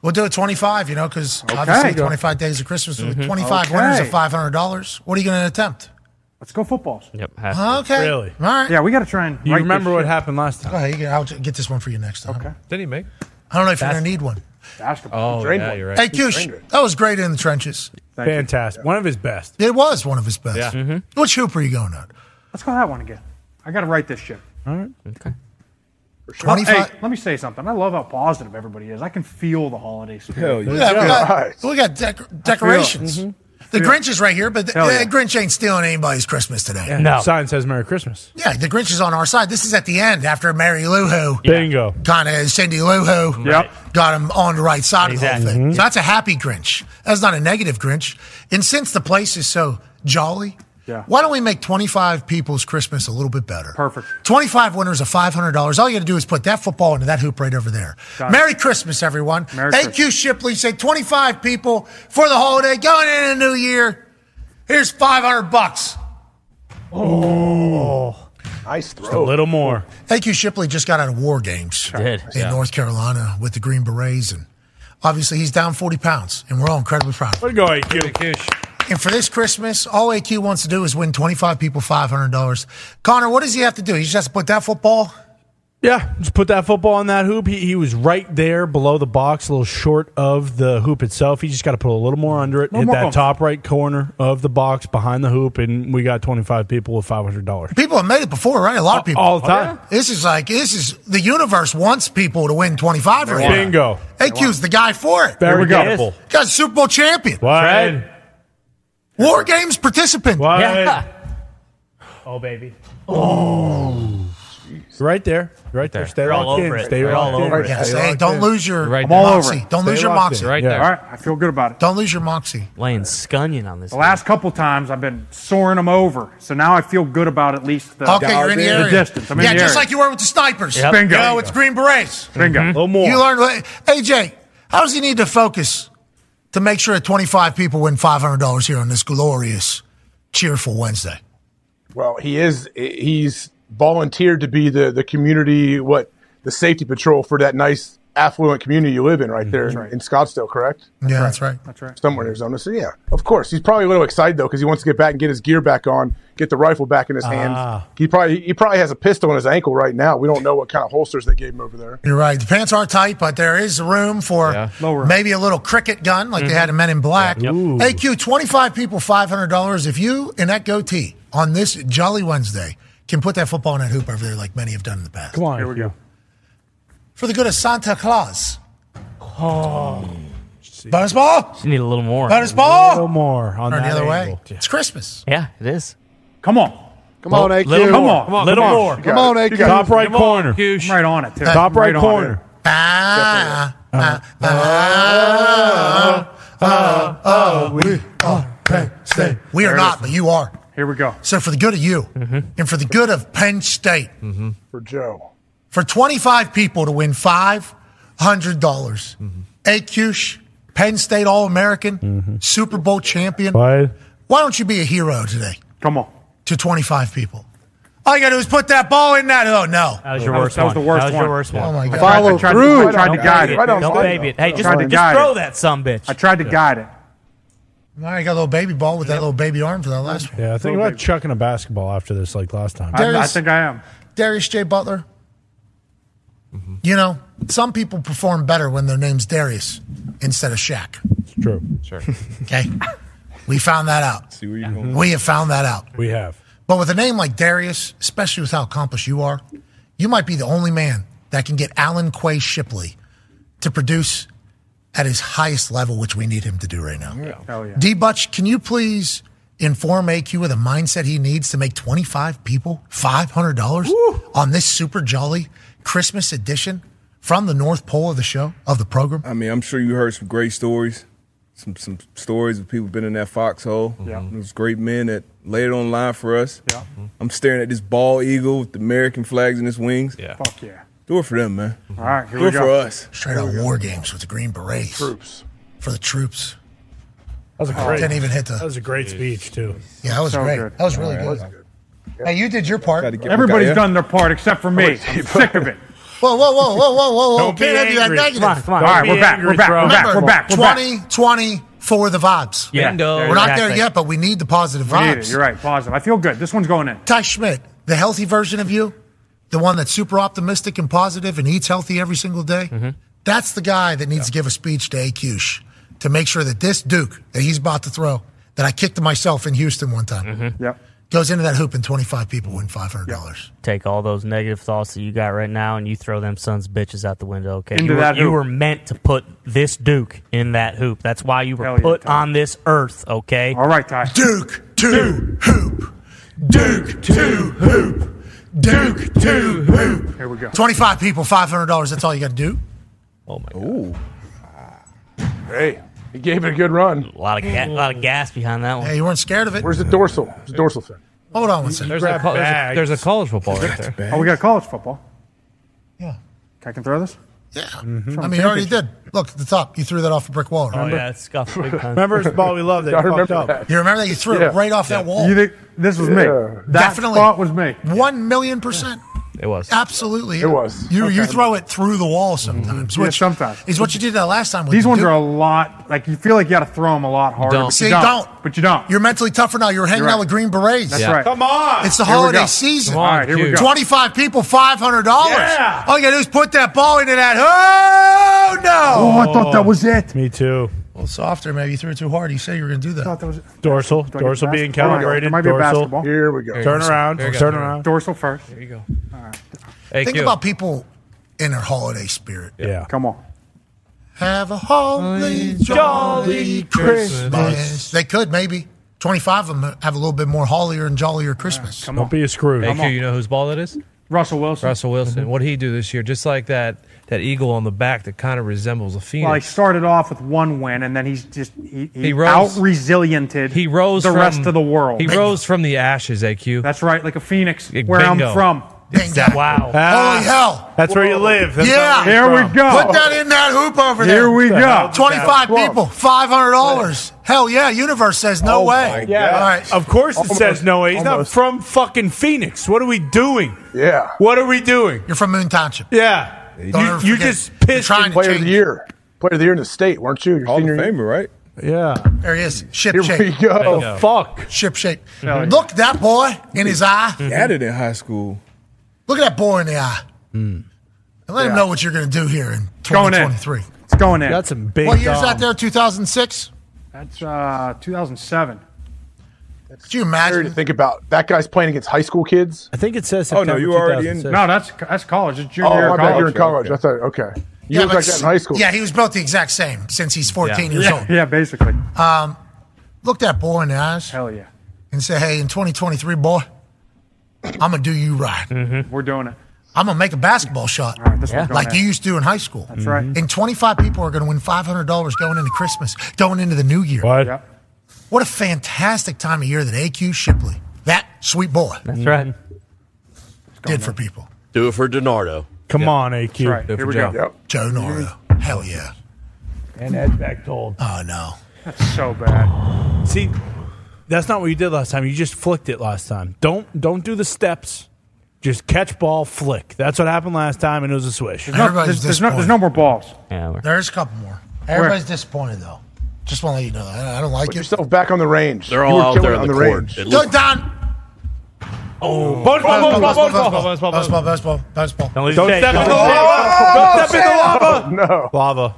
We'll do it 25, you know, because obviously 25 days of Christmas with Mhm. 25 winners of Okay. $500. What are you going to attempt? Let's go football. Yep. Okay. Really? All right. Yeah, we got to try and. You remember what happened last time? Go ahead, you can- I'll j- get this one for you next time. Okay. Did he make? I don't know if you're That's- going to need one. Oh, Drained yeah, one. you're right. Hey, Kush, that was great in the trenches. Fantastic. One of his best. It was one of his best. Yeah. Mhm. Mm-hmm. Which hoop are you going at? Let's go that one again. I got to write this shit. All right. Okay. Well, hey, 25 let me say something. I love how positive everybody is. I can feel the holiday Hell spirit. yeah. Yeah, we got- we got dec- decorations. I feel it. Mhm. The Yeah. Grinch is right here, but the, Mm-hmm. Hell uh, yeah. Grinch ain't stealing anybody's Christmas today. Sign says Merry Christmas. Yeah, the Grinch is on our side. This is at the end after Mary Lou Who. Bingo. Kind of Cindy Lou Who. Yep. Got him on the right side of the Exactly. whole thing. Mhm. So that's a happy Grinch. That's not a negative Grinch. And since the place is so jolly, Yeah. why don't we make 25 people's Christmas a little bit better? Perfect. 25 winners of $500. All you got to do is put that football into that hoop right over there. Got it. Merry Christmas, everyone. Merry Thank you, Shipley. Say 25 people for the holiday. Going into the new year. Here's 500 bucks. Oh. Nice throw. Just a little more. Thank you, Shipley. Just got out of war games Did, in yeah. North Carolina with the Green Berets, and obviously he's down forty pounds, and we're all incredibly proud. of him. Way to go, AQ. And for this Christmas, all AQ wants to do is win twenty-five people five hundred dollars. Connor, what does he have to do? He just has to put that football. Yeah, just put that football in that hoop. He, he was right there below the box, a little short of the hoop itself. He just got to put a little more under it, One hit more that bump. top right corner of the box behind the hoop, and we got 25 people with $500. People have made it before, right? A lot of people all the time. This is like this is the universe wants people to win twenty-five. Right now. Bingo. AQ's the guy for it. Very Here we go. gettable. Got a Super Bowl champion. What? War Games participant. What? Oh, baby. Oh. Right there. Right there. Stay You're all locked over in. it. Stay You're locked all in. over it. Stay Yes, locked hey, don't in. lose your Right I'm all there. over it. Don't Stay lose your locked in. moxie. Right Yeah. there. All All right, I feel good about it. Don't lose your moxie. Laying scunion on this. The last couple times I've been soaring them over, so now I feel good about at least the, okay, you're in the area. distance. I'm in yeah, the just area. like you were with the snipers. Yep. Bingo. You know, it's Green Berets. Mm-hmm. Bingo. Mhm. A little more. You learned. AJ, how does he need to focus to make sure that 25 people win $500 here on this glorious, cheerful Wednesday? Well, he is. He's volunteered to be the the community what the safety patrol for that nice affluent community you live in right there in- in Scottsdale, correct? Yeah, Mm-hmm. that's right. That's right. Somewhere in Arizona. So yeah, of course he's probably a little excited though because he wants to get back and get his gear back on, get the rifle back in his hands. Ah. He probably he probably has a pistol in his ankle right now. We don't know what kind of holsters they gave him over there. You're right. The pants are tight, but there is room for maybe a little cricket gun like they Mhm. had in Men in Black. Yep. Ooh. AQ, 25 people, $500. If you, in that goatee, on this Jolly Wednesday, can put that football in that hoop over there like many have done in the past. Come on. Here we go. For the good of Santa Claus. Oh. Bonus ball? You need a little more. Bonus ball? A little more on Turn the that other way. angle. It's Christmas. Yeah, it is. Come on. Come on, AQ. Little Come more. on. Little Come on. more. You got Come it. on, You AQ. got it. Top right Come on, corner. I'm right on it. Too. Top right on it. corner. Ah. Oh, oh, we are Penn State. We There are it not, is. but you are. Here we go. Mm-hmm. So for the good of you, and for the good of Penn State, Mm-hmm. For Joe. for 25 people to win $500, dollars Mm-hmm. AQ, Penn State All American, Super Bowl champion. Why? Why don't you be a hero today? Come on. To 25 people. All you got to do is put that ball in that. Oh, no. That was your worst That was one. the worst that was your one. worst one. Oh, my I God. tried- I tried to- I tried to Don't guide baby it. it. Don't baby it. Hey, I just, tried to just guide throw it. that some bitch. I tried to guide it. All right, got a little baby ball with that little baby arm for that last one. Yeah, I think Little about chucking a basketball after this, like last time. I- I Darius- think I am. Darius J. Butler. You know, some people perform better when their name's Darius instead of Shaq. It's true. Sure. Okay? we found that out. See where you're going. We have found that out. We have. But with a name like Darius, especially with how accomplished you are, you might be the only man that can get Alan Quay Shipley to produce at his highest level, which we need him to do right now. Hell yeah. D Butch, can you please inform AQ of the mindset he needs to make 25 people $500 on this super jolly Christmas edition from the North Pole of the show, of the program? I mean, I'm sure you heard some great stories, some some stories of people been in that foxhole. Yeah, Mm-hmm. those great men that laid it on the line for us. Yeah, I'm staring at this bald eagle with the American flags in its wings. Yeah, fuck yeah. Do it for them, man. All right, here do we it go. for us. Straight out war games with the Green Berets. Troops. For the troops. That was a Oh, great. didn't even hit the- That was a great speech too. Yeah, that was great. That was really good. Hey, you did your part. Everybody's done their part except for me. I'm sick of it. Whoa, whoa, whoa, whoa, whoa, whoa, whoa. Don't be Can't have you that angry. negative. Come on, come on. All right, Don't we're be back, angry, we're back, bro. we're back, we're Remember, back, we're back. 2020 for the vibes. Yeah, Bingo. We're not there exactly. yet, but we need the positive We need it. vibes. You're right. Positive. I feel good. This one's going in. Ty Schmidt, the healthy version of you, the one that's super optimistic and positive and eats healthy every single day, Mm-hmm. that's the guy that needs to give a speech to AQ to make sure that this Duke that he's about to throw, that I kicked to myself in Houston one time, Yep. goes into that hoop and 25 people win $500. Take all those negative thoughts that you got right now, and you throw them sons of bitches out the window. Okay, Into you, were, that you hoop. were meant to put this Duke in that hoop. That's why you were Hell yeah, put on this earth. Okay. All right, Ty. Duke two hoop. Duke two hoop. Duke two hoop. Here we go. 25 people, $500. That's all you got to do. Oh, my God. Hey, he gave it a good run. A lot of ga- a lot of gas behind that one. Hey, you weren't scared of it. Where's the dorsal? It's a dorsal fin. Hold on one second. There's a, col- there's, a, there's a college football right there. Oh, we got college football. Yeah. I can throw this? Mm-hmm. Yeah. I mean, you already did. Look at the top. You threw that off a brick wall. Remember? yeah, it's scuffed big time. Remember, it's the ball we loved that you fucked up. You remember that? You threw it right off that wall. You think this was me? Yeah. That Definitely. thought was me. One million percent. It was. Absolutely. It was. You you Okay. throw it through the wall sometimes, Yeah, which sometimes. is what you did that last time. With These the ones Duke. are a lot. Like you feel like you got to throw them a lot harder. But See, you don't. don't. But you don't. You're mentally tougher now. You're hanging You're right. out with Green Berets. That's Yeah. right. Come on! It's the Here we holiday go. season. Come on, All right, here we Hugh. go. 25 people, $500. Yeah. All you got to do is put that ball into that. Oh, no. Oh, I thought that was it. Me too. A little softer, maybe. You threw it too hard. You said you were going to do that. I thought that was Dorsal. Dorsal being calibrated. There might be a dorsal. basketball. Here we go. Turn around. Turn around. Dorsal first. There you go. All right. Think about people in their holiday spirit. Yeah. Come on. Have a holy, jolly Christmas. They could, maybe. 25 of them have a little bit more holier and jollier Christmas. Come on. Be a screw. AQ, you know whose ball that is? Russell Wilson. Russell Wilson. What did he do this year? Just like that that eagle on the back that kind of resembles a phoenix. Well, he started off with one win, and then he's just he, he, He out rose- resiliented. He rose the from, rest of the world. He rose from the ashes, AQ. That's right, like a phoenix. where I'm from. Wow. Ah. Holy hell. Ah. That's where you live. That's yeah. not where you're Here we from. go. Put that in that hoop over there. Here we What the go. hell is that? 25 Whoa. people, $500. Hell yeah. Universe says Oh no way. Yeah, All right. of course it says no way. He's Almost. not from fucking Phoenix. What are we doing? Yeah. What are we doing? You're from Moon Township. Yeah. You, Don't ever you forget. just pissed. trying to Player of the change. year. Player of the year in the state, weren't you? Your Hall senior of Famer, right? Yeah. There he is. Ship Here shape. we go. There you go. Fuck. Ship shape. Mhm. Look that boy in his eye. Had it in high school. Look at that boy in the eye. And let him Yeah. know what you're going to do here in Hmm. going in. 2023. It's going in. Got some What year's that there? 2006? That's uh, 2007. Could you imagine? To think about that guy's playing against high school kids. I think it says. Oh, no, you were already in- No, that's that's college. It's junior Oh, year my of bad. college. You're in college. I thought. Okay. You look but like that in high school. Yeah, he was built the exact same since he's 14 years Oh. yeah. old. Yeah, basically. Um, look that boy in the eyes. Hell yeah. And say, hey, in 2023, boy, I'm going to do you right. We're doing it. I'm going to make a basketball shot this one's going like in. you used to in high school. That's right. And 25 people are going to win $500 going into Christmas, going into the new year. What? What a fantastic time of year that AQ Shipley, that sweet boy, That's right. did for people. Do it for Donardo. Come on, AQ. Do it for Joe. Joe Nordo. Hell yeah. And Ed's back told. Oh no. That's so bad. See, that's not what you did last time. You just flicked it last time. Don't don't do the steps. Just catch ball, flick. That's what happened last time, and it was a swish. There's no, there's, there's no, there's no more balls. There's a couple more. Everybody's disappointed, though. Just want to let you know that. I I don't like Put it. yourself back on the range. They're You were all out there killing on it the, court. It Go, looks- Don! Oh, Bounce ball, ball, bounce bounce ball, ball, bounce ball, bounce ball, bounce ball, bounce ball. Don't lose Don't your step shape. in the lava. Don't step in the lava. No. Lava.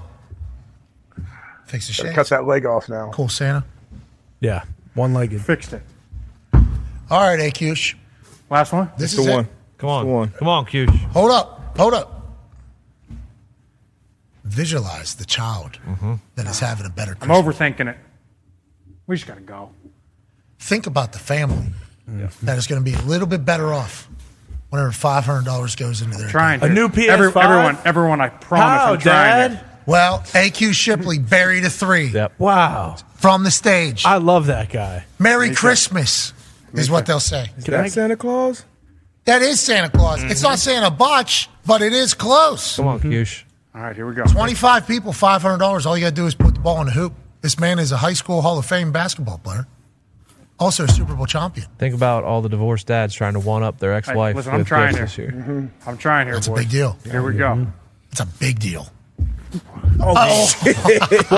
Fix the Cut that leg off now. Cool Santa. Yeah, one legged. Fixed it. All right, AQ. Last one. This the is one. it. Come on. Come on, Cush. Hold up. Hold up. Visualize the child that is having a better I'm Christmas. overthinking it. We just got to go. Think about the family that is going to be a little bit better off whenever $500 goes into their Trying account. to. Every- everyone, everyone, I promise. I'm trying to. Well, AQ Shipley buried a three. Wow. From the stage. I love that guy. Merry Christmas is what they'll say. Is that Santa Claus? That is Santa Claus. It's not Santa Botch, but it is close. Come on, Mm-hmm. Cush. All right, here we go. 25 people, $500. All you got to do is put the ball in the hoop. This man is a high school Hall of Fame basketball player, also a Super Bowl champion. Think about all the divorced dads trying to one up their Hey, ex-wife. listen, I'm with trying gifts here. Mm-hmm. this year. I'm trying here, That's a boys. big deal. Here we go. It's a big deal. Oh, What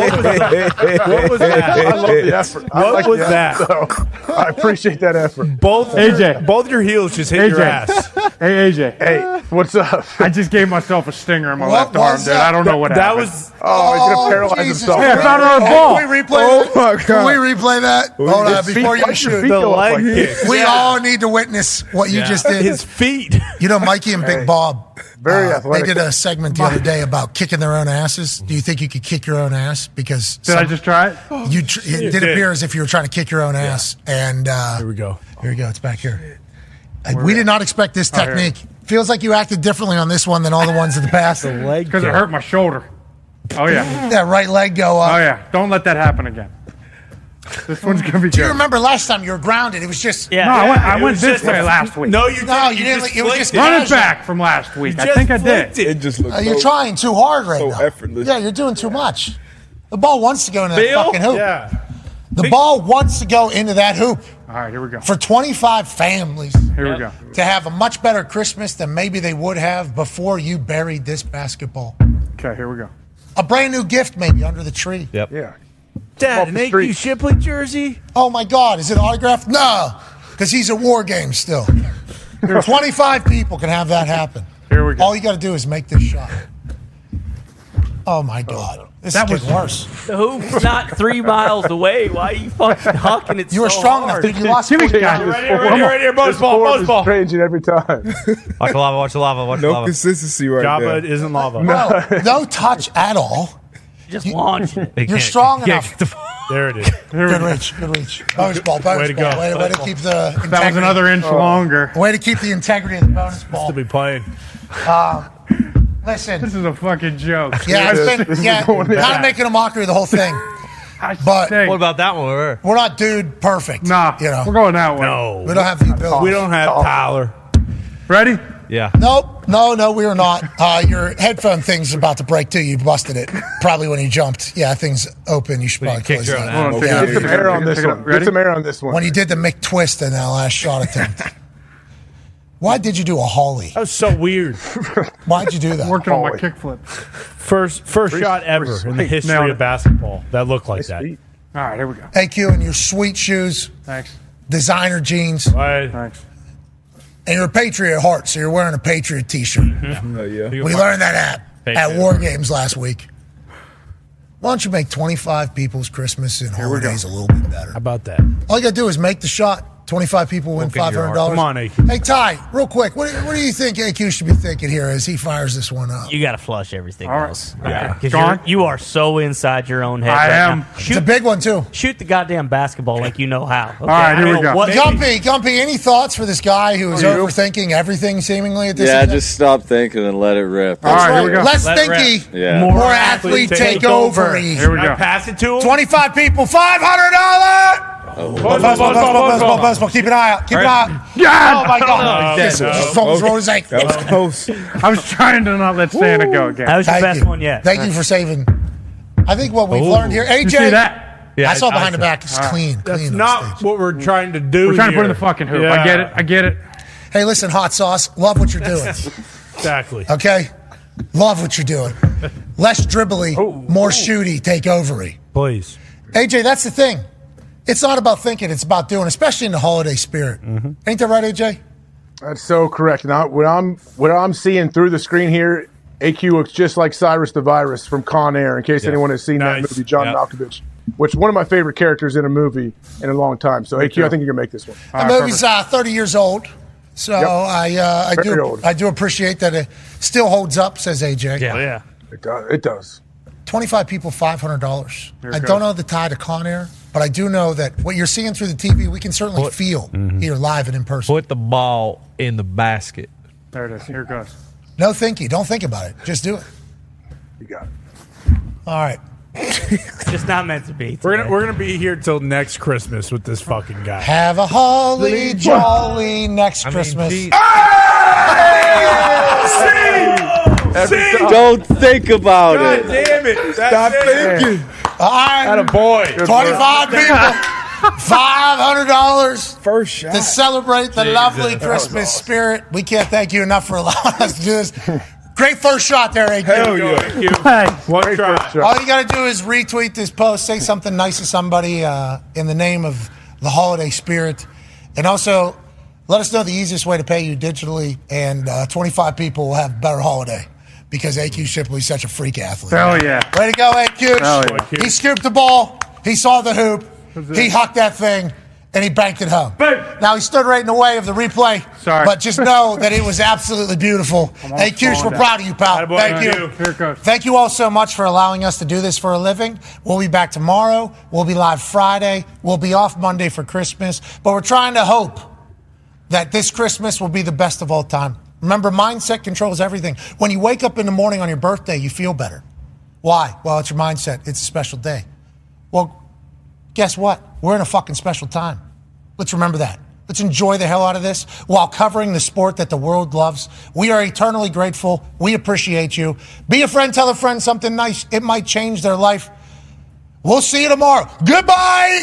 was that? I love the effort. I What like was the that? effort, though. I appreciate that effort. Both AJ. your, both your heels just hit your ass. Hey, AJ. Hey, what's up? I just gave myself a stinger in my What left arm, was dude. that? I don't know what That happened. was- Oh, he's gonna paralyze himself. Oh, Hey, I found another ball. Oh, Can we replay that? Can we replay that? Hold on, His feet- before why'd you your shoot. feet The go up leg like that? kick. We Yeah. all need to witness what you Yeah. just did. His feet. You know, Mikey and Big Hey, Bob. uh, very They athletic. did a segment the other day about kicking their own asses. Do you think you could kick your own ass? Because Did I just try it? you tr- it did appear as if you were trying to kick your own ass. And uh, here we go. Here we go. It's back here. Uh, we did not expect this technique. Feels like you acted differently on this one than all the ones in the past. the leg Because it hurt my shoulder. Oh, yeah. That right leg go up. Oh, yeah. Don't let that happen again. This one's going to be Do you good. remember last time you were grounded? It was just No, I went, I went this way last week. you no, you didn't. it was just Run it casual. back from last week. I just think I did. It just looked Uh, you're so- trying too hard right so now. effortless. Yeah, you're doing too much. The ball wants to go into Bill? that fucking hoop. Yeah. The ball wants to go into that hoop All right, here we go. for 25 families Here we go. to have a much better Christmas than maybe they would have before you buried this basketball. Okay, here we go. A brand new gift maybe under the tree. Yep. Yeah. Dad, Off an the AQ Shipley jersey? Oh my God, is it autographed? No, because he's at War Games still. 25 people can have that happen. Here we go. All you got to do is make this shot. Oh my God, this That is getting worse. The hoop's not three miles away. Why are you fucking hucking it You were so strong enough, hard? dude. You lost. Jimmy 40 got pounds. this Right here, right here, right here. Bones ball, bones ball. Changing every time. Watch the lava. Watch the lava. Watch the No lava. consistency right Jabba there. isn't lava. No, no touch at all. Just launch it. They You're can't- strong can't enough get the- There it is. Good reach. Good reach. Bonus ball. Bonus Way to ball. go. Way, way to keep the That was integrity. another inch Oh. longer. Way to keep the integrity of the bonus ball. to be playing. Um, listen. This is a fucking joke. Yeah, This I've been, is yeah, going kind back. of making a mockery of the whole thing. But What about that one? We're, we're not dude perfect. Nah, you know we're going that way. No, we don't have the ability. We don't have Tyler. Ready? Yeah. Nope. No, no, we are not. Uh, your headphone thing's about to break too. You busted it probably when you jumped. Yeah, things open. You should Well, you probably kicked close your that. own ass. Hold on, take it Yeah. up, Get some take it air up, on take this it up. one. Get Ready? some air on this one. When you did the McTwist in that last shot attempt. Why did you do a Holly? That was so weird. Why'd you do that? Working on my kickflip. First, first Free- shot free ever in the sweep. history Nailed it. of basketball that looked like that. All right, here we go. AQ and your sweet shoes. Thanks. Designer jeans. Thanks. And you're a Patriot at heart, so you're wearing a Patriot t-shirt. Oh, yeah. We learned that at Patriot. at War Games last week. Why don't you make 25 people's Christmas and we go. holidays a little bit better? How about that? All you got to do is make the shot. 25 people win Look into your $500. heart. Come on, AQ. Hey, Ty, real quick, what do, what do you think AQ should be thinking here as he fires this one up? You got to flush everything All right. else. Okay. Yeah. 'Cause John? you're- You are so inside your own head. I right am. now. It's a big one, too. Shoot the goddamn basketball like you know how. Okay, I don't know what- Gumpy, Gumpy, any thoughts for this guy who is You? overthinking everything seemingly at this Yeah, event? just stop thinking and let it rip. All right, here we go. Less Let it rip. thinky, Yeah. more, athlete, take, over. Here we Can I go. pass it to him. Twenty-five people, five hundred dollar. Buzzball, buzzball, buzzball, buzzball. Keep an eye out. Keep an eye out. Yeah. Oh my God! This phone's rolling his ankle. close. I was trying to not let Santa go again. Thank you. Thank you for saving. I think what we've Ooh. learned here, AJ. You see that? Yeah, Yeah, I saw I- I behind the saw- back. It's All right. clean. That's clean on not stage. what we're trying to do. We're trying to put in here. the fucking hoop. I get it. I get it. Hey, listen, hot sauce. Love what you're doing. exactly. Uh, Okay. Love what you're doing. Less dribbly, more shooty, take overy. Please. AJ, that's the thing. It's not about thinking; it's about doing, especially in the holiday spirit. Mm-hmm. Ain't that right, AJ? That's so correct. Now, what I'm what I'm seeing through the screen here, AQ looks just like Cyrus the Virus from Con Air. In case Yeah. anyone has seen Nice. that movie, John Yeah. Malkovich, which one of my favorite characters in a movie in a long time. So, AQ, I think you can make this one. The movie's uh, 30 years old, so Yep. I uh, I Very do old. I do appreciate that it still holds up. Says AJ. Oh, yeah, it does. It does. 25 people, $500. Here it I don't goes. know the tie to Con Air, but I do know that what you're seeing through the TV, we can certainly feel Mm-hmm. here live and in person. Put the ball in the basket. There it is. Here it goes. No thinky. Don't think about it. Just do it. You got it. All right. It's just not meant to be. We're gonna we're gonna be here till next Christmas with this fucking guy. Have a holly Lead- jolly next I mean, Christmas. gee- Don't think about it. damn it. Stop it. thinking. All right. Atta boy. Good 25 work. people. Five hundred dollars first shot to celebrate the Jesus. lovely That was Christmas spirit. We can't thank you enough for allowing us to do this. Great first shot there, AQ. Hell yeah. Thank you. Thanks. One Great try. first shot. All you got to do is retweet this post, say something nice to somebody uh, in the name of the holiday spirit, and also let us know the easiest way to pay you digitally. And uh, twenty-five people will have a better holiday because AQ Shipley's such a freak athlete. Hell yeah. Way to go, AQ. Hell yeah. He scooped the ball. He saw the hoop. it. He hucked that thing, and he banked it home. Now he stood right in the way of the replay. Sorry. but just know that it was absolutely beautiful. almost AQ, falling we're down. proud of you, pal. Attaboy, Thank thank you. you. Here it goes. Thank you all so much for allowing us to do this for a living. We'll be back tomorrow. We'll be live Friday. We'll be off Monday for Christmas, but we're trying to hope that this Christmas will be the best of all time. Remember, mindset controls everything. When you wake up in the morning on your birthday, you feel better. Why? Well, it's your mindset. It's a special day. Well, guess what? We're in a fucking special time. Let's remember that. Let's enjoy the hell out of this while covering the sport that the world loves. We are eternally grateful. We appreciate you. Be a friend, tell a friend something nice. It might change their life. We'll see you tomorrow. Goodbye.